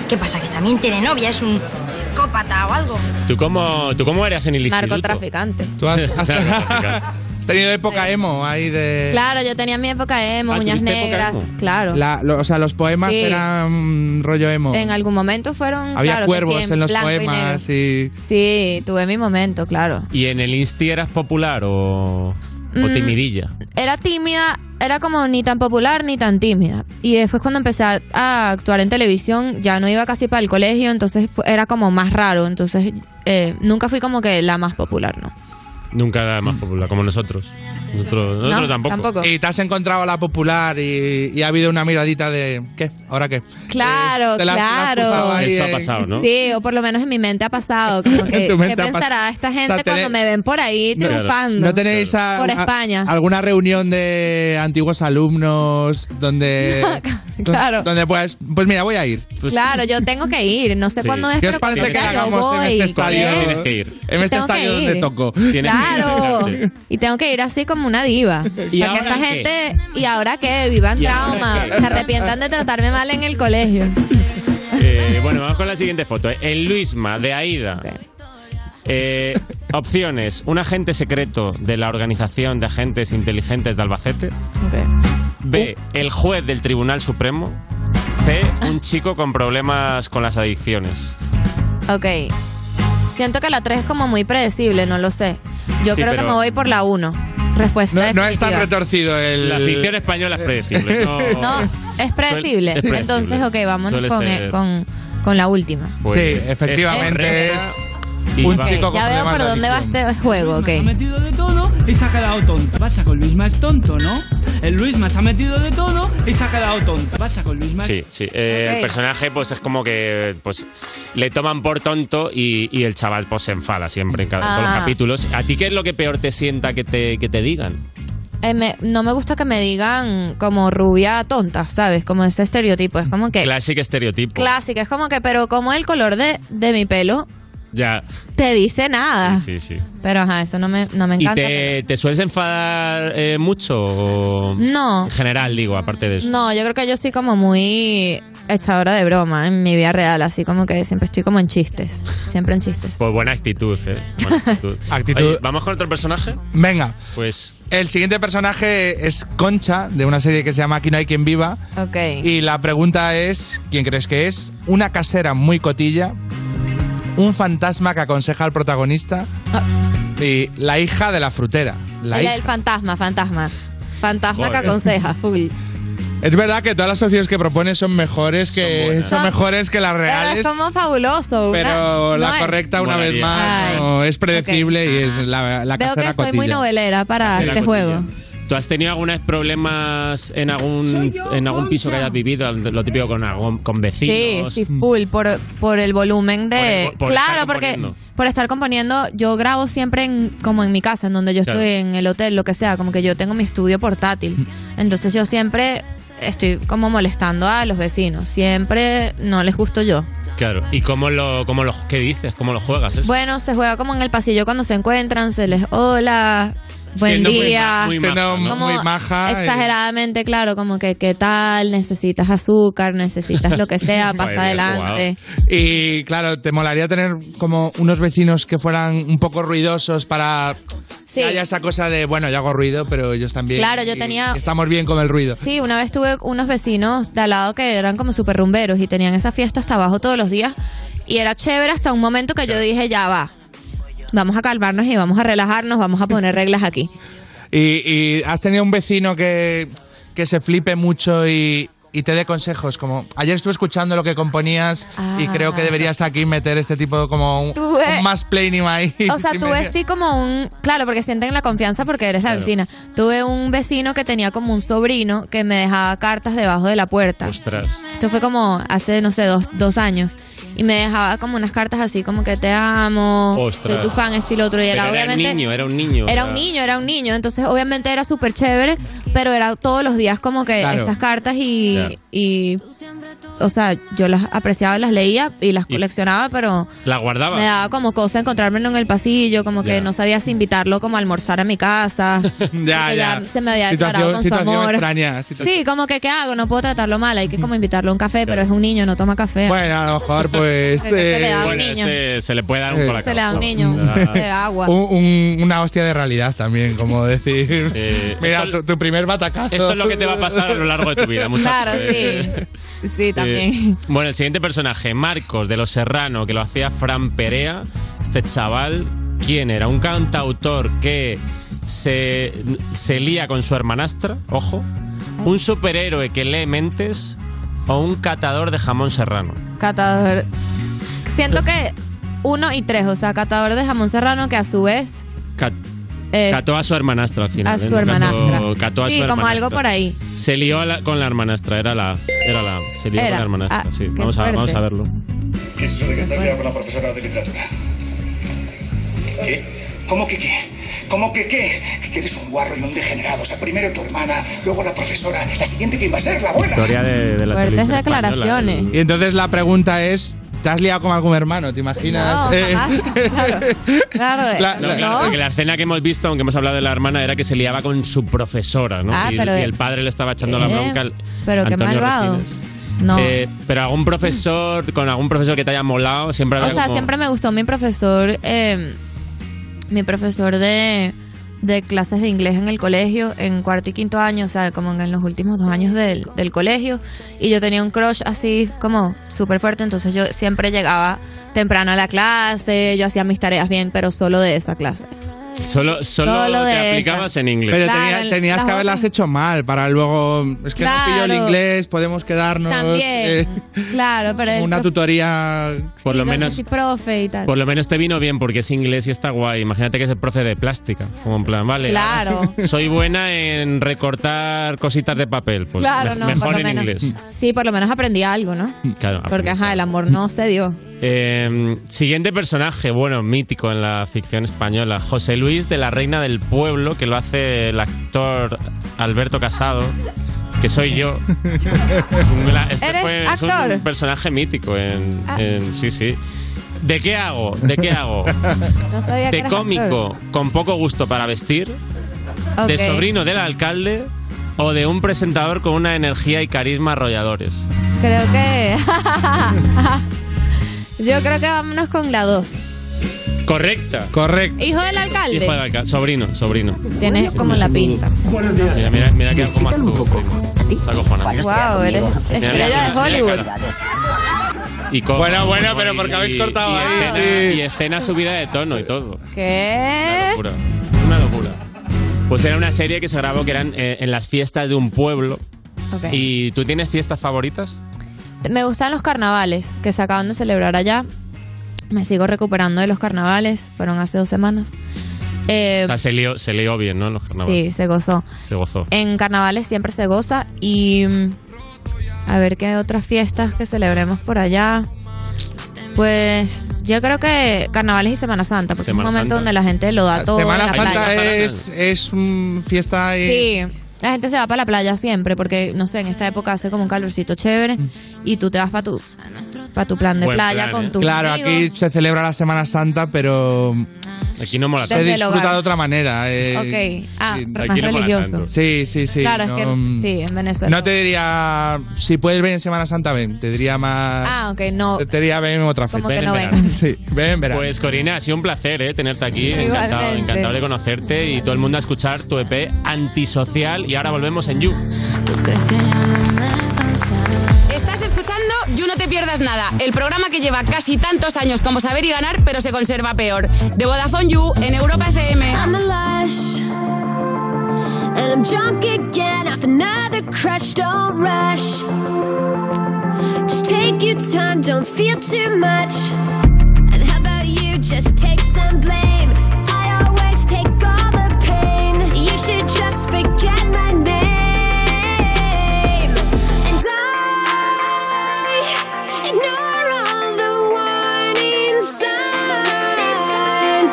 Speaker 6: ¿Qué pasa? ¿Que también tiene novia? ¿Es un psicópata o algo?
Speaker 3: ¿Tú cómo, ¿Tú cómo eras en el instituto?
Speaker 28: Narcotraficante.
Speaker 4: <laughs>
Speaker 3: <laughs>
Speaker 4: Tú has, has-
Speaker 3: Narcotraficante.
Speaker 4: has tenido época emo ahí de...
Speaker 28: Claro, yo tenía mi época emo,
Speaker 4: Ah,
Speaker 28: uñas
Speaker 4: ¿tuviste época
Speaker 28: negras.
Speaker 4: emo?
Speaker 28: Claro.
Speaker 4: Eh, La- lo- o sea, los poemas
Speaker 28: Sí.
Speaker 4: eran mm, rollo emo.
Speaker 28: En algún momento fueron.
Speaker 4: Había
Speaker 28: claro que
Speaker 4: cuervos
Speaker 28: sí,
Speaker 4: <laughs> en, los
Speaker 28: blanco y negro.
Speaker 4: poemas y...
Speaker 28: Sí, tuve mi momento, claro.
Speaker 3: ¿Y en el Insti eras popular o, o
Speaker 28: Mm.
Speaker 3: timidilla?
Speaker 28: Era tímida, era como ni tan popular ni tan tímida. Y después cuando empecé a, a actuar en televisión, ya no iba casi para el colegio, entonces fue- era como más raro. Entonces eh, nunca fui como que la más popular, ¿no?
Speaker 3: Nunca era más popular, como nosotros. Nosotros, nosotros tampoco.
Speaker 4: Y te has encontrado a la popular y, y ha habido una miradita de... ¿Qué? ¿Ahora qué? Eh,
Speaker 28: Claro,
Speaker 4: te la- te la has cruzado
Speaker 28: claro.
Speaker 4: ahí Eso ha en- pasado, ¿no?
Speaker 28: Sí, o por lo menos en mi mente ha pasado.
Speaker 4: <laughs>
Speaker 28: Como que,
Speaker 4: tu
Speaker 28: ¿Qué
Speaker 4: mente ha pas-
Speaker 28: pensará esta gente
Speaker 4: O sea,
Speaker 28: cuando
Speaker 4: tenés-
Speaker 28: me ven por ahí
Speaker 4: No,
Speaker 28: triunfando?
Speaker 4: ¿No tenéis a-
Speaker 28: Por
Speaker 4: a-
Speaker 28: España.
Speaker 4: alguna reunión de antiguos alumnos
Speaker 28: <laughs>
Speaker 4: donde...
Speaker 28: Claro.
Speaker 4: Donde pues, pues mira, voy a ir.
Speaker 28: claro, yo tengo que ir. No sé
Speaker 4: Sí.
Speaker 28: cuándo es,
Speaker 4: ¿Qué os
Speaker 28: pero cuando
Speaker 4: parece que
Speaker 28: sea, yo
Speaker 4: hagamos en
Speaker 28: voy.
Speaker 4: este estadio?
Speaker 28: ¿eh?
Speaker 3: Tienes que ir.
Speaker 4: En este
Speaker 28: Tengo que
Speaker 4: estadio
Speaker 28: ir.
Speaker 4: donde toco.
Speaker 28: Claro. Y tengo que ir así como
Speaker 3: <laughs>
Speaker 28: una diva. Para que
Speaker 4: ahora
Speaker 28: esa
Speaker 4: qué?
Speaker 28: gente, y ahora que vivan
Speaker 3: ¿Y ahora
Speaker 28: trauma,
Speaker 3: qué?
Speaker 28: se arrepientan de tratarme mal en el colegio.
Speaker 3: Eh, bueno, vamos con la siguiente foto. eh. En Luisma, de Aida. Eh, opciones: un agente secreto de la organización de agentes inteligentes de Albacete. B. El juez del Tribunal Supremo. C. Un chico con problemas con las adicciones.
Speaker 28: Ok. Siento que la 3 es como muy predecible, no lo sé. Yo
Speaker 3: Sí,
Speaker 28: creo que
Speaker 3: pero-
Speaker 28: me voy por la 1. Respuesta
Speaker 4: No, no es tan
Speaker 28: definitiva.
Speaker 4: retorcido el...
Speaker 3: La ficción española es predecible. No,
Speaker 28: No, es predecible.
Speaker 3: es predecible.
Speaker 28: Entonces, ok, vámonos
Speaker 3: Suele
Speaker 28: con,
Speaker 3: ser.
Speaker 28: eh, con, con la última.
Speaker 3: Pues,
Speaker 4: sí, efectivamente
Speaker 3: es
Speaker 4: es,
Speaker 3: Y
Speaker 4: un
Speaker 3: va-
Speaker 4: chico con
Speaker 28: ya veo
Speaker 4: problemas
Speaker 28: por
Speaker 4: de
Speaker 28: dónde va
Speaker 4: adicción.
Speaker 28: este juego, ok.
Speaker 7: metido de todo y se ha quedado tonto. Pasa con Luisma es tonto, ¿no? El Luisma se ha metido de todo y se ha quedado tonto. Pasa con Luisma.
Speaker 3: Sí, sí. Eh,
Speaker 7: Ok.
Speaker 3: El personaje, pues es como que pues le toman por tonto y, y el chaval pues se enfada siempre en cada, todos los
Speaker 28: Ah.
Speaker 3: capítulos. ¿A ti qué es lo que peor te sienta que te, que te digan?
Speaker 28: Eh, me- no me gusta que me digan como rubia tonta, ¿sabes? Como ese estereotipo. Es como que
Speaker 3: Clásico estereotipo.
Speaker 28: clásica. Es como que, pero como el color de, de mi pelo
Speaker 3: ya.
Speaker 28: te dice nada.
Speaker 3: Sí, sí.
Speaker 28: Pero ajá, eso no me, no me
Speaker 3: ¿Y
Speaker 28: encanta.
Speaker 3: te, te sueles enfadar eh, mucho? o-
Speaker 28: No.
Speaker 3: En general, digo, aparte de eso.
Speaker 28: No, yo creo que yo soy como muy echadora de broma en mi vida real. Así como que siempre estoy como en chistes. Siempre en chistes.
Speaker 3: Pues buena actitud, ¿eh? Buena actitud.
Speaker 4: <laughs> Actitud.
Speaker 3: Oye, ¿Vamos con otro personaje?
Speaker 4: Venga,
Speaker 3: Pues
Speaker 4: el siguiente personaje es Concha, de una serie que se llama Aquí no hay quien viva.
Speaker 28: Ok.
Speaker 4: Y la pregunta es, ¿quién crees que es? ¿Una casera muy cotilla? ¿Un fantasma que aconseja al protagonista? Y la hija de la frutera. La
Speaker 28: El,
Speaker 4: hija.
Speaker 28: el fantasma, fantasma. Fantasma
Speaker 4: Joder.
Speaker 28: que aconseja, full.
Speaker 4: Es verdad que todas las opciones que propones son mejores que
Speaker 28: buenas.
Speaker 4: son, mejores que las
Speaker 28: Pero
Speaker 4: reales,
Speaker 28: es como fabuloso. una-
Speaker 4: pero la
Speaker 28: no es-
Speaker 4: correcta una vez
Speaker 28: Molaría.
Speaker 4: más
Speaker 28: Ay.
Speaker 4: no, es predecible y es la, la
Speaker 28: Veo que
Speaker 4: casera
Speaker 28: soy muy
Speaker 4: cotilla.
Speaker 28: novelera para
Speaker 3: Casera
Speaker 28: este
Speaker 3: cotilla.
Speaker 28: juego.
Speaker 3: ¿Tú has tenido algunos problemas en algún, en algún piso que hayas vivido? Lo típico con, algún- con
Speaker 28: Sí,
Speaker 3: vecinos.
Speaker 28: sí, full, por, por el volumen de...
Speaker 3: Por el- por estar
Speaker 28: claro, porque
Speaker 3: componiendo.
Speaker 28: por estar componiendo, yo grabo siempre en, como en mi casa, en donde yo
Speaker 3: Claro. <laughs>
Speaker 28: estoy, en el hotel, lo que sea, como que yo tengo mi estudio portátil. Entonces yo siempre estoy como molestando a los vecinos. Siempre no les gusto yo.
Speaker 3: Claro. ¿Y cómo lo, cómo lo, qué dices? ¿Cómo lo juegas? eso?
Speaker 28: Bueno, se juega como en el pasillo cuando se encuentran, se les hola, buen
Speaker 3: Siendo muy
Speaker 28: día.
Speaker 3: ma- muy maja, Siendo ¿no?
Speaker 28: Como
Speaker 3: muy maja y-
Speaker 28: Exageradamente, claro, como que qué tal, necesitas azúcar, necesitas lo
Speaker 3: <laughs>
Speaker 28: que sea,
Speaker 4: Madre
Speaker 28: pasa
Speaker 4: mía,
Speaker 28: adelante.
Speaker 4: wow. Y claro, ¿te molaría tener como unos vecinos que fueran un poco ruidosos para
Speaker 28: Sí.
Speaker 4: que haya esa cosa de, bueno, yo hago ruido, pero ellos también.
Speaker 28: Claro, yo
Speaker 4: y
Speaker 28: tenía-
Speaker 4: Estamos bien con el ruido.
Speaker 28: Sí, una vez tuve unos vecinos de al lado que eran como super rumberos y tenían esa fiesta hasta abajo todos los días y era chévere hasta un momento que yo dije, ya va, vamos a calmarnos y vamos a relajarnos, vamos a poner reglas aquí.
Speaker 4: Y, y has tenido un vecino que, que se flipe mucho y, y te dé consejos, como ayer estuve escuchando lo que componías
Speaker 28: Ah.
Speaker 4: y creo que deberías aquí meter este tipo como un,
Speaker 28: Tuve-
Speaker 4: un más planning ahí.
Speaker 28: eh, O sea,
Speaker 4: Sí,
Speaker 28: tuve
Speaker 4: me-
Speaker 28: sí como un... Claro, porque sienten la confianza porque eres la
Speaker 4: Claro.
Speaker 28: vecina. Tuve un vecino que tenía como un sobrino que me dejaba cartas debajo de la puerta.
Speaker 3: Ostras.
Speaker 28: Esto fue como hace, no sé, dos, dos años. Y me dejaba como unas cartas así como que te amo,
Speaker 3: Ostras.
Speaker 28: soy tu fan, esto y lo otro. Y
Speaker 3: Pero
Speaker 28: era
Speaker 3: era un
Speaker 28: obviamente...
Speaker 3: niño, era un niño.
Speaker 28: Era un niño, era un niño. Entonces, obviamente era súper chévere, pero era todos los días como que
Speaker 3: Claro.
Speaker 28: estas cartas y,
Speaker 3: Ya.
Speaker 28: y- O sea, yo las apreciaba, las leía y las coleccionaba, pero
Speaker 3: ¿La guardaba?
Speaker 28: me daba como cosa encontrármelo en el pasillo, como que
Speaker 3: Ah, Ya.
Speaker 28: no sabía si invitarlo como a almorzar a mi casa.
Speaker 4: Ya,
Speaker 28: porque ya
Speaker 4: ya.
Speaker 28: se me
Speaker 4: Situación-
Speaker 28: había declarado con su
Speaker 4: situación
Speaker 28: amor.
Speaker 4: extraña, situación-
Speaker 28: Sí, como que ¿qué hago? No puedo tratarlo mal, hay que como invitarlo a un café, pero es un niño, no toma café.
Speaker 4: Bueno, a lo
Speaker 28: <laughs>
Speaker 4: mejor pues...
Speaker 28: Se le da a un
Speaker 4: eh,
Speaker 28: niño.
Speaker 3: Se, se le puede dar un
Speaker 4: Eh.
Speaker 3: colacao.
Speaker 28: Se le da a
Speaker 4: <laughs>
Speaker 28: un niño, se le da agua.
Speaker 4: Un- un- una hostia de realidad también, como
Speaker 3: <laughs>
Speaker 4: decir. Mira,
Speaker 3: Eh, esto-
Speaker 4: tu, tu primer batacazo.
Speaker 3: Esto es lo que te va a pasar a lo largo de tu
Speaker 28: <laughs>
Speaker 3: vida, muchacho.
Speaker 28: Claro,
Speaker 3: Eh,
Speaker 28: sí. Sí, también.
Speaker 3: <laughs> Bueno, el siguiente personaje, Marcos de Los Serrano, que lo hacía Fran Perea. Este chaval, ¿quién era? Un cantautor que se, se lía con su hermanastra, ojo.
Speaker 28: Ah.
Speaker 3: Un superhéroe que lee mentes o un catador de jamón serrano.
Speaker 28: Catador. Siento que uno y tres, o sea, catador de jamón serrano que a su vez
Speaker 3: Cat-
Speaker 28: es
Speaker 3: cató a su hermanastra al final.
Speaker 28: a
Speaker 3: ¿eh?
Speaker 28: su
Speaker 3: Cató-
Speaker 28: hermanastra.
Speaker 3: cató a
Speaker 28: sí,
Speaker 3: su
Speaker 28: como
Speaker 3: hermanastra.
Speaker 28: algo por ahí.
Speaker 3: Se lió a la- con la hermanastra, era la. Era la se lió
Speaker 28: Era.
Speaker 3: con la hermanastra,
Speaker 28: Ah,
Speaker 3: sí.
Speaker 28: qué
Speaker 3: Vamos a, vamos
Speaker 28: fuerte.
Speaker 3: a verlo.
Speaker 5: ¿Qué es eso de que estás liado con la profesora de literatura? ¿Qué? ¿Cómo que qué? ¿Cómo que qué? Que eres un guarro y un degenerado. O sea, primero tu hermana, luego la profesora. La siguiente que iba a ser la
Speaker 3: <laughs>
Speaker 5: abuela.
Speaker 3: Historia de, de la
Speaker 28: Fuertes
Speaker 3: televisión española, ¿eh?
Speaker 28: declaraciones.
Speaker 4: Y entonces la pregunta es: ¿te has liado con algún hermano? ¿Te imaginas?
Speaker 28: No,
Speaker 4: Eh,
Speaker 28: jamás. Claro, <laughs> claro. eh,
Speaker 3: No, claro,
Speaker 28: ¿no?
Speaker 3: porque la escena que hemos visto, aunque hemos hablado de la hermana, era que se liaba con su profesora, ¿no?
Speaker 28: Ah,
Speaker 3: y,
Speaker 28: pero-
Speaker 3: y el padre le estaba echando la
Speaker 28: Eh,
Speaker 3: bronca. al-
Speaker 28: Pero qué
Speaker 3: Antonio
Speaker 28: malvado.
Speaker 3: Resines.
Speaker 28: No.
Speaker 3: Eh, pero algún profesor, con algún profesor que te haya molado, siempre
Speaker 28: o
Speaker 3: había
Speaker 28: sea,
Speaker 3: como-
Speaker 28: siempre me gustó mi profesor, eh, mi profesor de, de clases de inglés en el colegio, en cuarto y quinto año, o sea, como en los últimos dos años del, del colegio. Y yo tenía un crush así, como súper fuerte, entonces yo siempre llegaba temprano a la clase, yo hacía mis tareas bien, pero solo de esa clase.
Speaker 3: Solo, solo,
Speaker 28: Solo
Speaker 3: te
Speaker 28: de
Speaker 3: aplicabas en inglés.
Speaker 4: Pero
Speaker 28: Claro,
Speaker 4: tenía-
Speaker 28: el-
Speaker 4: tenías
Speaker 28: las
Speaker 4: que haberlas hecho mal para luego. Es que no pillo
Speaker 28: Claro.
Speaker 4: el inglés, podemos quedarnos. eh,
Speaker 28: También, claro, pero el
Speaker 4: una
Speaker 28: profe-
Speaker 4: tutoría.
Speaker 3: Por lo
Speaker 28: yo
Speaker 3: menos.
Speaker 28: soy profe y tal.
Speaker 3: Por lo menos te vino bien porque es inglés y está guay. Imagínate que es el profe de plástica. Como en plan, vale.
Speaker 28: Claro.
Speaker 3: Soy buena en recortar cositas de papel. Pues
Speaker 28: Claro,
Speaker 3: me-
Speaker 28: no,
Speaker 3: mejor
Speaker 28: por lo
Speaker 3: en
Speaker 28: menos.
Speaker 3: inglés.
Speaker 28: Sí, por lo menos aprendí algo, ¿no?
Speaker 4: <laughs>
Speaker 3: Claro.
Speaker 28: Porque, ajá, el amor no se dio.
Speaker 3: Eh, siguiente personaje, bueno, mítico en la ficción española, José Luis de la Reina del Pueblo, que lo hace el actor Alberto Casado, que soy yo. La-
Speaker 28: ¿Eres
Speaker 3: es
Speaker 28: actor? Ah.
Speaker 3: un personaje mítico en, en- sí, sí. ¿De qué hago? ¿De qué hago?
Speaker 28: No <laughs> sabía que
Speaker 3: De
Speaker 28: eras
Speaker 3: cómico con poco gusto para vestir,
Speaker 28: actor.
Speaker 3: de
Speaker 28: Ok.
Speaker 3: sobrino del alcalde o de un presentador con una energía y carisma arrolladores.
Speaker 28: Creo que. <laughs> Yo creo que vámonos con la 2.
Speaker 3: Correcta. Correcto.
Speaker 28: Hijo del alcalde.
Speaker 3: Hijo del alcalde. Sobrino, sobrino.
Speaker 28: Tienes como la pinta.
Speaker 3: Buenos días. Mira, mira, mira que como un poco. Se acojona.
Speaker 28: Wow, eres
Speaker 3: Mira, mira,
Speaker 28: estrella de
Speaker 3: mira, mira,
Speaker 28: Hollywood.
Speaker 3: Y con-
Speaker 4: Bueno, bueno,
Speaker 3: y-
Speaker 4: pero porque habéis cortado
Speaker 3: y
Speaker 4: ahí, ¿Eh?
Speaker 3: Escena, Y escena subida de tono y todo.
Speaker 28: ¿Qué?
Speaker 3: Locura. Una locura. Pues era una serie que se grabó que eran eh, en las fiestas de un pueblo.
Speaker 28: Ok.
Speaker 3: ¿Y tú tienes fiestas favoritas?
Speaker 28: Me gustan los carnavales que se acaban de celebrar allá. Me sigo recuperando de los carnavales. Fueron hace dos semanas. Eh,
Speaker 3: O sea, se lió, se lió bien, ¿no? En los
Speaker 28: sí,
Speaker 3: carnavales.
Speaker 28: se gozó.
Speaker 3: Se gozó.
Speaker 28: En carnavales siempre se goza. Y. mm, A ver qué otras fiestas que celebremos por allá. Pues. Yo creo que carnavales y Semana Santa, porque
Speaker 4: Semana
Speaker 28: es un
Speaker 4: Santa.
Speaker 28: momento donde la gente lo da todo. en
Speaker 4: Semana
Speaker 28: la playa.
Speaker 4: Santa es, es un fiesta. y-
Speaker 28: Sí, la gente se va para la playa siempre, porque no sé, en esta época hace como un calorcito chévere y tú te vas para tu, pa tu plan
Speaker 4: Mm.
Speaker 28: de
Speaker 4: Buen
Speaker 28: playa
Speaker 4: plan,
Speaker 28: con
Speaker 4: ¿eh?
Speaker 28: tus
Speaker 4: Claro,
Speaker 28: amigos.
Speaker 4: aquí se celebra la Semana Santa, pero.
Speaker 3: Aquí no mola
Speaker 4: Se
Speaker 28: tanto. Desde el
Speaker 4: disfruta
Speaker 28: hogar.
Speaker 4: de otra manera. eh,
Speaker 28: Ok, ah,
Speaker 4: sí.
Speaker 28: más religioso.
Speaker 4: Sí, sí, sí.
Speaker 28: claro, es
Speaker 4: no, mm,
Speaker 28: que sí, en Venezuela.
Speaker 4: No te diría, si puedes venir en Semana Santa, ven. Te diría más.
Speaker 28: ah, ok, no.
Speaker 4: Te diría, ven en otra
Speaker 28: Como
Speaker 4: fecha.
Speaker 28: que Ven en no verano.
Speaker 4: vengas. Sí, ven en verano.
Speaker 3: Pues Corina, ha sido un placer ¿eh? tenerte aquí. Encantado,
Speaker 28: Igualmente.
Speaker 3: encantado de conocerte y todo el mundo a escuchar tu EP antisocial. Y ahora volvemos en You.
Speaker 8: Estás escuchando You No Te Pierdas Nada, el programa que lleva casi tantos años como saber y ganar, pero se conserva peor. De Vodafone You en Europa FM.
Speaker 19: I'm a lush, and I'm drunk again off another crush. Don't rush, just take your time. Don't feel too much. And how about you just take some blame? I always take all the pain. You should just forget my name. And I ignore all the warning signs.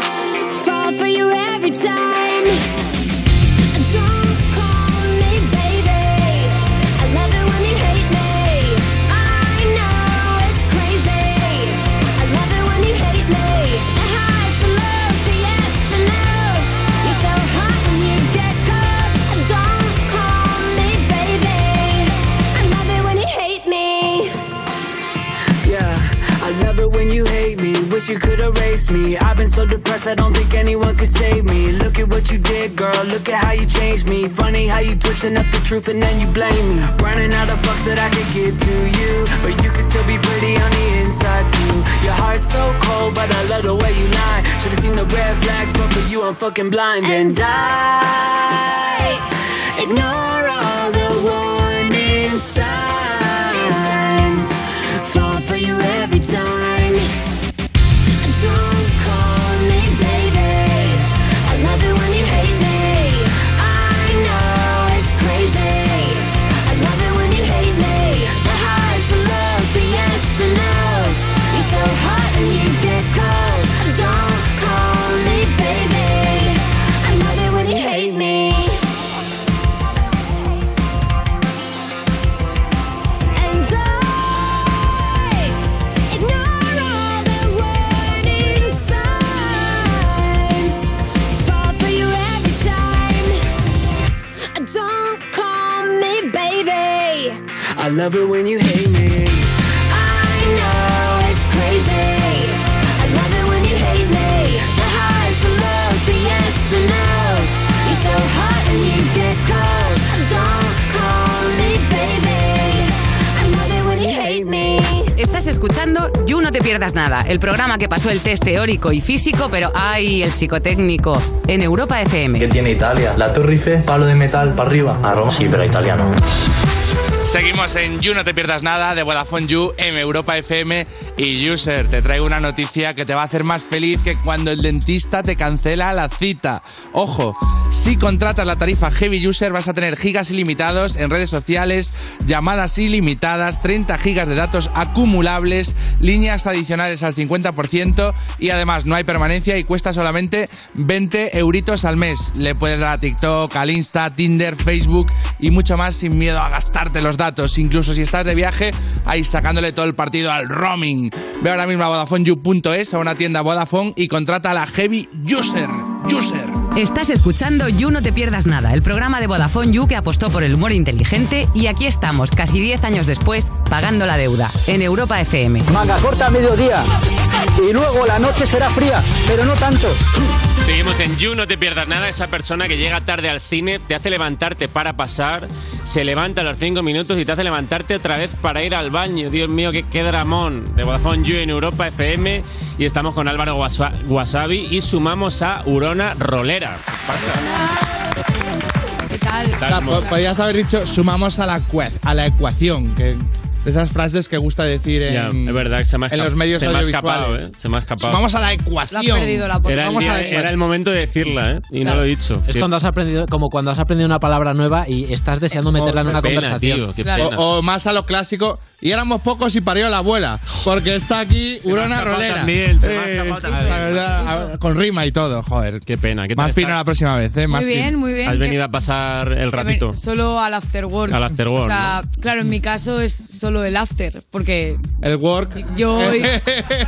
Speaker 19: Fall for you every time. Don't call me baby. I love it when you hate me. I know it's crazy. I love it when you hate me. The highs, the lows, the yes, the no's. You're so hot when you get cold. Don't call me baby. I love it when you hate me.
Speaker 9: Yeah, I love it when you hate me. Wish you could erase me. I've been so depressed, I don't think anyone could save me. Look at what you did, girl. Look at how you changed me. Funny how you twisting up the truth and then you blame me. Running out of fucks that I could give to you. But you can still be pretty on the inside, too. Your heart's so cold, but I love the way you lie. Should've seen the red flags, but for you, I'm fucking blind. And I.
Speaker 19: Ignore all the warning signs. Fall for you every time. Don't call me baby. I love it when you hate me. I know it's crazy. I love it when you hate me. The highs, the lows, the yes, the no's. You're so hot and you get cold. Don't call me baby. I love it when you hate me. And I ignore all the warning signs. Fall for you every time. Don't call me baby.
Speaker 9: I love it when you hate me.
Speaker 19: I know it's crazy. I love it when you hate me. The highs, the lows, the yes, the no's. You're so hot and you get cold. Don't call me baby. I love it when you hate me.
Speaker 8: Estás escuchando You No Te Pierdas Nada, el programa que pasó el test teórico y físico, pero ¡ay! el psicotécnico en Europa FM.
Speaker 29: ¿Qué tiene Italia? La torrice, palo de metal para arriba. Aroma sí, pero italiano.
Speaker 4: Seguimos en You, no te pierdas nada, de Vodafone You, M Europa FM y User. Te traigo una noticia que te va a hacer más feliz que cuando el dentista te cancela la cita. Ojo, si contratas la tarifa Heavy User vas a tener gigas ilimitados en redes sociales, llamadas ilimitadas, 30 gigas de datos acumulables, líneas adicionales al 50% y además no hay permanencia y cuesta solamente 20 euritos al mes. Le puedes dar a TikTok, al Insta, Tinder, Facebook y mucho más sin miedo a gastarte los datos. Incluso si estás de viaje, ahí sacándole todo el partido al roaming. Ve ahora mismo a VodafoneYou.es, a una tienda Vodafone y contrata a la Heavy User. User.
Speaker 8: Estás escuchando You No Te Pierdas Nada, el programa de Vodafone You que apostó por el humor inteligente y aquí estamos, casi 10 años después, pagando la deuda en Europa FM.
Speaker 23: Manga corta a mediodía. Y luego la noche será fría, pero no tanto. <laughs>
Speaker 3: Seguimos en You, no te pierdas nada. Esa persona que llega tarde al cine te hace levantarte para pasar, se levanta a los cinco minutos y te hace levantarte otra vez para ir al baño. Dios mío, qué, qué dramón. De Vodafone You en Europa FM y estamos con Álvaro Guasa- Wasabi y sumamos a Urona Rolera. ¿Qué pasa?
Speaker 28: ¿Qué tal?
Speaker 4: Ah, po- Podrías haber dicho, sumamos a la, cua- a la ecuación, que de esas frases que gusta decir en,
Speaker 3: Ya, es verdad, que se me ha
Speaker 4: en
Speaker 3: esca-
Speaker 4: los medios
Speaker 3: se me ha escapado,
Speaker 4: audiovisuales.
Speaker 3: ¿eh? Se me ha escapado.
Speaker 4: Vamos a la ecuación.
Speaker 29: La ha perdido la
Speaker 3: Era el,
Speaker 29: Vamos a
Speaker 3: día-
Speaker 29: la ecuación.
Speaker 3: era el momento de decirla, ¿eh? Y no
Speaker 29: Claro.
Speaker 3: lo he dicho.
Speaker 29: Es
Speaker 3: Qué-
Speaker 29: cuando has aprendido, como cuando has aprendido una palabra nueva y estás deseando meterla en una
Speaker 3: pena,
Speaker 29: conversación.
Speaker 3: tío, qué Claro. pena.
Speaker 4: O, o más a lo clásico, y éramos pocos y parió la abuela. Porque está aquí
Speaker 3: <laughs> me ha
Speaker 4: Urona
Speaker 3: escapado
Speaker 4: Rolera.
Speaker 3: también, se me ha escapado también.
Speaker 4: la verdad, a- con rima y todo, joder.
Speaker 3: Qué pena. ¿Qué tal
Speaker 4: Más fino
Speaker 3: estás?
Speaker 4: la próxima vez, ¿eh? Más
Speaker 10: Muy bien,
Speaker 4: fino.
Speaker 10: muy bien. Has venido
Speaker 3: a pasar el
Speaker 10: A ver, solo al after work.
Speaker 4: Al after work,
Speaker 10: O sea, claro, en mi caso es solo el after, porque
Speaker 4: El work. <laughs>
Speaker 10: yo hoy.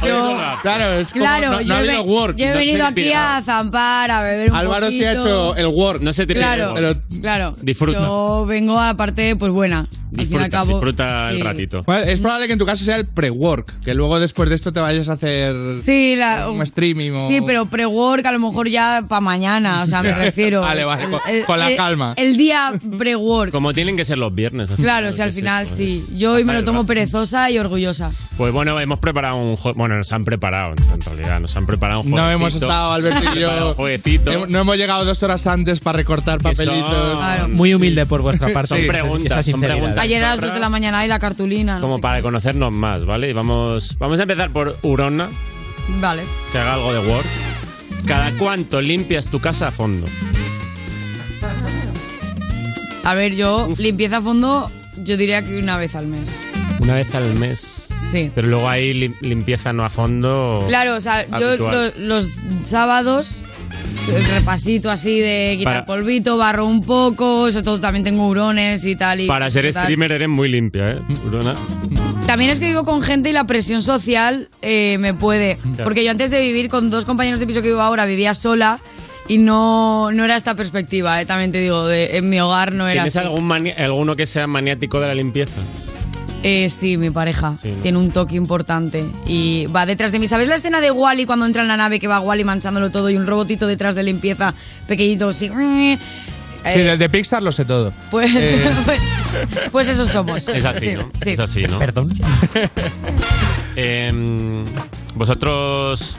Speaker 10: yo-
Speaker 4: claro, es como-
Speaker 10: claro,
Speaker 4: no, no
Speaker 10: yo,
Speaker 4: ha
Speaker 10: he,
Speaker 4: habido work.
Speaker 10: yo he venido aquí a zampar, a beber un
Speaker 4: Álvaro
Speaker 10: poquito.
Speaker 4: se ha hecho el work. No se
Speaker 10: <laughs> Claro,
Speaker 4: pero
Speaker 10: claro.
Speaker 4: Disfruta.
Speaker 10: Yo vengo a la parte, pues buena. al fin y al cabo. sí.
Speaker 4: Bueno, es probable que en tu caso sea el pre-work, que luego después de esto te vayas a hacer
Speaker 10: Sí, la-
Speaker 4: un streaming o...
Speaker 10: Sí, pero pre-work a lo mejor ya para mañana, o <laughs> sea, me refiero.
Speaker 3: Vale, vale,
Speaker 10: El-
Speaker 3: con-
Speaker 10: el-
Speaker 3: con la
Speaker 10: el-
Speaker 3: calma.
Speaker 10: El día pre-work.
Speaker 3: Como tienen que ser los viernes.
Speaker 10: <laughs> Claro, o sea, al final sí. pues, Yo hoy me lo tomo perezosa y orgullosa.
Speaker 3: Pues bueno, hemos preparado un juego. Bueno, nos han preparado, en realidad. Nos han preparado un juego.
Speaker 4: No hemos estado, Alberto y yo. Hem- No hemos llegado dos horas antes para recortar papelitos.
Speaker 3: son- Claro.
Speaker 22: Muy humilde por vuestra
Speaker 4: <laughs>
Speaker 22: parte.
Speaker 3: Son preguntas,
Speaker 22: esa
Speaker 3: son
Speaker 22: sinceridad.
Speaker 3: preguntas.
Speaker 10: Ayer a las 2 de la mañana y la cartulina. ¿no?
Speaker 3: Como para conocernos más, ¿vale? Y vamos, vamos a empezar por Urona,
Speaker 10: Vale.
Speaker 3: que haga algo de Word. ¿Cada cuánto limpias tu casa a fondo?
Speaker 10: A ver, yo limpieza a fondo, yo diría que una vez al mes.
Speaker 3: Una vez al mes.
Speaker 10: Sí.
Speaker 3: Pero luego hay lim- limpieza no a fondo.
Speaker 10: Claro, o sea, yo
Speaker 3: habitual.
Speaker 10: lo- los sábados, el repasito así de quitar
Speaker 3: Para-
Speaker 10: polvito, barro un poco, sobre todo también tengo hurones y tal. Y
Speaker 3: Para ser
Speaker 10: tal.
Speaker 3: streamer eres muy limpia, ¿eh?
Speaker 4: Mm.
Speaker 3: Urona.
Speaker 10: También es que vivo con gente y la presión social eh, me puede.
Speaker 3: Claro.
Speaker 10: Porque yo antes de vivir con dos compañeros de piso que vivo ahora, vivía sola y no, no era esta perspectiva, eh, también te digo, de- en mi hogar no era
Speaker 3: ¿Tienes
Speaker 10: así.
Speaker 3: algún mani- alguno que sea maniático de la limpieza?
Speaker 10: Eh, sí, mi pareja.
Speaker 3: Sí, ¿no?
Speaker 10: Tiene un toque importante. Y va detrás de mí. ¿Sabes la escena de Wally cuando entra en la nave que va Wally manchándolo todo y un robotito detrás de limpieza pequeñito así? Eh,
Speaker 4: Sí, de, de Pixar lo sé todo.
Speaker 10: Pues,
Speaker 4: Eh.
Speaker 10: pues, pues esos somos.
Speaker 3: Es así,
Speaker 10: Sí,
Speaker 3: ¿no?
Speaker 10: sí.
Speaker 3: Es así, ¿no? Perdón. ¿Vosotros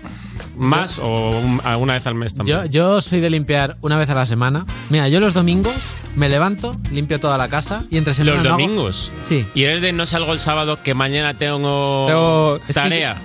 Speaker 3: más o un- alguna vez al mes también?
Speaker 22: Yo, yo soy de limpiar una vez a la semana. Mira, yo los domingos me levanto, limpio toda la casa y entre semana
Speaker 3: ¿Los
Speaker 22: no hago-
Speaker 3: domingos?
Speaker 22: Sí.
Speaker 3: ¿Y eres de no salgo el sábado que mañana tengo,
Speaker 22: Es que
Speaker 3: tarea?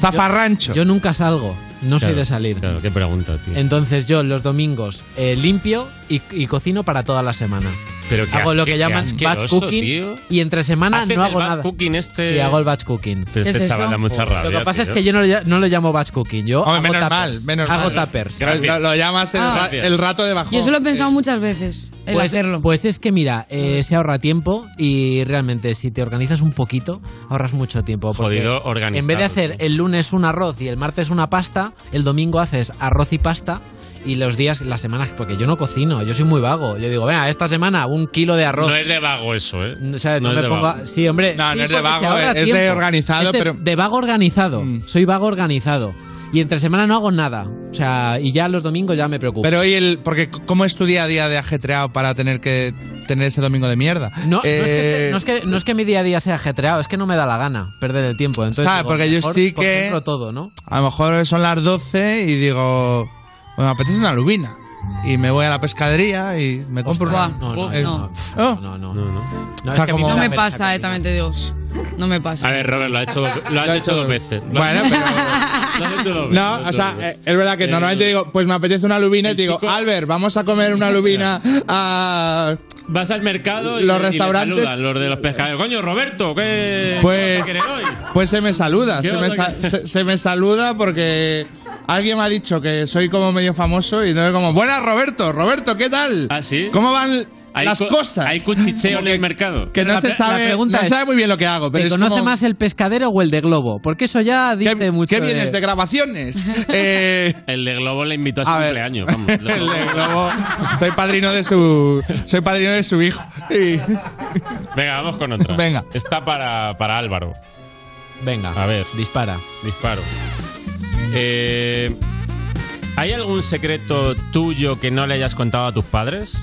Speaker 22: yo- Yo, nunca salgo, no soy
Speaker 3: Claro,
Speaker 22: de salir.
Speaker 3: Claro, qué pregunta, tío.
Speaker 22: Entonces yo los domingos eh, limpio y, y cocino para toda la semana.
Speaker 3: Pero qué
Speaker 22: hago lo
Speaker 3: asque-
Speaker 22: que
Speaker 3: qué
Speaker 22: llaman batch
Speaker 3: asqueroso,
Speaker 22: cooking
Speaker 3: tío.
Speaker 22: y entre semana
Speaker 3: ¿Haces
Speaker 22: no
Speaker 3: el
Speaker 22: hago
Speaker 3: batch
Speaker 22: nada.
Speaker 3: cooking este?
Speaker 22: Y hago el batch cooking.
Speaker 3: Pero este ¿Qué es chaval eso? da mucha
Speaker 22: Lo
Speaker 3: rabia,
Speaker 22: que pasa es
Speaker 3: tío.
Speaker 22: que yo no, lo ll- no lo llamo batch cooking, yo
Speaker 4: Hombre,
Speaker 22: <laughs> hago
Speaker 4: menos
Speaker 22: tuppers.
Speaker 4: mal, menos
Speaker 22: hago Ah.
Speaker 4: mal.
Speaker 22: tuppers.
Speaker 4: Gracias. Lo- lo llamas el ra- Gracias. el rato de bajón.
Speaker 10: Yo se lo he pensado muchas veces. el
Speaker 22: pues,
Speaker 10: hacerlo.
Speaker 22: pues es que mira, eh, se ahorra tiempo y realmente si te organizas un poquito, ahorras mucho tiempo. porque
Speaker 3: Jodido organizado,
Speaker 22: En vez de hacer el lunes un arroz y el martes una pasta, el domingo haces arroz y pasta y los días, las semanas, porque yo no cocino, yo soy muy vago. Yo digo, venga, esta semana un kilo de arroz.
Speaker 3: No es de vago eso, ¿eh?
Speaker 22: O sea, no,
Speaker 3: es
Speaker 22: me
Speaker 3: de
Speaker 22: pongo a-
Speaker 3: vago.
Speaker 22: Sí, hombre.
Speaker 4: No,
Speaker 22: sí,
Speaker 4: no es de
Speaker 22: porque se
Speaker 4: vago,
Speaker 22: ahorra
Speaker 4: es de
Speaker 22: tiempo.
Speaker 4: organizado,
Speaker 22: Es de-
Speaker 4: pero- Mm.
Speaker 22: De vago organizado. Soy vago organizado. Y entre semana no hago nada. O sea, y ya los domingos ya me preocupo.
Speaker 4: Pero hoy el. Porque, c- ¿cómo es tu día a día de ajetreado para tener que tener ese domingo de mierda?
Speaker 22: No, no, es que
Speaker 4: Eh,
Speaker 22: este- no, es que, no es que mi día a día sea ajetreado, es que no me da la gana perder el tiempo. Entonces,
Speaker 4: ¿Sabes?
Speaker 22: digo,
Speaker 4: Ah, Porque yo
Speaker 22: mejor
Speaker 4: sí que-
Speaker 22: concentro todo, ¿no?
Speaker 4: A lo mejor son las 12 y digo. "Bueno, me apetece una lubina. Y me voy a la pescadería y me compro una.
Speaker 22: No, no,
Speaker 4: Eh,
Speaker 22: no,
Speaker 4: ¿no?
Speaker 22: no, no, no, no.
Speaker 4: O
Speaker 22: es
Speaker 4: sea,
Speaker 22: que a mí
Speaker 4: como-
Speaker 10: No
Speaker 22: da
Speaker 10: me
Speaker 22: pereza
Speaker 10: pasa, eh, también te digo. No me pasa.
Speaker 3: A ver, Robert, lo has hecho, do- lo has hecho dos veces. Lo has <laughs>
Speaker 4: Bueno,
Speaker 3: hecho-
Speaker 4: pero.
Speaker 3: lo has hecho dos veces.
Speaker 4: No, o sea, eh, es verdad que normalmente digo, pues me apetece una lubina y te digo, Albert, vamos a comer una
Speaker 3: <laughs>
Speaker 4: lubina a.
Speaker 3: Vas al mercado y
Speaker 4: Los
Speaker 3: y le
Speaker 4: restaurantes.
Speaker 3: saludan los de los pescadores. Coño, Roberto, ¿qué
Speaker 4: Pues,
Speaker 3: qué quieres hoy?
Speaker 4: pues se me saluda,
Speaker 3: ¿Qué
Speaker 4: se
Speaker 3: vas
Speaker 4: me,
Speaker 3: a
Speaker 4: sa-
Speaker 3: querer?
Speaker 4: se- se me saluda porque alguien me ha dicho que soy como medio famoso y no es como, buenas Roberto, Roberto, ¿qué tal?
Speaker 3: ¿Ah, sí?
Speaker 4: ¿Cómo van
Speaker 3: Hay
Speaker 4: las
Speaker 3: co-
Speaker 4: cosas?
Speaker 3: Hay cuchicheo en el mercado.
Speaker 4: Que no
Speaker 22: La
Speaker 4: se
Speaker 22: pre- la
Speaker 4: sabe,
Speaker 22: pregunta
Speaker 4: no se
Speaker 22: es,
Speaker 4: sabe muy bien lo que hago, pero
Speaker 22: ¿Te
Speaker 4: es
Speaker 22: conoce
Speaker 4: como,
Speaker 22: más el pescadero o el de globo? Porque eso ya dice mucho.
Speaker 4: ¿qué este vienes
Speaker 22: <laughs>
Speaker 4: de grabaciones? Eh,
Speaker 3: El de Globo le invitó a su
Speaker 4: a ver.
Speaker 3: cumpleaños.
Speaker 4: <laughs>
Speaker 3: Vamos, el de Globo.
Speaker 4: Luego, soy padrino de su soy padrino de su hijo y
Speaker 3: Pues Venga, vamos con otra.
Speaker 4: Venga.
Speaker 3: Está para, para Álvaro.
Speaker 22: Venga.
Speaker 3: A ver.
Speaker 22: Dispara.
Speaker 3: Disparo. Eh, ¿Hay algún secreto tuyo que no le hayas contado a tus padres?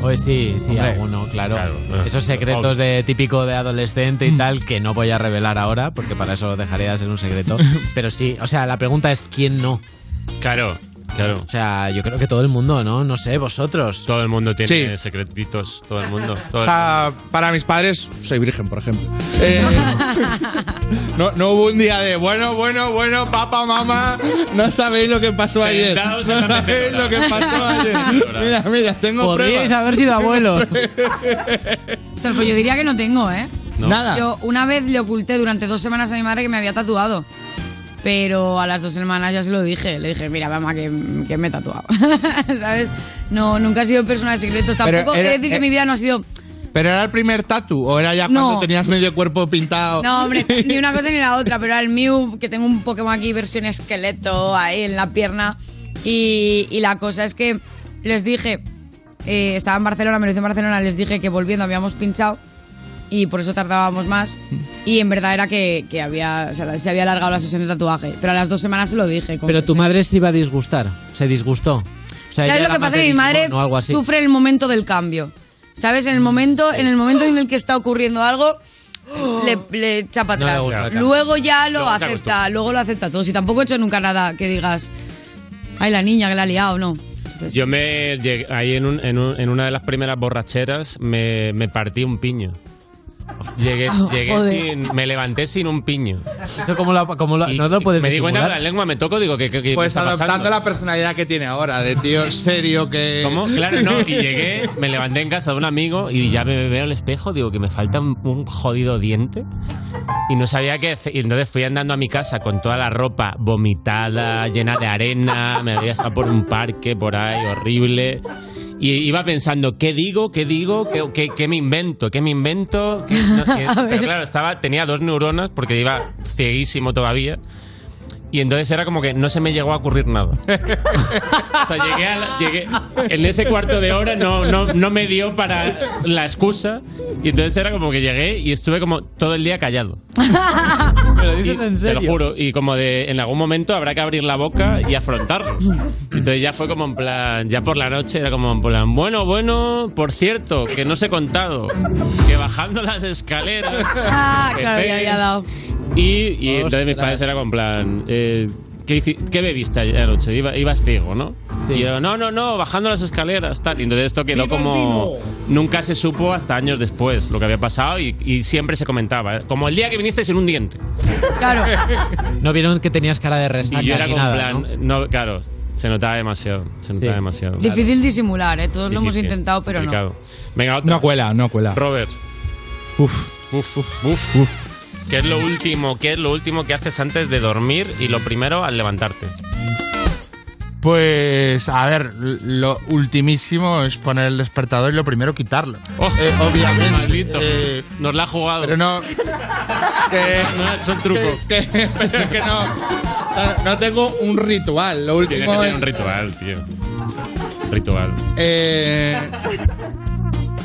Speaker 22: Pues sí, sí,
Speaker 3: Hombre.
Speaker 22: alguno, claro.
Speaker 3: Claro, claro.
Speaker 22: Esos secretos de típico de adolescente y
Speaker 4: Mm.
Speaker 22: tal que no voy a revelar ahora, porque para eso dejaría de ser un
Speaker 4: <laughs>
Speaker 22: secreto. Pero sí, o sea, la pregunta es ¿quién no?
Speaker 3: Claro, claro.
Speaker 22: O sea, yo creo que todo el mundo, ¿no? No sé, vosotros.
Speaker 3: Todo el mundo tiene
Speaker 22: Sí.
Speaker 3: secretitos, todo el mundo. todo
Speaker 4: o
Speaker 3: el
Speaker 4: sea, para mis padres soy virgen, por ejemplo. Eh, no, no hubo un día de bueno, bueno, bueno, papá, mamá, no sabéis lo que pasó ayer. No
Speaker 3: Sentaos en la
Speaker 4: sabéis
Speaker 3: mecedora.
Speaker 4: lo que pasó
Speaker 3: <laughs>
Speaker 4: ayer. Mira, mira, tengo
Speaker 22: Podríais
Speaker 4: pruebas.
Speaker 22: haber sido abuelos.
Speaker 10: Ostras, pues yo diría que no tengo, ¿eh?
Speaker 3: No.
Speaker 14: Nada.
Speaker 10: Yo una vez le oculté durante dos semanas a mi madre que me había tatuado. Pero a las dos semanas ya se lo dije. Le dije, mira, mamá, que, que me he tatuado. <laughs> ¿Sabes? No, nunca he sido persona de secretos.
Speaker 4: Pero
Speaker 10: Tampoco he
Speaker 4: era-
Speaker 10: de decir
Speaker 4: eh,
Speaker 10: que mi vida no ha sido...
Speaker 4: ¿Pero era el primer tatu o era ya
Speaker 10: No.
Speaker 4: cuando tenías medio cuerpo pintado?
Speaker 10: No,
Speaker 14: <laughs>
Speaker 10: hombre, ni una cosa ni la otra, pero era el Mew, que tengo un Pokémon aquí versión esqueleto ahí en la pierna. Y, y la cosa es que les dije, eh, estaba en Barcelona, me lo hice en Barcelona, les dije que volviendo habíamos pinchado y por eso tardábamos más. Y en verdad era que, que había, o sea, se había alargado la sesión de tatuaje, pero a las dos semanas se lo dije.
Speaker 14: Pero tu madre se iba a disgustar. Se disgustó. O sea, ella era
Speaker 10: ¿Sabes lo que
Speaker 14: más
Speaker 10: pasa?
Speaker 14: de
Speaker 10: Que mi madre
Speaker 14: disgusto, no, algo así.
Speaker 10: sufre el momento del cambio. ¿Sabes? En el momento, en el momento en el que está ocurriendo algo, le, le chapa
Speaker 14: No le
Speaker 10: atrás.
Speaker 14: gusta, claro.
Speaker 10: luego ya lo
Speaker 14: Luego se
Speaker 10: acepta, luego lo acepta todo. Si tampoco he hecho nunca nada que digas, ay, la niña que la ha
Speaker 14: <laughs>
Speaker 10: liado, no.
Speaker 3: Yo me llegué- ahí en, un- en un- en una de las primeras borracheras me, me partí
Speaker 22: <laughs>
Speaker 3: un piño. Llegué,
Speaker 14: Ah,
Speaker 3: llegué
Speaker 14: joder.
Speaker 3: sin, me levanté sin un piño.
Speaker 14: Eso como lo- como lo- no lo puedes
Speaker 3: Me di cuenta que
Speaker 14: disimular.
Speaker 3: la lengua me toco, digo que, que, que me
Speaker 4: Pues
Speaker 3: está
Speaker 4: adoptando
Speaker 3: pasando.
Speaker 4: la personalidad que tiene ahora, de tío serio que.
Speaker 3: ¿Cómo? Claro, no. Y llegué, me levanté en casa de un amigo y ya me veo al espejo, digo que me falta un, un jodido diente. Y no sabía qué hacer. Y entonces fui andando a mi casa con toda la ropa vomitada, llena de arena. Me había estado por un parque por ahí, horrible. Y iba pensando, ¿qué digo? ¿Qué digo? ¿Qué, qué- qué me invento? ¿Qué me invento? ¿Qué- no,
Speaker 4: <laughs>
Speaker 3: qué- pero claro, estaba, tenía dos neuronas porque iba cieguísimo todavía. Y entonces era como que no se me llegó a ocurrir nada. O sea, llegué, a la- llegué- en ese cuarto de hora no, no, no me dio para la excusa. Y entonces era como que llegué y estuve como todo el día callado.
Speaker 14: <laughs> ¿Me lo dices en
Speaker 3: Te lo
Speaker 14: serio?
Speaker 3: juro. Y como de en algún momento habrá que abrir la boca y afrontarlo. Entonces ya fue como en plan, ya por la noche era como en plan, bueno, bueno, por cierto, que no os he contado, que bajando las escaleras.
Speaker 10: Ah,
Speaker 3: me
Speaker 10: claro, ya
Speaker 3: pegué.
Speaker 10: había dado.
Speaker 3: Y, y entonces mis padres eran con plan. eh, ¿Qué, hici- qué bebiste ayer anoche? Iba, ibas ciego, ¿no? Y yo, no, no, no, bajando las escaleras, tal. Y entonces esto quedó como... Nunca se supo hasta años después lo que había pasado y, y siempre se comentaba. ¿eh? Como el día que viniste sin un diente.
Speaker 10: Claro.
Speaker 14: No vieron que tenías cara de
Speaker 3: Y
Speaker 14: resaca
Speaker 3: yo era
Speaker 14: ni
Speaker 3: como en
Speaker 14: nada,
Speaker 3: plan... ¿no? claro, se notaba demasiado. Se notaba demasiado.
Speaker 10: Difícil disimular, ¿eh? Todos lo hemos
Speaker 3: Difícil,
Speaker 10: intentado, pero no.
Speaker 3: complicado. Venga, otra.
Speaker 4: No cuela, no cuela.
Speaker 3: Robert.
Speaker 4: Uf.
Speaker 3: Uf, uf, uf. ¿Qué es lo último? ¿Qué es lo último que haces antes de dormir y lo primero al levantarte?
Speaker 4: Pues, a ver, lo ultimísimo es poner el despertador y lo primero quitarlo. Eh, obviamente. eh,
Speaker 3: Maldito. Nos la ha jugado. <laughs>
Speaker 4: Pero no.
Speaker 3: no es un truco.
Speaker 4: pero es que <laughs> no. no- No tengo un ritual. Lo último
Speaker 3: Tienes que tener
Speaker 4: es-
Speaker 3: un ritual, tío. Ritual.
Speaker 4: Eh,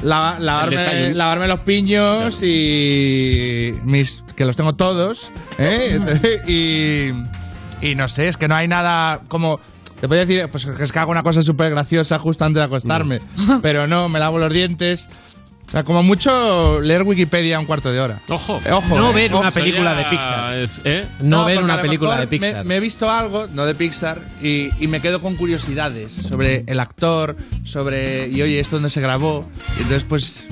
Speaker 4: lava-
Speaker 3: El
Speaker 4: lavarme,
Speaker 3: desayuno.
Speaker 4: lavarme los piños y mis que los tengo todos ¿eh? <laughs> y, y no sé es que no hay nada como te podría decir pues es que hago una cosa súper graciosa justo antes de acostarme <laughs> pero no me lavo los dientes o sea como mucho leer Wikipedia un cuarto de hora
Speaker 3: ojo
Speaker 4: ojo
Speaker 14: No
Speaker 4: eh,
Speaker 14: ver
Speaker 4: ojo.
Speaker 14: una película de Pixar.
Speaker 3: ¿eh?
Speaker 14: No, ver
Speaker 4: porque a
Speaker 14: una
Speaker 4: lo
Speaker 14: película de
Speaker 4: mejor me-
Speaker 14: Pixar.
Speaker 4: Me, he visto algo, no de Pixar, y, y me quedo con curiosidades sobre el actor, sobre. Y oye, esto no se grabó. Y entonces, pues.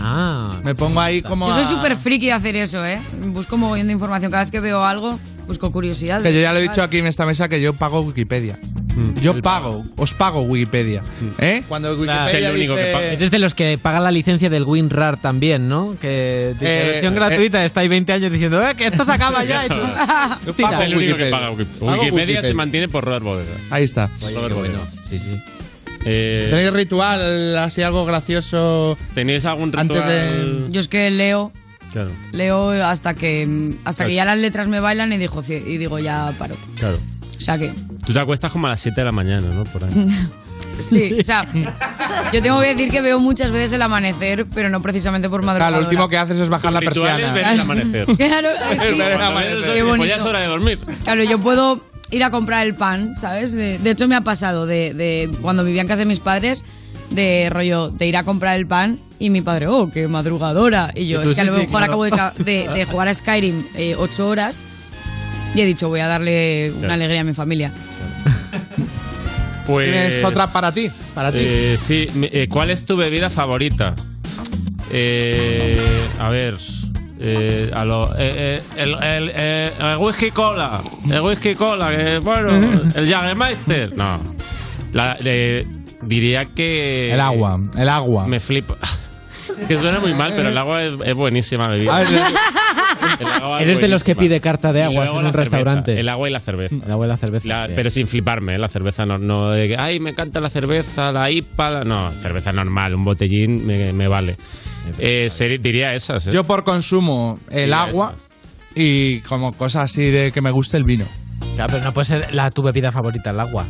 Speaker 4: me pongo ahí como.
Speaker 10: Yo soy
Speaker 4: a-
Speaker 10: súper friki de hacer eso, ¿eh? Busco un mogollón de información. Cada vez que veo algo, busco curiosidades.
Speaker 4: Que yo ya lo he
Speaker 10: Vale.
Speaker 4: dicho aquí en esta mesa que yo pago Wikipedia. Yo pago, os pago Wikipedia. ¿Eh? Cuando Wikipedia. dice-
Speaker 14: Eres de los que paga la licencia del WinRAR también, ¿no? Que dice,
Speaker 4: Eh,
Speaker 14: versión
Speaker 4: eh.
Speaker 14: gratuita, está ahí 20 años diciendo, "Eh, que esto se acaba ya. y tú- <laughs>
Speaker 4: Yo
Speaker 3: Tira.
Speaker 4: pago
Speaker 3: Es el único que
Speaker 4: Ah, Wikipedia.
Speaker 3: paga Wikipedia.
Speaker 4: Pago
Speaker 3: Wikipedia se
Speaker 4: Wikipedia.
Speaker 3: mantiene por Pues Robert Bodegas.
Speaker 4: Ahí está.
Speaker 3: Robert Bodegas.
Speaker 14: Sí, sí.
Speaker 3: Eh,
Speaker 4: ¿Tenéis ritual, así algo gracioso?
Speaker 3: ¿Tenéis algún
Speaker 4: Antes
Speaker 3: ritual?
Speaker 4: de-
Speaker 10: <laughs> Yo es que leo,
Speaker 3: Claro,
Speaker 10: leo hasta que hasta que
Speaker 3: Claro.
Speaker 10: ya las letras me bailan y digo, "Cie- y digo ya paro.
Speaker 3: claro.
Speaker 10: O sea que <laughs>
Speaker 3: Tú te acuestas como a las 7 de la mañana, ¿no? Por ahí.
Speaker 10: sí, o sea, yo tengo que decir que veo muchas veces el amanecer, pero no precisamente por madrugada.
Speaker 4: lo último que haces es bajar la
Speaker 3: ritual es
Speaker 4: persiana.
Speaker 3: ver el
Speaker 4: <laughs>
Speaker 3: amanecer.
Speaker 10: <laughs> Claro, eh, sí.
Speaker 4: Ver el
Speaker 3: Cuando
Speaker 4: amanecer.
Speaker 3: ves
Speaker 10: Qué
Speaker 3: eso, pues ya
Speaker 10: bonito.
Speaker 3: es hora de dormir.
Speaker 10: Claro, yo puedo ir a comprar el pan, ¿sabes? De, de hecho, me ha pasado de, de cuando vivía en casa de mis padres, de rollo, de ir a comprar el pan y mi padre, oh, qué madrugadora. Y yo,
Speaker 17: Y tú,
Speaker 10: es que a
Speaker 17: sí,
Speaker 10: lo
Speaker 17: sí,
Speaker 10: mejor
Speaker 17: claro.
Speaker 10: acabo de, ca- de- de jugar a Skyrim eh, ocho horas y he dicho, voy a darle una
Speaker 3: Claro.
Speaker 10: alegría a mi familia.
Speaker 3: Pues,
Speaker 4: ¿Tienes otra para ti? Para ti.
Speaker 3: Eh, sí, mi- eh, ¿cuál es tu bebida favorita? Eh, a ver. eh, a lo- eh, eh, el, el- eh, el whisky cola. El whisky cola, que bueno. El Jagermeister. No. La- eh, diría que.
Speaker 4: El agua, el agua.
Speaker 3: Me flipa. <laughs> Que suena muy mal, pero el agua es, es buenísima bebida. El agua es
Speaker 22: Eres de los que
Speaker 3: buenísima.
Speaker 22: pide carta de
Speaker 3: Y
Speaker 22: agua en
Speaker 3: luego
Speaker 22: un
Speaker 3: la cerveza,
Speaker 22: restaurante.
Speaker 3: El agua y la cerveza.
Speaker 22: El agua y la cerveza.
Speaker 3: La- pero sin fliparme, ¿eh? la cerveza no, no de que, ay, me encanta la cerveza, la IPA, la-". no, cerveza normal, un botellín me, me vale. Eh, ser- diría esas. ¿eh?
Speaker 4: Yo por consumo el
Speaker 3: Mira
Speaker 4: agua y como cosas así de que me guste el vino.
Speaker 22: Ya, pero no puede ser la, tu bebida favorita, el agua.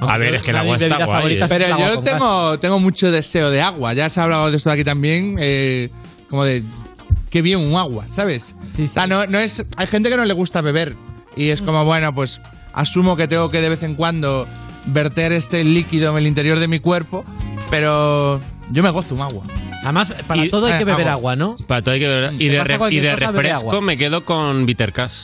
Speaker 3: A ver, es que el
Speaker 22: Una
Speaker 3: agua
Speaker 22: bebida
Speaker 3: está guay.
Speaker 22: favorita
Speaker 3: ¿eh?
Speaker 22: es el
Speaker 4: Pero
Speaker 22: agua
Speaker 4: yo
Speaker 22: con
Speaker 4: tengo, tengo mucho deseo de agua. Ya se ha hablado de esto aquí también. eh, como de. Qué bien un agua, ¿sabes? O sea, no, no es, hay gente que no le gusta beber. Y
Speaker 22: Mm.
Speaker 4: es como, bueno, pues asumo que tengo que de vez en cuando verter este líquido en el interior de mi cuerpo. Pero yo me gozo un agua.
Speaker 22: Además, para
Speaker 3: Y- eh, todo hay que beber agua,
Speaker 22: ¿no?
Speaker 3: Para todo hay que beber- Y
Speaker 22: Mm. Te
Speaker 3: de,
Speaker 22: pasa
Speaker 3: re- y
Speaker 22: cualquier
Speaker 3: de
Speaker 22: cosa, bebe
Speaker 3: refresco
Speaker 22: agua.
Speaker 3: me quedo con Bitter Cash.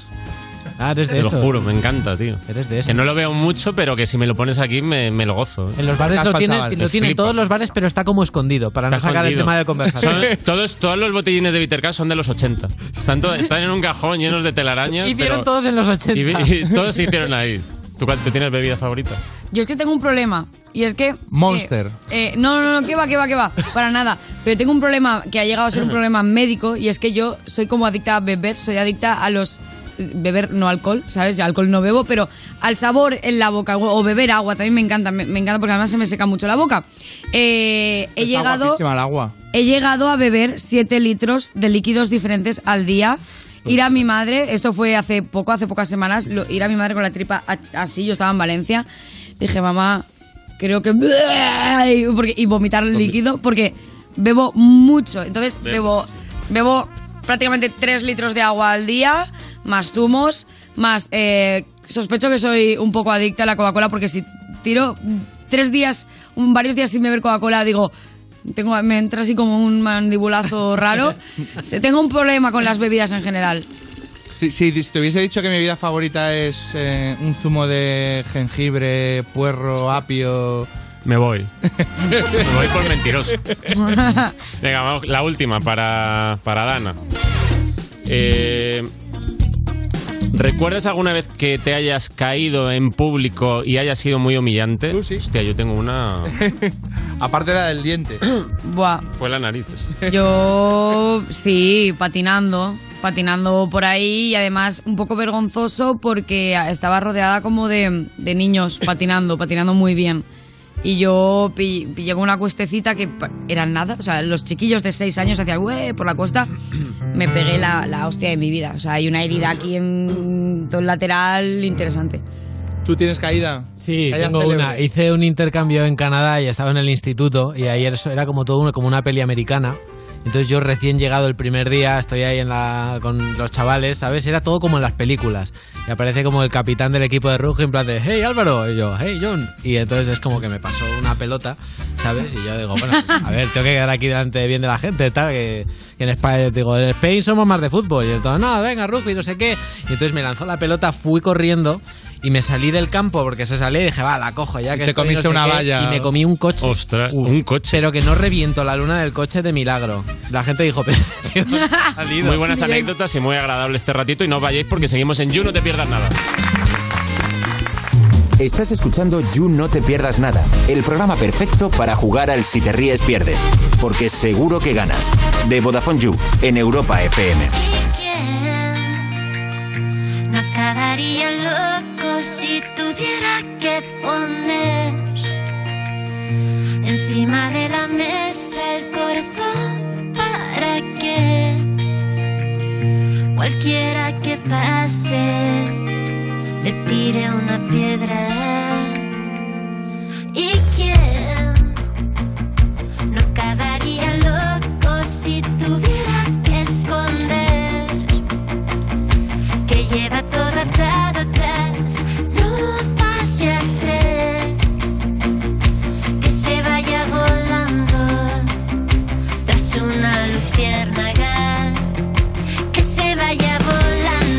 Speaker 22: Ah, eres de
Speaker 3: Te lo
Speaker 22: estos.
Speaker 3: juro, me encanta, tío.
Speaker 22: Eres de eso.
Speaker 3: Que no lo veo mucho, pero que si me lo pones aquí me, me lo gozo. ¿eh?
Speaker 22: En los bares lo tienen, lo tienen todos los bares, pero está como escondido, para no sacar el tema de conversación.
Speaker 3: Son- todos, todos los botellines de Bitter Cash son de los 80. Están, to- están en un cajón llenos de telarañas.
Speaker 22: Hicieron
Speaker 3: pero-
Speaker 22: todos en los 80.
Speaker 3: Y, vi- y todos se hicieron ahí. ¿Tú cuál te tienes bebida favorita?
Speaker 10: Yo es que tengo un problema. Y es que.
Speaker 3: Monster.
Speaker 10: eh, eh, no, no, no, que va, que va, que va. Para nada. Pero tengo un problema que ha llegado a ser un problema médico. Y es que yo soy como adicta a beber. Soy adicta a los. Beber no alcohol, ¿sabes? Ya alcohol no bebo, pero al sabor en la boca o o beber agua también me encanta, me, me encanta porque además se me seca mucho la boca. Eh,
Speaker 4: Está
Speaker 10: he llegado.
Speaker 4: guapísima el agua.
Speaker 10: He llegado a beber 7 litros de líquidos diferentes al día. Ir a mi madre, esto fue hace poco, hace pocas semanas, lo- ir a mi madre con la tripa a- así, yo estaba en Valencia, dije, mamá, creo que... <laughs> y porque- y vomitar el líquido, porque bebo mucho. Entonces bebo, bebo prácticamente 3 litros de agua al día, más zumos, más... eh, sospecho que soy un poco adicta a la Coca-Cola, porque si tiro tres días, un- varios días sin beber Coca-Cola, digo, tengo, me entra así como un mandibulazo raro. Se- Tengo un problema con las bebidas en general.
Speaker 4: Si, si te hubiese dicho que mi vida favorita es eh, un zumo de jengibre, puerro, apio.
Speaker 3: Me voy. Me voy por mentiroso. Venga, vamos, la última para, para Dana. Eh, ¿Recuerdas alguna vez que te hayas caído en público y haya sido muy humillante? Hostia, yo tengo una.
Speaker 4: <laughs> Aparte la del diente.
Speaker 10: Buah.
Speaker 3: Fue la nariz.
Speaker 10: Yo sí, patinando, patinando por ahí y además un poco vergonzoso porque estaba rodeada como de, de niños patinando, patinando muy bien. Y yo pi- pillé con una cuestecita que pa- eran nada, o sea, los chiquillos de 6 años hacían "Ué", por la cuesta, me pegué la, la hostia de mi vida. O sea, hay una herida aquí en todo el lateral interesante.
Speaker 4: ¿Tú tienes caída?
Speaker 22: Sí,
Speaker 4: Caída
Speaker 22: tengo
Speaker 4: célebre.
Speaker 22: una. Hice un intercambio en Canadá y estaba en el instituto y ayer eso era como todo una- como una peli americana. Entonces yo recién llegado el primer día, estoy ahí en la, con los chavales, ¿sabes? Era todo como en las películas. Y aparece como el capitán del equipo de rugby en plan de, hey Álvaro, y yo, hey John. Y entonces es como que me pasó una pelota, ¿sabes? Y yo digo, bueno, a ver, tengo que quedar aquí delante bien de la gente, tal, que, que en España, digo, en Spain somos más de fútbol. Y el todo, no, venga, rugby, no sé qué. Y entonces me lanzó la pelota, fui corriendo y me salí del campo porque se salía y dije, va, la cojo ya que
Speaker 4: te
Speaker 22: estoy,
Speaker 4: comiste
Speaker 22: no sé
Speaker 4: una
Speaker 22: qué".
Speaker 4: valla.
Speaker 22: Y me comí un coche.
Speaker 3: Ostras, un coche.
Speaker 22: Pero que no reviento la luna del coche de milagro. La gente dijo, <laughs> pero este tío no <laughs> ha salido.
Speaker 3: Muy buenas anécdotas y muy agradable este ratito. Y no os vayáis porque seguimos en You, no te pierdas nada.
Speaker 20: Estás escuchando You No Te Pierdas Nada, el programa perfecto para jugar al Si Te Ríes Pierdes, porque seguro que ganas. De Vodafone You, en Europa FM.
Speaker 24: ¿Quién No acabaría loco si tuviera que poner encima de la mesa el corazón para que cualquiera que pase le tire una piedra. ¿Y quién no acabaría loco si tuviera que esconder? que lleva todo atado atrás. No pase a ser que se vaya volando tras una luciérnaga. Que se vaya volando.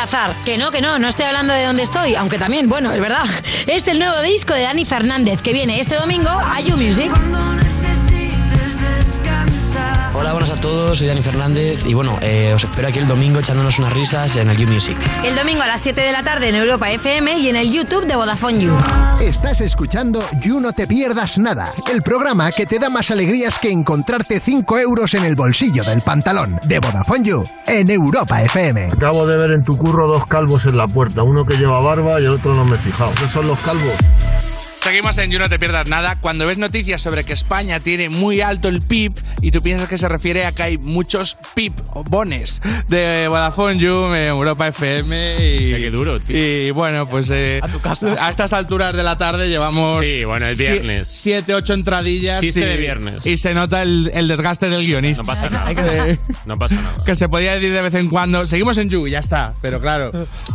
Speaker 20: azar. Que no, que no, no estoy hablando de dónde estoy, aunque también, bueno, es verdad. <laughs> Es el nuevo disco de Dani Fernández que viene este domingo a You Music.
Speaker 21: Hola, buenas a todos, soy Dani Fernández y bueno, eh, os espero aquí el domingo echándonos unas risas en el You Music.
Speaker 20: El domingo a las 7 de la tarde en Europa FM y en el YouTube de Vodafone You.
Speaker 15: Estás escuchando You No Te Pierdas Nada, el programa que te da más alegrías que encontrarte 5 euros en el bolsillo del pantalón de Vodafone You en Europa FM.
Speaker 22: Acabo de ver en tu curro dos calvos en la puerta, uno que lleva barba y el otro no me he fijado. ¿Qué son los calvos?
Speaker 4: Seguimos en You, no te pierdas nada. Cuando ves noticias sobre que España tiene muy alto el PIB y tú piensas que se refiere a que hay muchos PIB o bones de Vodafone You, eh, Europa FM y... Qué
Speaker 3: duro, tío.
Speaker 4: Y bueno, pues eh, a, estas alturas de la tarde llevamos...
Speaker 3: Sí, bueno, es viernes.
Speaker 4: si- Siete, ocho entradillas.
Speaker 3: Chiste
Speaker 4: y-
Speaker 3: de viernes.
Speaker 4: Y se nota el, el desgaste del guionista.
Speaker 3: No pasa nada.
Speaker 4: Hay que-
Speaker 3: No pasa nada.
Speaker 4: que se podía decir de vez en cuando, seguimos en You, ya está, pero claro,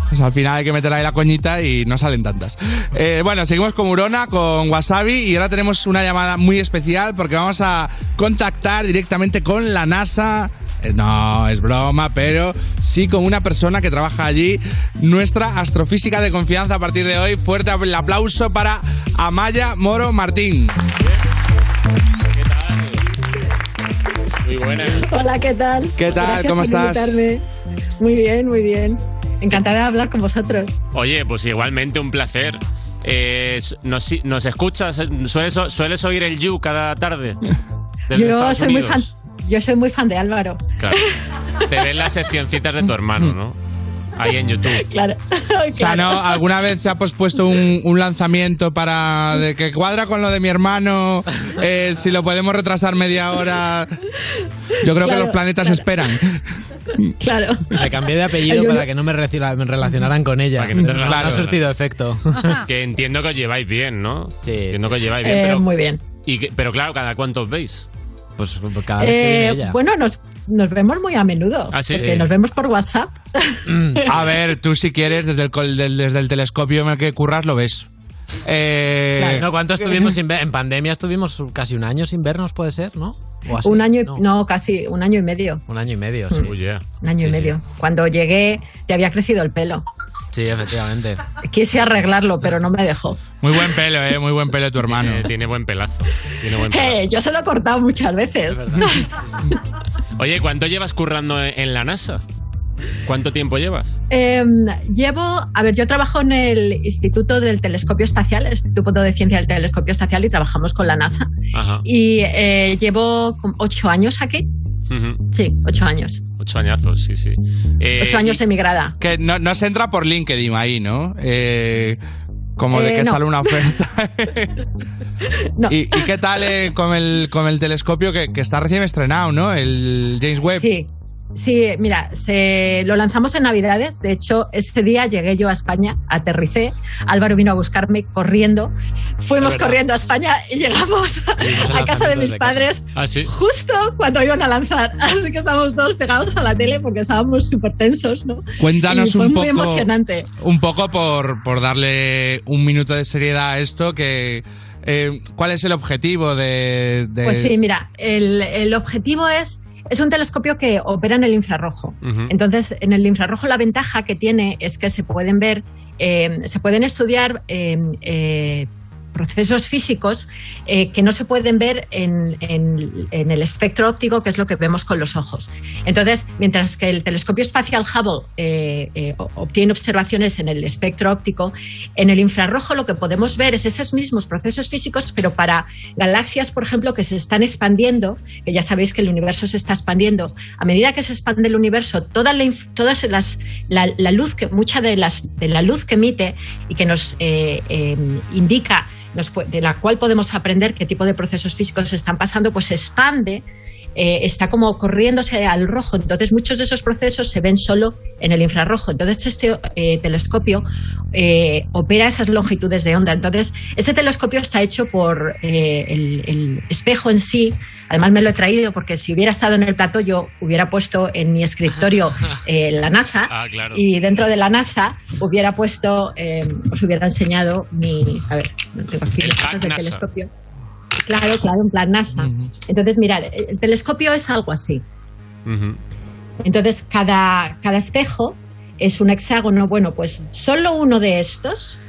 Speaker 4: pues al final hay que meter ahí la coñita y no salen tantas. Eh, bueno, seguimos con Urona, con Wasabi y ahora tenemos una llamada muy especial porque vamos a contactar directamente con la NASA. Eh, No, es broma, pero sí con una persona que trabaja allí, nuestra astrofísica de confianza a partir de hoy. Fuerte el aplauso para Amaya Moro Martín.
Speaker 3: Muy buena.
Speaker 25: Hola, ¿qué tal?
Speaker 4: ¿Qué tal?
Speaker 25: Gracias
Speaker 4: ¿Cómo
Speaker 25: por
Speaker 4: estás?
Speaker 25: invitarme. Muy bien, muy bien. Encantada de hablar con vosotros.
Speaker 3: Oye, pues igualmente un placer. Eh, ¿nos, nos escuchas? ¿Sueles, sueles oír el You
Speaker 25: <laughs>
Speaker 3: cada tarde? Desde
Speaker 25: Yo
Speaker 3: Estados
Speaker 25: soy, muy
Speaker 3: Unidos.
Speaker 25: fan, yo soy muy fan de Álvaro.
Speaker 3: Claro. Te ves las seccioncitas de tu hermano, ¿no? Ahí en YouTube.
Speaker 25: <laughs> Claro.
Speaker 4: O sea, ¿no? ¿Alguna vez se ha pospuesto un, un lanzamiento para de que cuadra con lo de mi hermano? eh, si lo podemos retrasar media hora. Yo creo que
Speaker 25: Claro,
Speaker 4: los planetas esperan.
Speaker 25: <laughs> Claro.
Speaker 14: Le cambié de apellido para que no me, relaciona- me relacionaran con ella.
Speaker 3: no te
Speaker 14: Pero no ha
Speaker 3: relacionaran.
Speaker 14: surtido efecto.
Speaker 3: Que entiendo que os lleváis bien, ¿no? Sí. Entiendo que os lleváis bien.
Speaker 25: Eh,
Speaker 3: pero,
Speaker 25: muy bien.
Speaker 3: y que- pero claro, ¿cada cuánto os veis?
Speaker 14: Pues cada
Speaker 25: Eh, bueno, nos, nos vemos muy a menudo.
Speaker 4: Ah, sí.
Speaker 25: Porque
Speaker 4: Eh.
Speaker 25: nos vemos por WhatsApp.
Speaker 4: A ver, tú si quieres, desde el, col- del- desde el telescopio en el que curras, lo ves. Eh,
Speaker 14: no, ¿cuánto estuvimos sin ver? En pandemia estuvimos casi un año sin vernos, puede ser, ¿no? O así,
Speaker 25: un año, y-
Speaker 14: no,
Speaker 25: no. casi un año y medio.
Speaker 14: un año y medio, sí.
Speaker 25: Un año
Speaker 14: Sí,
Speaker 25: y
Speaker 14: sí.
Speaker 25: medio. Cuando llegué, ya había crecido el pelo.
Speaker 14: Sí, efectivamente.
Speaker 25: Quise arreglarlo, pero no me dejó.
Speaker 4: Muy buen pelo, eh, muy buen pelo tu hermano.
Speaker 3: tiene buen pelazo. Tiene buen
Speaker 25: <laughs>
Speaker 3: pelazo.
Speaker 25: Eh, yo se lo he cortado muchas veces.
Speaker 3: Oye, ¿cuánto llevas currando en en la NASA? ¿Cuánto tiempo llevas?
Speaker 25: Eh, llevo, a ver, yo trabajo en el Instituto del Telescopio Espacial, el Instituto de Ciencia del Telescopio Espacial, y trabajamos con la NASA.
Speaker 3: Ajá.
Speaker 25: Y eh, llevo como ocho años aquí.
Speaker 3: Ujú.
Speaker 25: Sí, ocho años.
Speaker 3: Ocho añazos, sí, sí. Eh,
Speaker 25: Ocho años emigrada.
Speaker 4: Que no, no se entra por LinkedIn ahí, ¿no? Eh, como de
Speaker 25: Eh,
Speaker 4: que
Speaker 25: no. <laughs>
Speaker 4: sale una oferta. ¿Y, y qué tal eh, con, el, con el telescopio que, que está recién estrenado, ¿no? El James Webb.
Speaker 25: Sí, sí, mira, se, lo lanzamos en Navidades. De hecho, este día llegué yo a España, aterricé. Álvaro vino a buscarme corriendo. Fuimos
Speaker 3: Es verdad.
Speaker 25: corriendo a España y llegamos a casa de mis padres.
Speaker 3: Ah, sí.
Speaker 25: Justo cuando iban a lanzar, <laughs> así que estábamos todos pegados a la tele porque estábamos súper tensos, ¿no?
Speaker 4: Cuéntanos
Speaker 25: Y fue
Speaker 4: un
Speaker 25: muy
Speaker 4: poco-
Speaker 25: emocionante.
Speaker 4: Un poco por, por darle un minuto de seriedad a esto, que eh, ¿cuál es el objetivo de, de-
Speaker 25: Pues sí, mira, el, el objetivo es, es un telescopio que opera en el infrarrojo.
Speaker 4: Ujú.
Speaker 25: Entonces, en el infrarrojo la ventaja que tiene es que se pueden ver, eh, se pueden estudiar eh, eh, procesos físicos eh, que no se pueden ver en, en- en el espectro óptico, que es lo que vemos con los ojos. Entonces, mientras que el telescopio espacial Hubble eh, eh, o- obtiene observaciones en el espectro óptico, en el infrarrojo lo que podemos ver es esos mismos procesos físicos, pero para galaxias, por ejemplo, que se están expandiendo, que ya sabéis que el universo se está expandiendo. A medida que se expande el universo, toda la, inf- todas las, la, la luz que, mucha de, las, de la luz que emite y que nos eh, eh, indica, nos pu- de la cual podemos aprender qué tipo de procesos físicos están pasando, pues se expande eh, está como corriéndose al rojo. Entonces, muchos de esos procesos se ven solo en el infrarrojo. Entonces, este eh, telescopio eh, opera esas longitudes de onda. Entonces, este telescopio está hecho por eh, el, el espejo en sí. Además, me lo he traído porque si hubiera estado en el plató, yo hubiera puesto en mi
Speaker 19: <laughs>
Speaker 25: escritorio eh, la NASA.
Speaker 19: Ah, claro.
Speaker 25: Y dentro de la NASA hubiera puesto, eh, os hubiera enseñado mi. A ver, tengo aquí
Speaker 19: El
Speaker 25: las fotos
Speaker 19: pack
Speaker 25: del
Speaker 19: NASA.
Speaker 25: telescopio. Claro, claro, en plan NASA. Entonces, mirar, el telescopio es algo así. Entonces, cada, cada espejo es un hexágono. Bueno, pues solo uno de estos,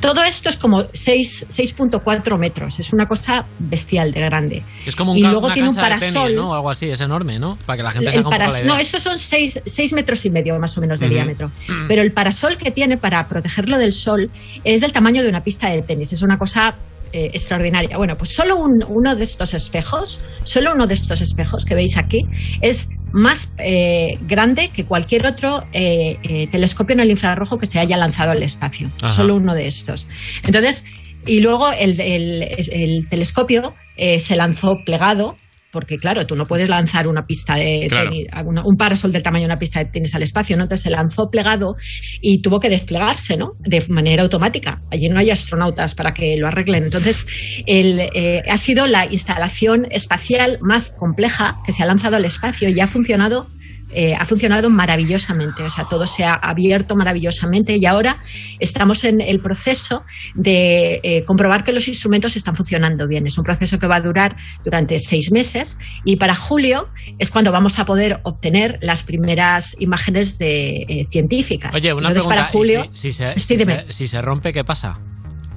Speaker 25: todo esto es como 6 6.4 metros, es una cosa bestial de grande.
Speaker 22: Es como un
Speaker 25: y
Speaker 22: ca-
Speaker 25: luego
Speaker 22: una
Speaker 25: tiene un
Speaker 22: cancha de
Speaker 25: parasol.
Speaker 22: tenis, ¿no? O algo así, es enorme, ¿no? Para que la gente se
Speaker 25: El
Speaker 22: haga un poco
Speaker 25: paras-
Speaker 22: la idea.
Speaker 25: no, estos son 6 metros y medio más o menos de
Speaker 22: Ujú. Mm.
Speaker 25: diámetro. Pero el parasol que tiene para protegerlo del sol es del tamaño de una pista de tenis. Es una cosa eh, extraordinaria. Bueno, pues solo un- uno de estos espejos, solo uno de estos espejos que veis aquí, es más eh, grande que cualquier otro eh, eh, telescopio en el infrarrojo que se haya lanzado al espacio.
Speaker 23: Ajá.
Speaker 25: Solo uno de estos. Entonces, y luego el, el- el telescopio eh, se lanzó plegado, porque claro, tú no puedes lanzar una pista de
Speaker 19: Claro.
Speaker 25: tenis, alguna- un parasol del tamaño de una pista de tenis al espacio, ¿no? Entonces se lanzó plegado y tuvo que desplegarse, ¿no? De manera automática. Allí no hay astronautas para que lo arreglen. Entonces, el, eh, ha sido la instalación espacial más compleja que se ha lanzado al espacio y ha funcionado eh, ha funcionado maravillosamente, o sea, todo se ha abierto maravillosamente y ahora estamos en el proceso de eh, comprobar que los instrumentos están funcionando bien. Es un proceso que va a durar durante seis meses y para julio es cuando vamos a poder obtener las primeras imágenes de, eh, científicas.
Speaker 22: Oye, una
Speaker 25: Entonces,
Speaker 22: pregunta.
Speaker 25: para
Speaker 22: ¿y
Speaker 25: julio,
Speaker 22: si, si se,
Speaker 25: Sí,
Speaker 22: si
Speaker 25: dime.
Speaker 22: se- si se rompe, ¿qué pasa?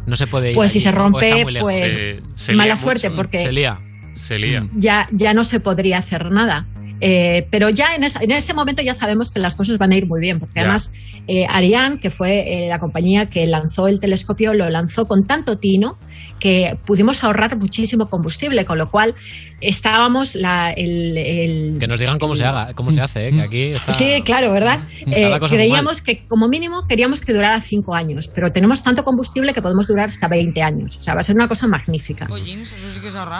Speaker 22: No se puede ir.
Speaker 25: Pues si
Speaker 22: allí,
Speaker 25: se
Speaker 22: ¿no? O
Speaker 25: rompe,
Speaker 22: está muy lejos.
Speaker 25: pues,
Speaker 22: Eh,
Speaker 25: se mala lía mucho, suerte, ¿no? porque-
Speaker 22: Se lía. Se lía.
Speaker 25: ya, ya no se podría hacer nada. Eh, pero ya en, esa- en este momento ya sabemos que las cosas van a ir muy bien, porque
Speaker 8: Ya.
Speaker 25: además eh, Ariane, que fue eh, la compañía que lanzó el telescopio, lo lanzó con tanto tino que pudimos ahorrar muchísimo combustible, con lo cual estábamos la, el- el,
Speaker 22: Que nos digan cómo se haga, cómo se hace, ¿eh? que aquí está. Mm,
Speaker 25: Sí, claro, ¿verdad?
Speaker 22: Está
Speaker 25: Eh,
Speaker 22: la cosa
Speaker 25: creíamos que como mínimo queríamos que durara cinco años, pero tenemos tanto combustible que podemos durar hasta 20 años. O sea, va a ser una cosa magnífica.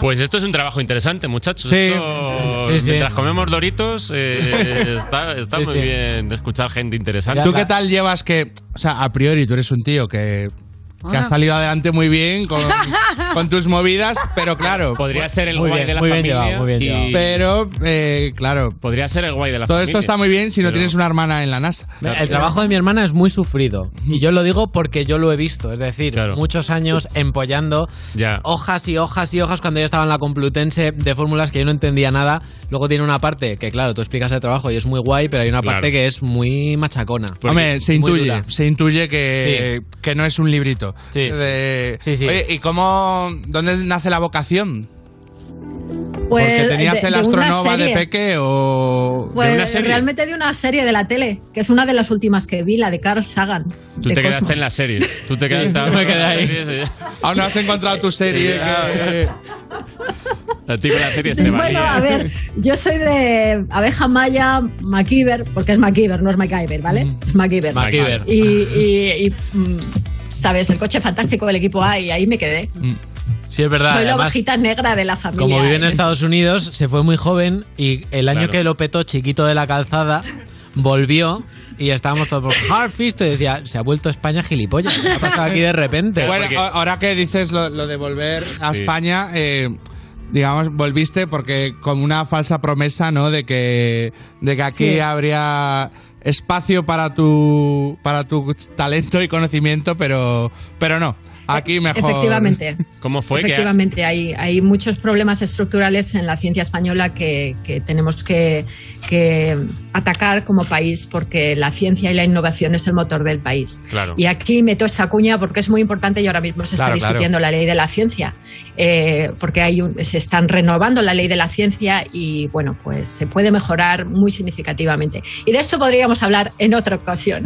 Speaker 3: Pues esto es un trabajo interesante, muchachos.
Speaker 22: Sí.
Speaker 3: Esto-
Speaker 22: Sí, sí.
Speaker 3: Mientras comemos doritos,
Speaker 4: <laughs>
Speaker 3: eh, está, está
Speaker 4: Sí,
Speaker 3: muy
Speaker 4: sí.
Speaker 3: bien escuchar gente interesante.
Speaker 4: ¿Tú qué tal llevas que, o sea, a priori tú eres un tío que, que
Speaker 3: Ah.
Speaker 4: has salido adelante muy bien
Speaker 25: <laughs>
Speaker 10: <laughs>
Speaker 4: con, con tus movidas, pero claro.
Speaker 3: Podría ser el Muy guay bien, de la muy bien familia llevado, muy bien y- llevado.
Speaker 4: Pero, eh, claro.
Speaker 3: Podría ser el guay de la
Speaker 4: Todo
Speaker 3: familia,
Speaker 4: esto está muy bien si no
Speaker 22: pero-
Speaker 4: tienes una hermana en la NASA.
Speaker 22: Mira, El trabajo de mi hermana es muy sufrido. Y yo lo digo porque yo lo he visto. Es decir, muchos años empollando
Speaker 3: Ya.
Speaker 22: hojas y hojas y hojas cuando yo estaba en la Complutense de fórmulas que yo no entendía nada. Luego tiene una parte que, claro, tú explicas el trabajo y es muy guay, pero hay una
Speaker 4: Claro.
Speaker 22: parte que es muy machacona.
Speaker 4: Hombre, se
Speaker 22: Muy
Speaker 4: intuye,
Speaker 22: dura.
Speaker 4: se intuye que, que no es un librito. Eh, Oye, ¿y cómo, dónde nace la vocación?
Speaker 25: Pues,
Speaker 4: ¿Porque tenías
Speaker 25: de-
Speaker 4: el
Speaker 25: de una
Speaker 4: astronova de
Speaker 25: serie.
Speaker 4: peque o...?
Speaker 25: Pues realmente de una serie de la tele, que es una de las últimas que vi, la de Carl Sagan.
Speaker 3: Tú
Speaker 25: de
Speaker 3: te
Speaker 25: Cosmo.
Speaker 3: quedaste en las series. Tú te quedaste
Speaker 4: yo
Speaker 3: ahora
Speaker 4: me quedé
Speaker 3: con las
Speaker 4: ahí.
Speaker 3: series y ya.
Speaker 4: Aún no has encontrado
Speaker 3: <laughs>
Speaker 4: tu serie que-
Speaker 3: A ti con las series te
Speaker 25: Bueno,
Speaker 3: valía.
Speaker 25: a
Speaker 22: <laughs>
Speaker 25: ver, yo soy de Abeja Maya, MacGyver, porque es MacGyver, no es MacGyver, ¿vale? Es MacGyver.
Speaker 22: MacGyver.
Speaker 25: Y, y- y, mm, sabes, el coche fantástico del equipo A y ahí me quedé.
Speaker 22: Mm. Sí, es verdad.
Speaker 25: Soy la
Speaker 22: Además,
Speaker 25: ovejita negra de la familia.
Speaker 22: Como vive en Estados Unidos, se fue muy joven y el año
Speaker 3: Claro.
Speaker 22: que lo petó chiquito de la calzada, volvió y estábamos todos por Hard Fist y decía, se ha vuelto España gilipollas. ¿Qué ha pasado aquí de repente?
Speaker 4: Bueno, a- ahora que dices lo, lo de volver a
Speaker 22: Sí.
Speaker 4: España, eh, digamos, volviste porque con una falsa promesa, ¿no? De que, de que aquí
Speaker 25: Sí.
Speaker 4: habría espacio para tu, para tu talento y conocimiento, pero, pero no. Aquí mejor.
Speaker 25: E-, Efectivamente.
Speaker 3: ¿Cómo
Speaker 25: Efectivamente, hay, hay muchos problemas estructurales en la ciencia española que, que tenemos que, que atacar como país porque la ciencia y la innovación es el motor del país.
Speaker 19: Claro.
Speaker 25: Y aquí meto esa cuña porque es muy importante y ahora mismo se está
Speaker 19: Claro, claro.
Speaker 25: discutiendo la ley de la ciencia, eh, porque hay un- se están renovando la ley de la ciencia y bueno, pues se puede mejorar muy significativamente. Y de esto podríamos hablar en otra
Speaker 19: <laughs>
Speaker 25: ocasión,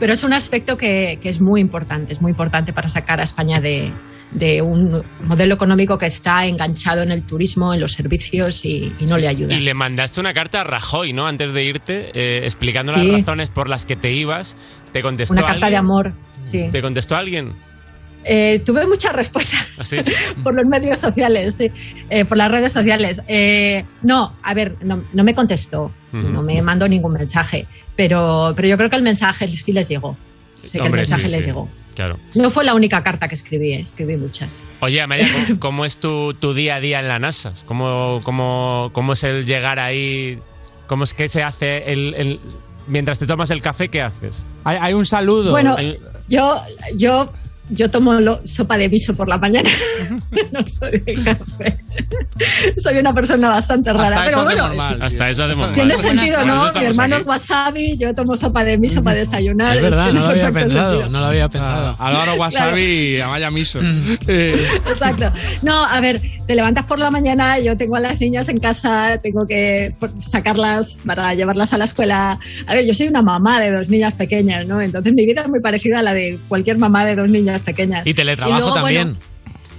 Speaker 25: pero es un aspecto que, que es muy importante, es muy importante para sacar a España de, de un modelo económico que está enganchado en el turismo, en los servicios y, y no
Speaker 3: Sí.
Speaker 25: le ayuda.
Speaker 3: Y le mandaste una carta a Rajoy, ¿no? Antes de irte, eh, explicando
Speaker 25: Sí.
Speaker 3: las razones por las que te ibas. ¿Te contestó
Speaker 25: Una carta de
Speaker 3: alguien?
Speaker 25: amor, sí.
Speaker 3: ¿Te contestó alguien? ¿Ah,
Speaker 25: Eh, tuve muchas respuestas.
Speaker 3: Así.
Speaker 25: <laughs> por los medios sociales, sí. Eh, por las redes sociales. Eh, no, a ver, no, no me contestó,
Speaker 3: Ujú.
Speaker 25: no me mandó ningún mensaje, pero, pero yo creo que el mensaje sí les llegó. Sé que el
Speaker 3: Hombre, sí,
Speaker 25: mensaje les
Speaker 3: sí.
Speaker 25: llegó.
Speaker 3: Claro.
Speaker 25: No fue la única carta que escribí, eh, escribí muchas.
Speaker 3: Oye, Amaya, ¿cómo- <laughs> ¿cómo es tu, tu día a día en la NASA? ¿Cómo, cómo, cómo es el llegar ahí? ¿Cómo es que se hace el, el- Mientras te tomas el café, ¿qué haces?
Speaker 4: Hay, hay un saludo.
Speaker 25: Bueno,
Speaker 3: Hay-
Speaker 25: yo, yo yo tomo lo- sopa de miso por la mañana. <laughs> no soy de café. soy una persona bastante rara. pero bueno,
Speaker 3: Hasta eso hacemos mal.
Speaker 25: tiene sentido,
Speaker 3: Por
Speaker 25: ¿no?
Speaker 3: eso
Speaker 25: Mi
Speaker 3: estamos
Speaker 25: hermano
Speaker 3: aquí.
Speaker 25: es wasabi, yo tomo sopa de miso para desayunar.
Speaker 22: Mm.
Speaker 25: <laughs>
Speaker 22: Es verdad,
Speaker 25: Tiene
Speaker 22: no lo había
Speaker 25: perfecto
Speaker 22: pensado,
Speaker 25: sentido.
Speaker 22: no lo había pensado.
Speaker 4: Ah,
Speaker 22: Mm.
Speaker 4: Álvaro Wasabi y Amaya Miso. Eh,
Speaker 25: Exacto. No, a ver, te levantas por la mañana, yo tengo a las niñas en casa, tengo que por- sacarlas para llevarlas a la escuela. A ver, yo soy una mamá de dos niñas pequeñas, ¿no? Entonces mi vida es muy parecida a la de cualquier mamá de dos niñas pequeñas.
Speaker 22: Y teletrabajo
Speaker 25: luego, bueno,
Speaker 22: también.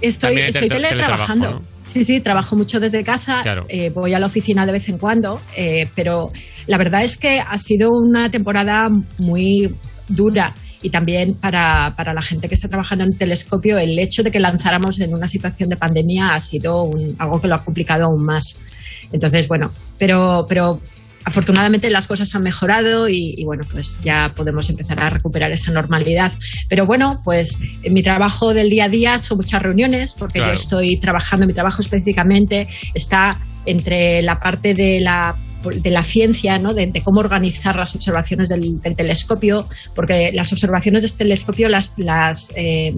Speaker 25: Estoy,
Speaker 22: También hay
Speaker 25: estoy
Speaker 22: tele-
Speaker 25: teletrabajando.
Speaker 22: teletrabajo,
Speaker 25: Sí, sí, trabajo mucho desde casa.
Speaker 22: Claro.
Speaker 25: eh, voy a la oficina de vez en cuando, eh, pero la verdad es que ha sido una temporada muy dura y también para, para la gente que está trabajando en telescopio, el hecho de que lanzáramos en una situación de pandemia ha sido un- algo que lo ha complicado aún más. Entonces, bueno, pero, pero afortunadamente las cosas han mejorado y, y, bueno, pues ya podemos empezar a recuperar esa normalidad. Pero bueno, pues en mi trabajo del día a día son muchas reuniones porque yo
Speaker 33: Claro.
Speaker 25: estoy trabajando, mi trabajo específicamente está entre la parte de la de la ciencia, ¿no? de, de cómo organizar las observaciones del, del telescopio, porque las observaciones del telescopio las, las, eh,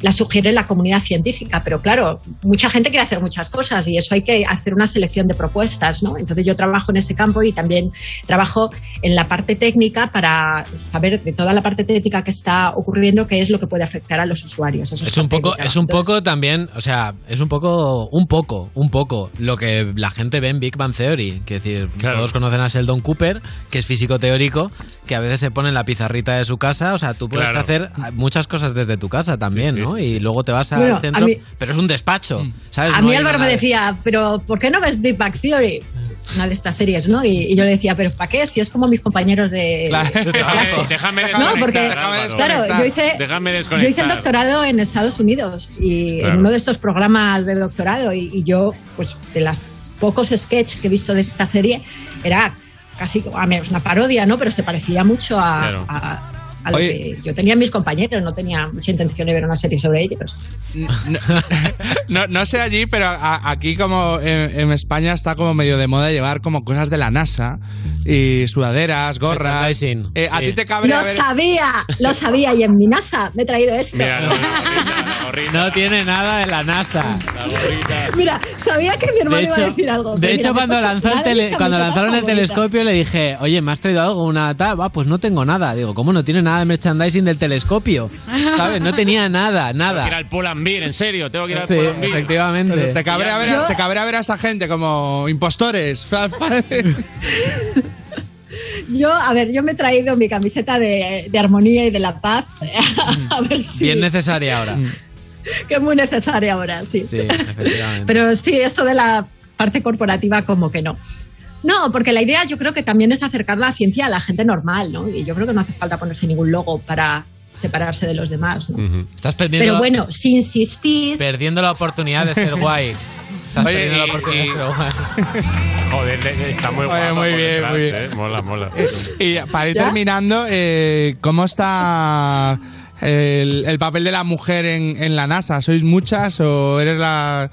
Speaker 25: las sugiere la comunidad científica, pero claro, mucha gente quiere hacer muchas cosas y eso hay que hacer una selección de propuestas, ¿no? Entonces yo trabajo en ese campo y también trabajo en la parte técnica para saber de toda la parte técnica que está ocurriendo qué es lo que puede afectar a los usuarios. Eso
Speaker 22: Es un
Speaker 25: parte de mi
Speaker 22: poco, es un poco también, o sea, es un poco, un poco, un poco lo que la gente ve en Big Bang Theory. Que es decir, todos conocen a Sheldon Cooper, que es físico teórico, que a veces se pone en la pizarrita de su casa. O sea, tú puedes
Speaker 3: Claro.
Speaker 22: hacer muchas cosas desde tu casa también, ¿no? Y luego te vas al
Speaker 25: Bueno, a
Speaker 22: centro.
Speaker 25: mí- Mm.
Speaker 22: pero es un despacho, ¿sabes?
Speaker 25: A
Speaker 22: No
Speaker 25: mí
Speaker 22: hay
Speaker 25: Álvaro
Speaker 22: nada
Speaker 25: me
Speaker 22: de-
Speaker 25: decía, pero ¿por qué no ves Big Bang Theory? Una de estas series, ¿no? Y, y yo le decía, pero ¿para qué? Si es como mis compañeros de...
Speaker 3: Déjame, déjame
Speaker 25: Eh, No,
Speaker 3: desconectar,
Speaker 25: porque,
Speaker 3: Álvaro.
Speaker 25: claro, yo hice-
Speaker 3: Déjame
Speaker 25: Yo hice el
Speaker 3: desconectar.
Speaker 25: doctorado en Estados Unidos y
Speaker 3: Claro.
Speaker 25: en uno de estos programas de doctorado y, y yo, pues de los pocos sketches que he visto de esta serie, era casi a menos una parodia, ¿no? Pero se parecía mucho a,
Speaker 4: Claro.
Speaker 25: a- a lo
Speaker 4: Oye.
Speaker 25: que yo tenía en mis compañeros, no tenía mucha intención de ver una serie sobre ellos.
Speaker 4: no, no sé allí, pero a- aquí como en, en España está como medio de moda llevar como cosas de la NASA y sudaderas, gorras. Eh, a ti te cabrea
Speaker 25: lo
Speaker 4: ver-
Speaker 25: sabía, lo sabía y en mi NASA me he traído esto.
Speaker 22: No tiene nada de la NASA.
Speaker 25: <laughs> Mira, sabía que mi hermano
Speaker 22: De
Speaker 25: iba a
Speaker 22: hecho-
Speaker 25: decir algo.
Speaker 22: De
Speaker 25: pero
Speaker 22: hecho,
Speaker 25: mira,
Speaker 22: cuando,
Speaker 25: qué cosa,
Speaker 22: lanzó el
Speaker 25: nada de
Speaker 22: tele-
Speaker 25: mis
Speaker 22: cuando
Speaker 25: camisetas
Speaker 22: lanzaron el
Speaker 25: favoritas.
Speaker 22: telescopio le dije, oye, ¿me has traído algo? Una tal, va, pues no tengo nada. Digo, ¿cómo no tiene nada de merchandising del telescopio? ¿Sabes? No tenía nada,
Speaker 3: Tengo que ir
Speaker 22: nada.
Speaker 3: al Pull&Bear, en serio, tengo que ir al
Speaker 22: Sí,
Speaker 3: Pull&Bear.
Speaker 22: efectivamente.
Speaker 4: Te cabrea, ver, a- te cabrea ver a esa gente como impostores. <laughs>
Speaker 25: Yo, a ver, yo me he traído mi camiseta de, de armonía y de la paz. a ver Mm. si.
Speaker 22: Bien necesaria ahora.
Speaker 25: que es muy necesaria ahora, sí.
Speaker 22: Sí, efectivamente.
Speaker 25: Pero sí, esto de la parte corporativa, como que no. No, porque la idea yo creo que también es acercar la ciencia a la gente normal, ¿no? Y yo creo que no hace falta ponerse ningún logo para separarse de los demás, ¿no?
Speaker 22: Estás perdiendo,
Speaker 25: Pero bueno, si insistís,
Speaker 22: perdiendo la oportunidad de ser guay. Estás
Speaker 3: Oye,
Speaker 22: perdiendo
Speaker 3: y-
Speaker 22: la oportunidad de ser guay.
Speaker 3: <laughs> Joder, le- está muy
Speaker 4: Oye,
Speaker 3: guapo
Speaker 4: muy
Speaker 3: por
Speaker 4: bien,
Speaker 3: detrás,
Speaker 4: muy bien.
Speaker 3: eh. Mola, mola.
Speaker 4: Y para ir
Speaker 3: ¿Ya?
Speaker 4: terminando, eh, ¿cómo está el, el papel de la mujer en, en la NASA? ¿Sois muchas o eres la...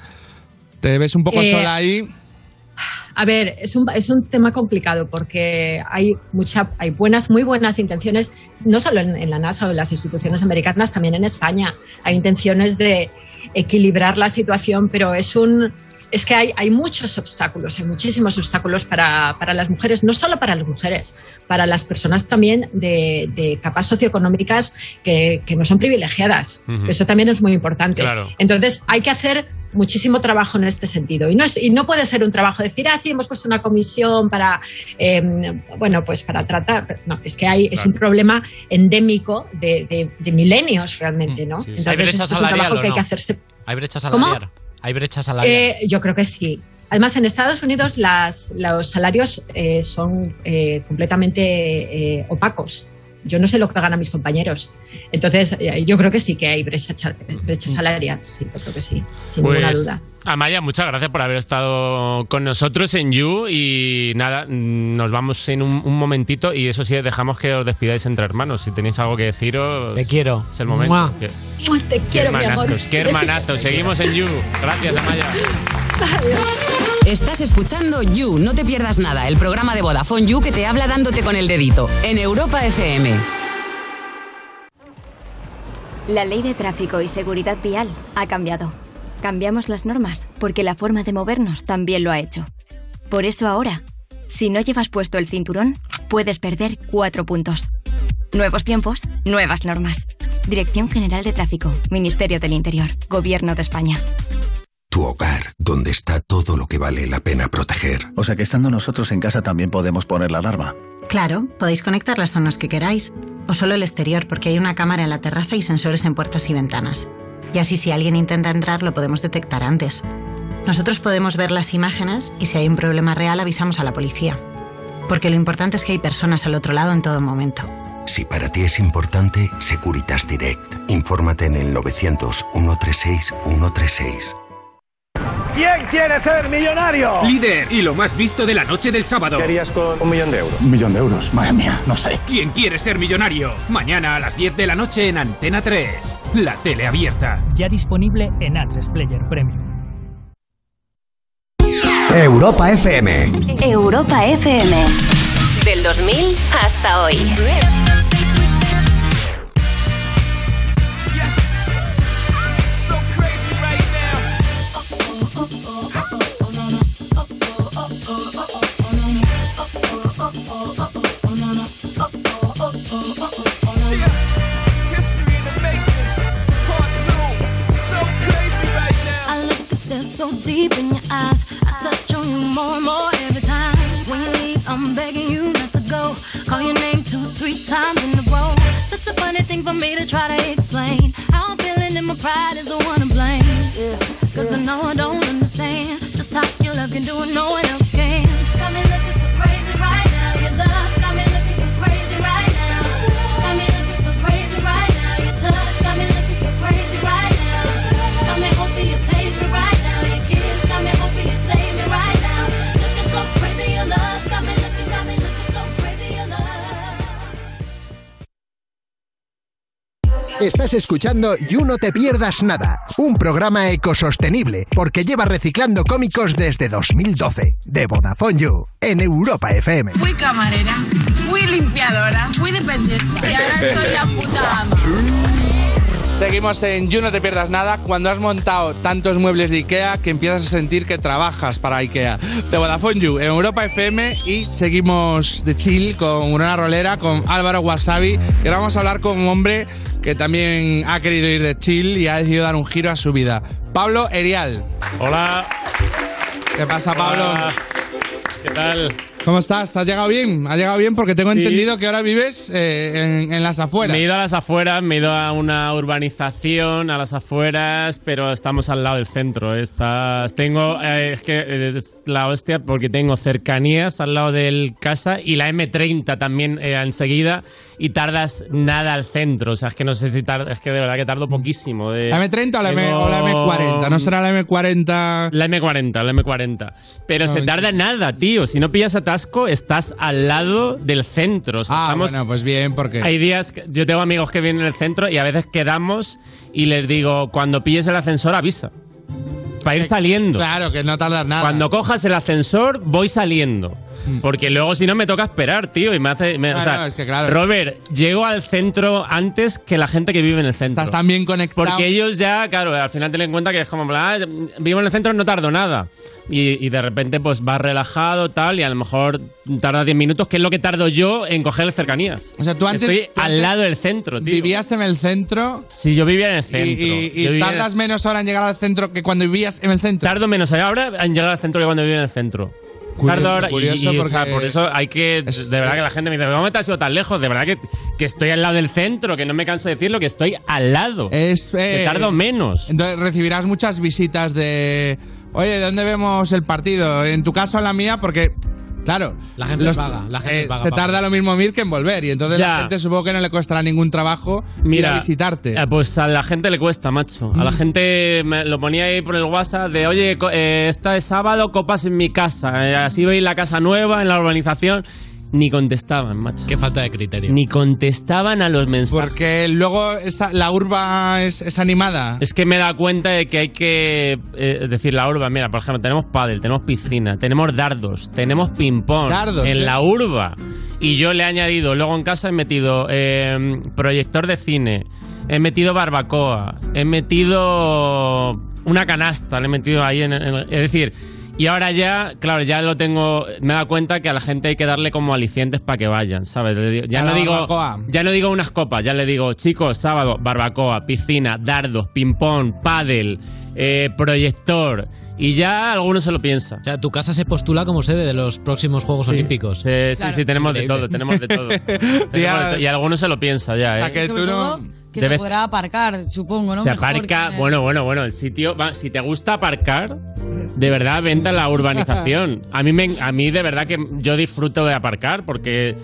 Speaker 4: ¿Te ves un poco
Speaker 25: Eh,
Speaker 4: sola ahí?
Speaker 25: A ver, es un, es un tema complicado porque hay, mucha, hay buenas, muy buenas intenciones, no solo en, en la NASA o en las instituciones americanas, también en España. Hay intenciones de equilibrar la situación, pero es un... Es que hay, hay muchos obstáculos, hay muchísimos obstáculos para, para las mujeres, no solo para las mujeres, para las personas también de, de capas socioeconómicas que, que no son privilegiadas.
Speaker 33: Ujú.
Speaker 25: Eso también es muy importante.
Speaker 33: Claro.
Speaker 25: Entonces hay que hacer muchísimo trabajo en este sentido y no es- y no puede ser un trabajo de decir ah sí hemos puesto una comisión para eh, bueno pues para tratar no es que hay es un problema endémico de, de- de milenios realmente no
Speaker 22: Mm. sí. ¿Hay
Speaker 25: entonces
Speaker 22: brecha
Speaker 25: esto es un
Speaker 22: salarial
Speaker 25: trabajo
Speaker 22: o
Speaker 25: que hay que
Speaker 22: no?
Speaker 25: hacerse
Speaker 22: Hay brecha
Speaker 25: ¿Cómo?
Speaker 22: salarial. Hay brecha salarial.
Speaker 25: eh, yo creo que sí. Además, en Estados Unidos las, los salarios eh, son eh, completamente eh, opacos. Yo no sé lo que ganan mis compañeros. Entonces, eh, yo creo que sí que hay brecha, cha- brecha salarial. Sí, yo creo que sí, sin ninguna
Speaker 3: Pues,
Speaker 25: duda.
Speaker 3: Amaya, muchas gracias por haber estado con nosotros en You y nada, mm, nos vamos en un, un momentito y eso sí, dejamos que os despidáis entre hermanos. Si tenéis algo que deciros,
Speaker 22: Te quiero.
Speaker 3: es el momento.
Speaker 22: Mua.
Speaker 3: Que-
Speaker 25: Te
Speaker 3: qué
Speaker 25: quiero, mi amor.
Speaker 3: hermanazos, qué
Speaker 25: <laughs>
Speaker 3: hermanazos. Seguimos en You. Gracias, Amaya.
Speaker 8: Estás escuchando You, no te pierdas nada, el programa de Vodafone You que te habla dándote con el dedito en Europa FM.
Speaker 14: La ley de tráfico y seguridad vial ha cambiado. Cambiamos las normas porque la forma de movernos también lo ha hecho. Por eso ahora, si no llevas puesto el cinturón, puedes perder cuatro puntos. Nuevos tiempos, nuevas normas. Dirección General de Tráfico, Ministerio del Interior, Gobierno de España.
Speaker 32: Tu hogar, donde está todo lo que vale la pena proteger.
Speaker 36: O sea que estando nosotros en casa también podemos poner la alarma.
Speaker 25: Claro, podéis conectar las zonas que queráis, o solo el exterior, porque hay una cámara en la terraza y sensores en puertas y ventanas. Y así si alguien intenta entrar lo podemos detectar antes. Nosotros podemos ver las imágenes y si hay un problema real avisamos a la policía. Porque lo importante es que hay personas al otro lado en todo momento.
Speaker 32: Si para ti es importante, Securitas Direct. Infórmate en el 900 136 136.
Speaker 37: ¿Quién quiere ser millonario?
Speaker 15: Líder y lo más visto de la noche del sábado.
Speaker 37: ¿Qué harías con un millón de euros?
Speaker 38: Un millón de euros, madre mía, no sé.
Speaker 15: ¿Quién quiere ser millonario? Mañana a las 10 de la noche en Antena 3. La tele abierta.
Speaker 39: Ya disponible en A3 Player Premium.
Speaker 5: Europa FM.
Speaker 40: Europa FM. Del 2000 hasta hoy. I look and stare so deep in your eyes. I touch on you more and more every time. When you leave, I'm begging you not to go. Call your name two, three times in a row. Such a funny thing for me to try to explain. How I'm feeling and my pride is the one to blame. Cause I know I don't understand. Just how your love can do it, no one else can. Got me looking so crazy right now. Your love's got me looking so crazy right now. Got me looking so crazy right now. Your touch got me looking so crazy right now. Got me hoping you page me right now. Your kiss got me hoping you save me right now. Looking so crazy, your love's got me looking, got me looking so crazy, your love.
Speaker 5: Estás escuchando You No Te Pierdas Nada, un programa ecosostenible porque lleva reciclando cómicos desde 2012. De Vodafone You, en Europa FM.
Speaker 10: Fui camarera, fui limpiadora, fui dependiente y
Speaker 4: <laughs>
Speaker 10: ahora soy la puta ama.
Speaker 4: Seguimos en You, no te pierdas nada. Cuando has montado tantos muebles de Ikea que empiezas a sentir que trabajas para Ikea. De Vodafone You, en Europa FM y seguimos de chill con una rolera, con Álvaro Wasabi. Y ahora vamos a hablar con un hombre que también ha querido ir de chill y ha decidido dar un giro a su vida. Pablo Erial.
Speaker 3: Hola.
Speaker 4: ¿Qué pasa, Pablo?
Speaker 3: Hola. ¿Qué tal?
Speaker 4: ¿Cómo estás? ¿Has llegado bien? ¿Has llegado bien? Porque tengo
Speaker 3: Sí.
Speaker 4: entendido que ahora vives eh, en, en las afueras.
Speaker 3: Me he ido a las afueras, me he ido a una urbanización, a las afueras, pero estamos al lado del centro. Estás, tengo, eh, es que eh, es la hostia porque tengo cercanías al lado del casa y la M30 también eh, enseguida y tardas nada al centro. O sea, es que no sé si tardas, es que de verdad que tardo poquísimo. De,
Speaker 4: ¿La M30 o la, M, o la
Speaker 3: Tengo-
Speaker 4: M40? ¿No será la M40?
Speaker 3: La M40, la M40. Pero se tarda nada, tío. Si no pillas atasco, estás al lado del centro. O sea,
Speaker 4: Ah,
Speaker 3: estamos-
Speaker 4: bueno, pues bien, porque...
Speaker 3: Hay días, que- yo tengo amigos que vienen al centro y a veces quedamos y les digo, cuando pilles el ascensor, avisa. Para ir saliendo.
Speaker 4: Claro, que no tardas nada.
Speaker 3: Cuando cojas el ascensor, voy saliendo. Porque luego, si no, me toca esperar, tío. Y me hace. me- o
Speaker 4: Claro,
Speaker 3: sea,
Speaker 4: es que claro.
Speaker 3: Robert, llego al centro antes que la gente que vive en el centro.
Speaker 4: Estás tan bien conectado.
Speaker 3: Porque ellos ya, claro, al final te den cuenta que es como, en plan, "Ah, vivo en el centro, no tardo nada. Y, y de repente, pues vas relajado, tal, y a lo mejor tarda 10 minutos, que es lo que tardo yo en coger las cercanías.
Speaker 4: O sea, tú antes-
Speaker 3: Estoy
Speaker 4: tú
Speaker 3: al
Speaker 4: antes
Speaker 3: lado del centro, tío.
Speaker 4: Vivías en el centro
Speaker 3: Sí, yo vivía en el
Speaker 4: y,
Speaker 3: centro.
Speaker 4: y- y
Speaker 3: Yo vivía en el-
Speaker 4: tardas menos ahora en llegar al centro que cuando vivías en el centro.
Speaker 3: Tardo menos ahora en llegar al centro que cuando vivía en el centro.
Speaker 4: Curioso,
Speaker 3: Tardo ahora y-
Speaker 4: curioso
Speaker 3: y, o sea,
Speaker 4: porque-
Speaker 3: por eso hay que. De verdad que la gente me dice, ¿cómo te has ido tan lejos? De verdad que, que estoy al lado del centro, que no me canso de decirlo, que estoy al lado.
Speaker 4: Es,
Speaker 3: que
Speaker 4: eh,
Speaker 3: tardo menos.
Speaker 4: Entonces recibirás muchas visitas de. Oye, ¿de dónde vemos el partido? En tu caso, en la mía, porque. Claro. eh,
Speaker 41: La gente paga, la gente paga,
Speaker 4: Se
Speaker 41: paga.
Speaker 4: tarda lo mismo en ir que en volver. Y entonces
Speaker 3: Ya.
Speaker 4: la gente supongo que no le costará ningún trabajo ir a visitarte.
Speaker 3: eh, pues a la gente le cuesta, macho. A la gente me lo ponía ahí por el WhatsApp de, oye, co- eh, esta es sábado, copas en mi casa. Eh, así veis la casa nueva en la urbanización. Ni contestaban, macho.
Speaker 41: Qué falta de criterio.
Speaker 3: Ni contestaban a los mensajes.
Speaker 4: Porque luego esa- la urba es, es animada.
Speaker 3: Es que me da cuenta de que hay que eh, decir la urba. Mira, por ejemplo, tenemos pádel, tenemos piscina, tenemos dardos, tenemos ping-pong
Speaker 4: Dardos,
Speaker 3: en
Speaker 4: ¿eh?
Speaker 3: la urba. Y yo le he añadido, luego en casa he metido eh, proyector em, de cine, he metido barbacoa, he metido una canasta, le he metido ahí en, en- es decir, y ahora ya, claro, ya lo tengo, me he dado cuenta que a la gente hay que darle como alicientes para que vayan, ¿sabes? Le digo- Ya
Speaker 4: A la
Speaker 3: no digo
Speaker 4: barbacoa.
Speaker 3: ya no digo unas copas, ya le digo, chicos, sábado, barbacoa, piscina, dardos, ping-pong, pádel, eh, proyector. Y ya alguno se lo piensa.
Speaker 22: O sea, tu casa se postula como sede de los próximos Juegos Olímpicos.
Speaker 3: Eh, sí, sí, tenemos de todo, tenemos de
Speaker 4: <laughs>
Speaker 3: todo. Tenemos
Speaker 22: Ya.
Speaker 3: de to- y alguno se lo piensa ya, ¿eh?
Speaker 10: Sobre todo, que
Speaker 3: Debe-
Speaker 10: se podrá aparcar, supongo, ¿no?
Speaker 3: se
Speaker 10: Mejor
Speaker 3: aparca,
Speaker 10: que-
Speaker 3: bueno, bueno, bueno, el sitio, va, si te gusta aparcar, de verdad venta la urbanización. A mí, me, en- a mí de verdad que yo disfruto de aparcar porque,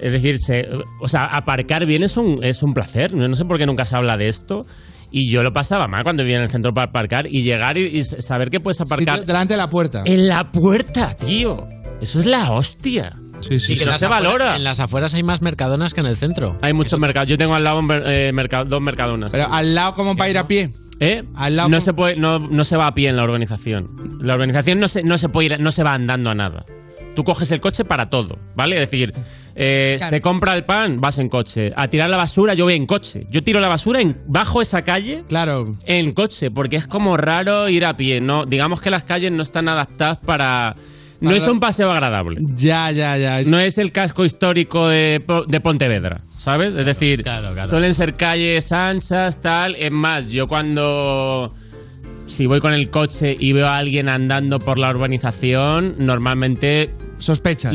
Speaker 3: es decir, se- o sea, aparcar bien es un, es un placer. No sé por qué nunca se habla de esto. Y yo lo pasaba mal cuando vivía en el centro para aparcar y llegar y, y saber que puedes aparcar
Speaker 4: Delante de la puerta.
Speaker 3: en la puerta, tío. Eso es la hostia.
Speaker 22: Y
Speaker 3: Y
Speaker 22: que
Speaker 3: no
Speaker 22: en
Speaker 3: se
Speaker 22: las afuera-
Speaker 3: valora.
Speaker 22: En las afueras hay más mercadonas que en el centro.
Speaker 3: Hay muchos mercados. Yo tengo al lado un mer- eh, merca- dos mercadonas.
Speaker 4: Pero al lado, ¿cómo para ir a pie?
Speaker 3: ¿Eh? no se puede, no, no se va a pie en la organización. La organización no se, no se puede ir, no se va andando a nada. Tú coges el coche para todo, ¿vale? Es decir, eh,
Speaker 22: Claro.
Speaker 3: se compra el pan, vas en coche. A tirar la basura, yo voy en coche. Yo tiro la basura en, bajo esa calle.
Speaker 4: Claro.
Speaker 3: En coche, porque es como raro ir a pie. No, digamos que las calles no están adaptadas para. No
Speaker 4: Para-
Speaker 3: es un paseo agradable.
Speaker 4: Ya, ya, ya.
Speaker 3: No es el casco histórico de, Po- de Pontevedra, ¿sabes? es decir, suelen ser calles anchas, tal. Es más, yo cuando. Si voy con el coche y veo a alguien andando por la urbanización, normalmente.
Speaker 4: Sospecha.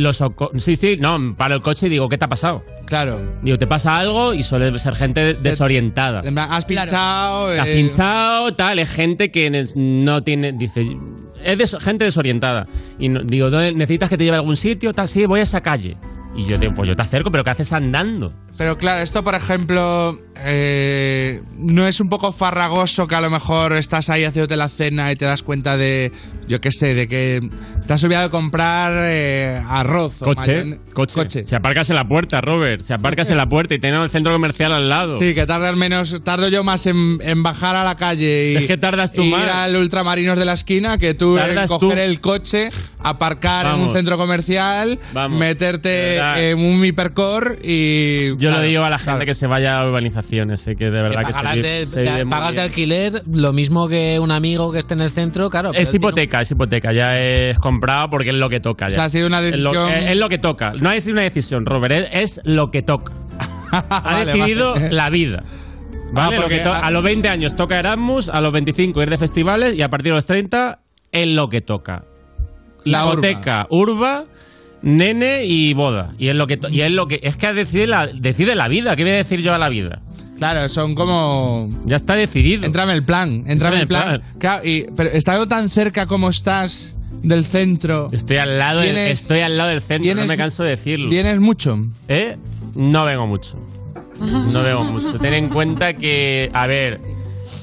Speaker 3: sí, sí, no, paro el coche y digo, ¿qué te ha pasado?
Speaker 4: Claro.
Speaker 3: Digo, te pasa algo y suele ser gente desorientada.
Speaker 4: En plan, Has pinchado.
Speaker 3: Está
Speaker 4: eh,
Speaker 3: pinchado, tal, es gente que nes- no tiene, dice, es des- gente desorientada. Y no- digo, "¿Dónde- ¿necesitas que te lleve a algún sitio? Tal, sí, voy a esa calle. Y yo digo, pues yo te acerco, pero ¿qué haces andando?
Speaker 4: Pero claro, esto por ejemplo, eh, ¿no es un poco farragoso que a lo mejor estás ahí haciéndote la cena y te das cuenta de, yo qué sé, de que te has olvidado de comprar eh, arroz? o
Speaker 3: Coche,
Speaker 4: mayone-
Speaker 3: coche, Se aparcas en la puerta, Robert, se aparcas en la puerta y tenemos el centro comercial al lado.
Speaker 4: Sí, que tarda al menos, tardo yo más en, en bajar a la calle y
Speaker 3: Es que tardas tú
Speaker 4: y ir
Speaker 3: más.
Speaker 4: al ultramarinos de la esquina que tú en
Speaker 3: Tardas
Speaker 4: coger
Speaker 3: tú.
Speaker 4: el coche, aparcar en un
Speaker 3: Vamos.
Speaker 4: centro comercial,
Speaker 3: Vamos. De
Speaker 4: meterte
Speaker 3: verdad.
Speaker 4: en un hipercore y
Speaker 3: Yo
Speaker 4: Claro,
Speaker 3: le digo a la gente
Speaker 4: claro.
Speaker 3: que se vaya a urbanizaciones, eh, que de verdad que, se
Speaker 22: Pagarás
Speaker 3: vi-
Speaker 22: de,
Speaker 3: se
Speaker 22: de-
Speaker 3: vive muy
Speaker 22: pagas de
Speaker 3: bien.
Speaker 22: alquiler lo mismo que un amigo que esté en el centro, claro. pero
Speaker 3: Es hipoteca, es hipoteca, ya es comprado porque es lo que toca. ya.
Speaker 22: O sea, ha sido una
Speaker 3: Es lo-
Speaker 22: decisión-
Speaker 3: Es lo, que toca. No ha sido una decisión, Robert, es, es lo que
Speaker 4: <laughs>
Speaker 3: toca. Ha
Speaker 4: Vale,
Speaker 3: decidido
Speaker 4: vale.
Speaker 3: la vida. ¿Vale?
Speaker 4: Ah,
Speaker 3: Lo
Speaker 4: porque-
Speaker 3: que to- a los 20 años toca Erasmus, a los 25 ir de festivales y a partir de los 30 es lo que toca.
Speaker 4: La urba.
Speaker 3: Hipoteca, urba. nene y boda. Y es lo que to- y es lo que es que decide la decide la vida, ¿qué voy a decir yo a la vida?
Speaker 4: Claro, son como.
Speaker 3: Ya está decidido.
Speaker 4: Entrame el plan, entrame el Mm, plan. Claro, y, pero estando tan cerca como estás del centro.
Speaker 3: Estoy al lado del,
Speaker 4: Vienes-
Speaker 3: estoy al lado del centro,
Speaker 4: vienes-
Speaker 3: no me canso de decirlo.
Speaker 4: ¿Vienes mucho?
Speaker 3: ¿Eh? No vengo mucho. No vengo mucho. Ten en cuenta que, a ver,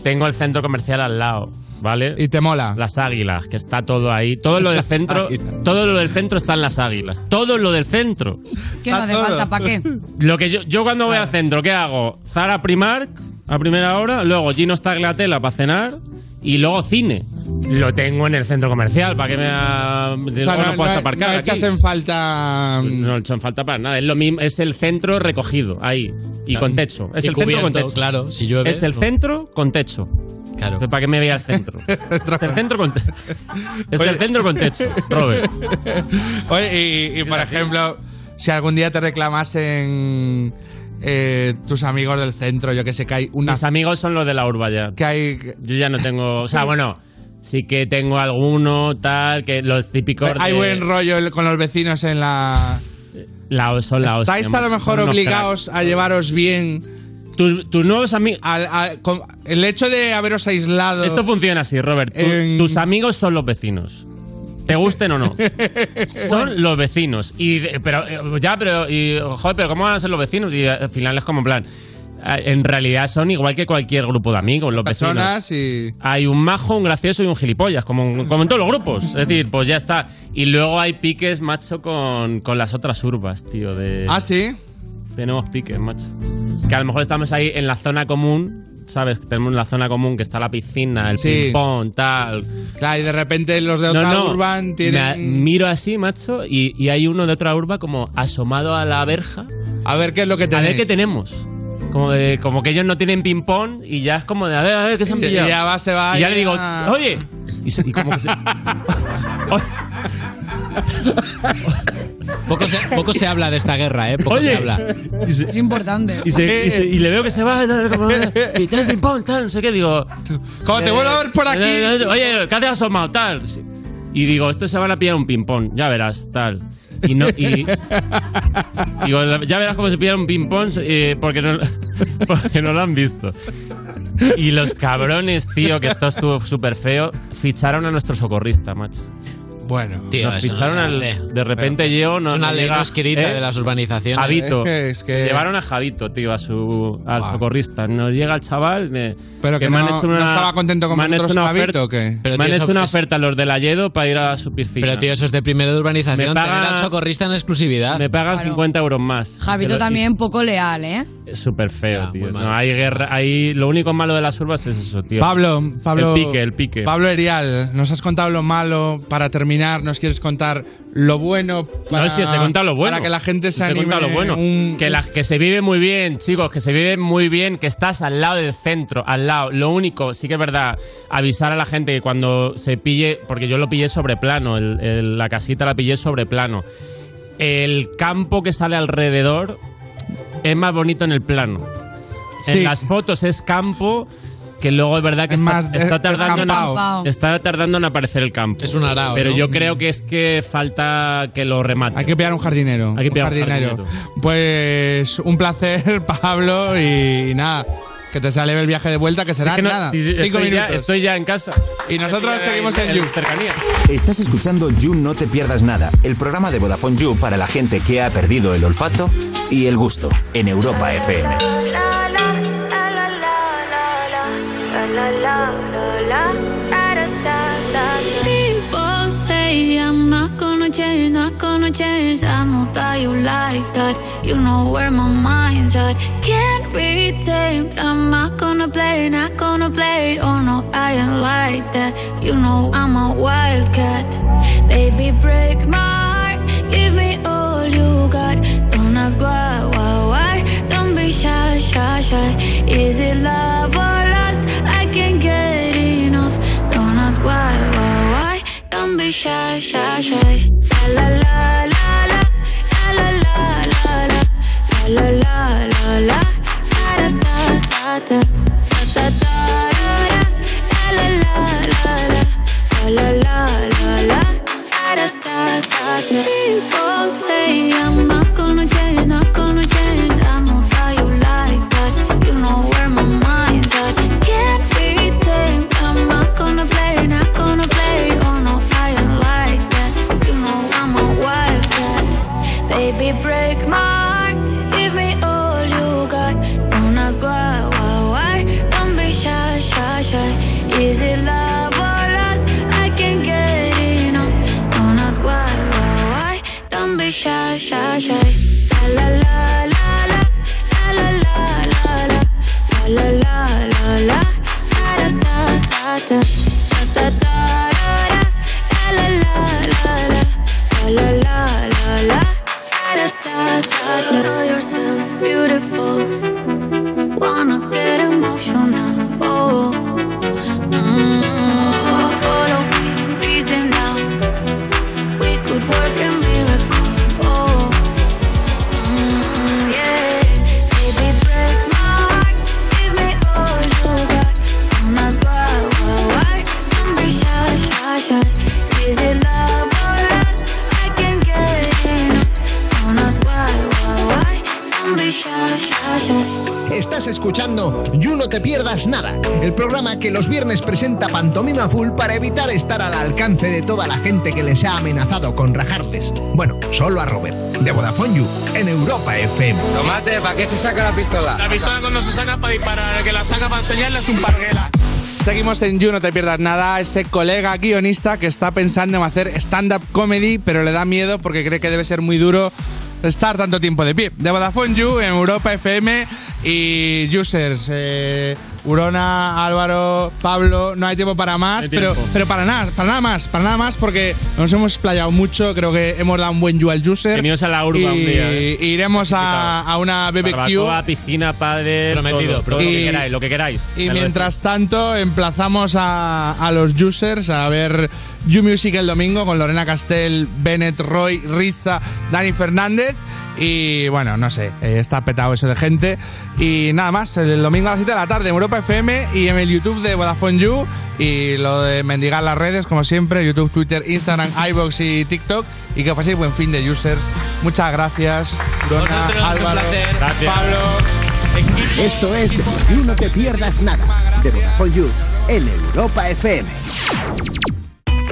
Speaker 3: tengo el centro comercial al lado, ¿vale?
Speaker 4: Y te mola.
Speaker 3: Las águilas, que está todo ahí. Todo lo del
Speaker 4: <laughs> Las
Speaker 3: centro,
Speaker 4: águilas.
Speaker 3: todo lo del centro está en las águilas. Todo lo del centro.
Speaker 10: ¿Qué no hace falta? ¿Para qué?
Speaker 3: Lo que yo, yo cuando voy al centro, ¿qué hago? Zara Primark a primera hora, luego Gino Stagliatella para cenar y luego cine. Lo tengo en el centro comercial, para que me ha- digo,
Speaker 4: O sea,
Speaker 3: no, puedas aparcar.
Speaker 4: no
Speaker 3: aquí. Pues
Speaker 4: echas en falta.
Speaker 3: No he hecho en falta para nada. Es lo mismo, es el centro recogido ahí y con techo. Es
Speaker 22: Y
Speaker 3: el centro con
Speaker 22: cubierto,
Speaker 3: techo.
Speaker 22: claro, si llueve,
Speaker 3: Es el
Speaker 22: no.
Speaker 3: centro con techo. Claro. ¿Para qué me voy al centro? es el centro
Speaker 4: <laughs>
Speaker 3: con techo. Es el centro con techo, Robert.
Speaker 4: Oye, y, y, por ejemplo, si algún día te reclamasen eh, tus amigos del centro, yo que sé que hay una.
Speaker 3: Mis amigos son los de la urba ya. Yo ya no tengo. O sea, bueno, sí que tengo alguno, tal, que los típicos.
Speaker 4: Hay
Speaker 3: de-
Speaker 4: buen rollo el- con los vecinos en la.
Speaker 3: la, son la hostia,
Speaker 4: Estáis a lo
Speaker 3: macho,
Speaker 4: mejor
Speaker 3: son unos
Speaker 4: obligados a llevaros bien.
Speaker 3: Tus, nuevos amigos.
Speaker 4: El hecho de haberos aislado.
Speaker 3: Esto funciona así, Robert. Tu- Tus amigos son los vecinos. Te gusten
Speaker 4: <laughs>
Speaker 3: o no. son los vecinos. Y, de- pero, eh, ya, pero, y, joder, pero ¿cómo van a ser los vecinos? Y eh, al final es como en plan. ah, En realidad son igual que cualquier grupo de amigos, los
Speaker 4: Personas
Speaker 3: vecinos.
Speaker 4: y.
Speaker 3: Hay un majo, un gracioso y un gilipollas, como, como en todos los grupos. Es decir, pues ya está. Y luego hay piques, macho, con, con las otras urbas, tío. De,
Speaker 4: Ah, sí.
Speaker 3: tenemos piques, macho. Que a lo mejor estamos ahí en la zona común, ¿sabes? Tenemos la zona común que está la piscina, el
Speaker 4: Sí.
Speaker 3: ping-pong, tal.
Speaker 4: Claro, y de repente los de
Speaker 3: No,
Speaker 4: otra
Speaker 3: no.
Speaker 4: urban tienen.
Speaker 3: Me- miro así, macho, y, y hay uno de otra urba como asomado a la verja.
Speaker 4: A ver qué es lo que
Speaker 3: tenemos. A ver qué tenemos. Como, de, como que ellos no tienen ping-pong y ya es como de a ver, a ver, que se han
Speaker 4: Y
Speaker 3: pillado.
Speaker 4: ya va, se va,
Speaker 3: Y ya
Speaker 4: ya-
Speaker 3: le digo, oye. Y, se- y como que se.
Speaker 22: <laughs> Poco se, poco se habla de esta guerra, ¿eh? Poco
Speaker 3: Oye.
Speaker 22: se habla.
Speaker 10: Es importante.
Speaker 3: Y, se- y se- y le veo que se va, tal, como, y tal, ping pong, tal, no sé qué, digo.
Speaker 4: Como te vuelvo a ver por aquí.
Speaker 3: Eh, Oye, eh, ¿qué haces asomado, tal? Y digo, estos se van a pillar un ping pong, ya verás, tal. Y no,
Speaker 4: <laughs>
Speaker 3: y. Digo, la- ya verás cómo se pillan un ping pong eh, porque, no, <laughs> porque no lo han visto. Y los cabrones, tío, que esto estuvo súper feo, ficharon a nuestro socorrista, macho.
Speaker 4: Bueno,
Speaker 22: Tío,
Speaker 3: nos
Speaker 22: eso no
Speaker 3: ficharon
Speaker 22: se
Speaker 3: al-
Speaker 22: hace.
Speaker 3: de repente
Speaker 22: Pero-
Speaker 3: llevo no
Speaker 22: es una ley no escrita de las urbanizaciones.
Speaker 3: Javito
Speaker 22: Es que-
Speaker 3: Se llevaron a Javito tío a su al socorrista nos llega el chaval me,
Speaker 4: Pero que
Speaker 3: me han
Speaker 4: no-
Speaker 3: hecho una,
Speaker 4: no estaba contento con
Speaker 3: me han
Speaker 4: vosotros,
Speaker 3: hecho una
Speaker 4: Javito,
Speaker 3: oferta,
Speaker 4: ¿o qué? Pero,
Speaker 22: tío,
Speaker 3: me han
Speaker 22: eso-
Speaker 3: hecho una
Speaker 22: es-
Speaker 3: oferta los del Alledo para ir a su piscina
Speaker 22: Pero, tío, eso es de primero de urbanización.
Speaker 3: Me paga-
Speaker 22: tener al socorrista en exclusividad.
Speaker 3: me pagan 50 euros más
Speaker 10: Javito
Speaker 3: Se lo-
Speaker 10: también poco leal, ¿eh?
Speaker 3: y- es súper feo tío no, hay guerra hay lo único malo de las urbas es eso tío
Speaker 4: Pablo, Pablo.
Speaker 3: el pique el pique
Speaker 4: Pablo Erial, nos has contado lo malo para terminar, nos quieres contar lo bueno para,
Speaker 3: no, es que os he contado lo bueno.
Speaker 4: para que la gente se
Speaker 3: Os he
Speaker 4: anime.
Speaker 3: contado lo bueno.
Speaker 4: un-
Speaker 3: que, las que se vive muy bien, chicos, que se vive muy bien, que estás al lado del centro, al lado. Lo único, sí que es verdad, avisar a la gente que cuando se pille, porque yo lo pillé sobre plano, el- el- la casita la pillé sobre plano. El campo que sale alrededor es más bonito en el plano.
Speaker 4: Sí.
Speaker 3: En las fotos es campo que luego es verdad que
Speaker 4: Es
Speaker 3: está,
Speaker 4: más de-
Speaker 3: está tardando
Speaker 4: descampado.
Speaker 3: en, está tardando en aparecer el campo.
Speaker 22: Es un arao,
Speaker 3: Pero
Speaker 22: ¿no?
Speaker 3: yo creo que es que falta que lo remate.
Speaker 4: Hay que pillar un jardinero.
Speaker 3: Hay que
Speaker 4: un
Speaker 3: pillar un
Speaker 4: jardinero. Pues un placer, <laughs> Pablo, y nada. Que te sale el viaje de vuelta, que será
Speaker 3: Es que no-
Speaker 4: nada.
Speaker 3: si-
Speaker 4: cinco
Speaker 3: estoy, ya,
Speaker 4: minutos.
Speaker 3: estoy ya en casa.
Speaker 4: Y nosotros seguimos en You.
Speaker 3: cercanía.
Speaker 20: Estás escuchando You No Te Pierdas Nada, el programa de Vodafone You para la gente que ha perdido el olfato y el gusto en Europa FM.
Speaker 21: People say I'm not gonna change, not gonna change. I know that you like that. You know where my mind's at. Can't be tamed. I'm not gonna play, not gonna play. Oh no, I ain't like that. You know I'm a wildcat. Baby, break my heart. Give me all you got. Don't ask why, why, why. Don't be shy, shy, shy. Is it love or lust? I can't get enough. Don't ask why, why, why. Don't be shy, shy, shy. La la la la la. La la la la la. La la la la la. Da da da da da. Da da da da da. La la la la la. La la la la la. People say I'm not gonna change, not gonna change. I know that you like that. You know where my mind's at. Can't be tamed. I'm not gonna play, not gonna play. Oh no, I ain't like that. You know I'm a wildcat. Baby, break my heart. Give me all you got. Don't ask why, why, why. Don't be shy, shy, shy. Is it love or lust? I can't get enough. Don't ask why, why, why. Don't be shy, shy, shy. La la la la la la la la la la la la la da da da da da da da da la la la la la la la la da da da da. Call yourself beautiful. Wanna get emotional. Oh, mm follow me, reason now. We could work a miracle. Oh. Mm, yeah. Baby, break my heart. Give me all you got. Don't ask why, why, why. Don't be shy, shy, shy. Is it love or lust? I can't get enough. Don't ask why, why, why. Don't be shy, shy, shy.
Speaker 5: Estás escuchando You No Te Pierdas Nada, el programa que los viernes presenta Pantomima Full para evitar estar al alcance de toda la gente que les ha amenazado con rajarles. Bueno, solo a Robert, de Vodafone You, en Europa FM.
Speaker 42: Tomate, ¿para qué se saca la pistola?
Speaker 43: La pistola cuando se saca para disparar, el que la saca para enseñarle es un parguela.
Speaker 4: Seguimos en You, no te pierdas nada. Ese colega guionista que está pensando en hacer stand-up comedy, pero le da miedo porque cree que debe ser muy duro estar tanto tiempo de pie. De Vodafone You en Europa FM y users. eh, Urona, Álvaro, Pablo, no hay tiempo para más, pero, pero para nada, para nada más, para nada más, porque nos hemos playado mucho, creo que hemos dado un buen you al user.
Speaker 3: Bienvenidos a la urba
Speaker 4: y,
Speaker 3: un día, ¿eh?
Speaker 4: y Iremos a, a una
Speaker 3: Barbacoa,
Speaker 4: BBQ.
Speaker 3: piscina, padre,
Speaker 4: Prometido,
Speaker 3: todo, todo
Speaker 4: prometido.
Speaker 3: lo
Speaker 4: Y-
Speaker 3: que queráis, lo que queráis.
Speaker 4: Y
Speaker 3: Me lo
Speaker 4: mientras tanto, emplazamos a, a los users a ver You Music el domingo con Lorena Castell, Bennett Roy, Rizza, Dani Fernández. Y bueno, no sé, eh, está petado eso de gente. Y nada más, el domingo a las 7 de la tarde en Europa FM y en el YouTube de Vodafone You. Y lo de mendigar las redes, como siempre, YouTube, Twitter, Instagram, iBox y TikTok. Y que paséis buen fin de users. Muchas gracias, Dona,
Speaker 3: Vosotros, un
Speaker 4: Álvaro,
Speaker 3: placer. Gracias.
Speaker 4: Pablo.
Speaker 5: Esto es You No Te Pierdas Nada de Vodafone You en Europa FM.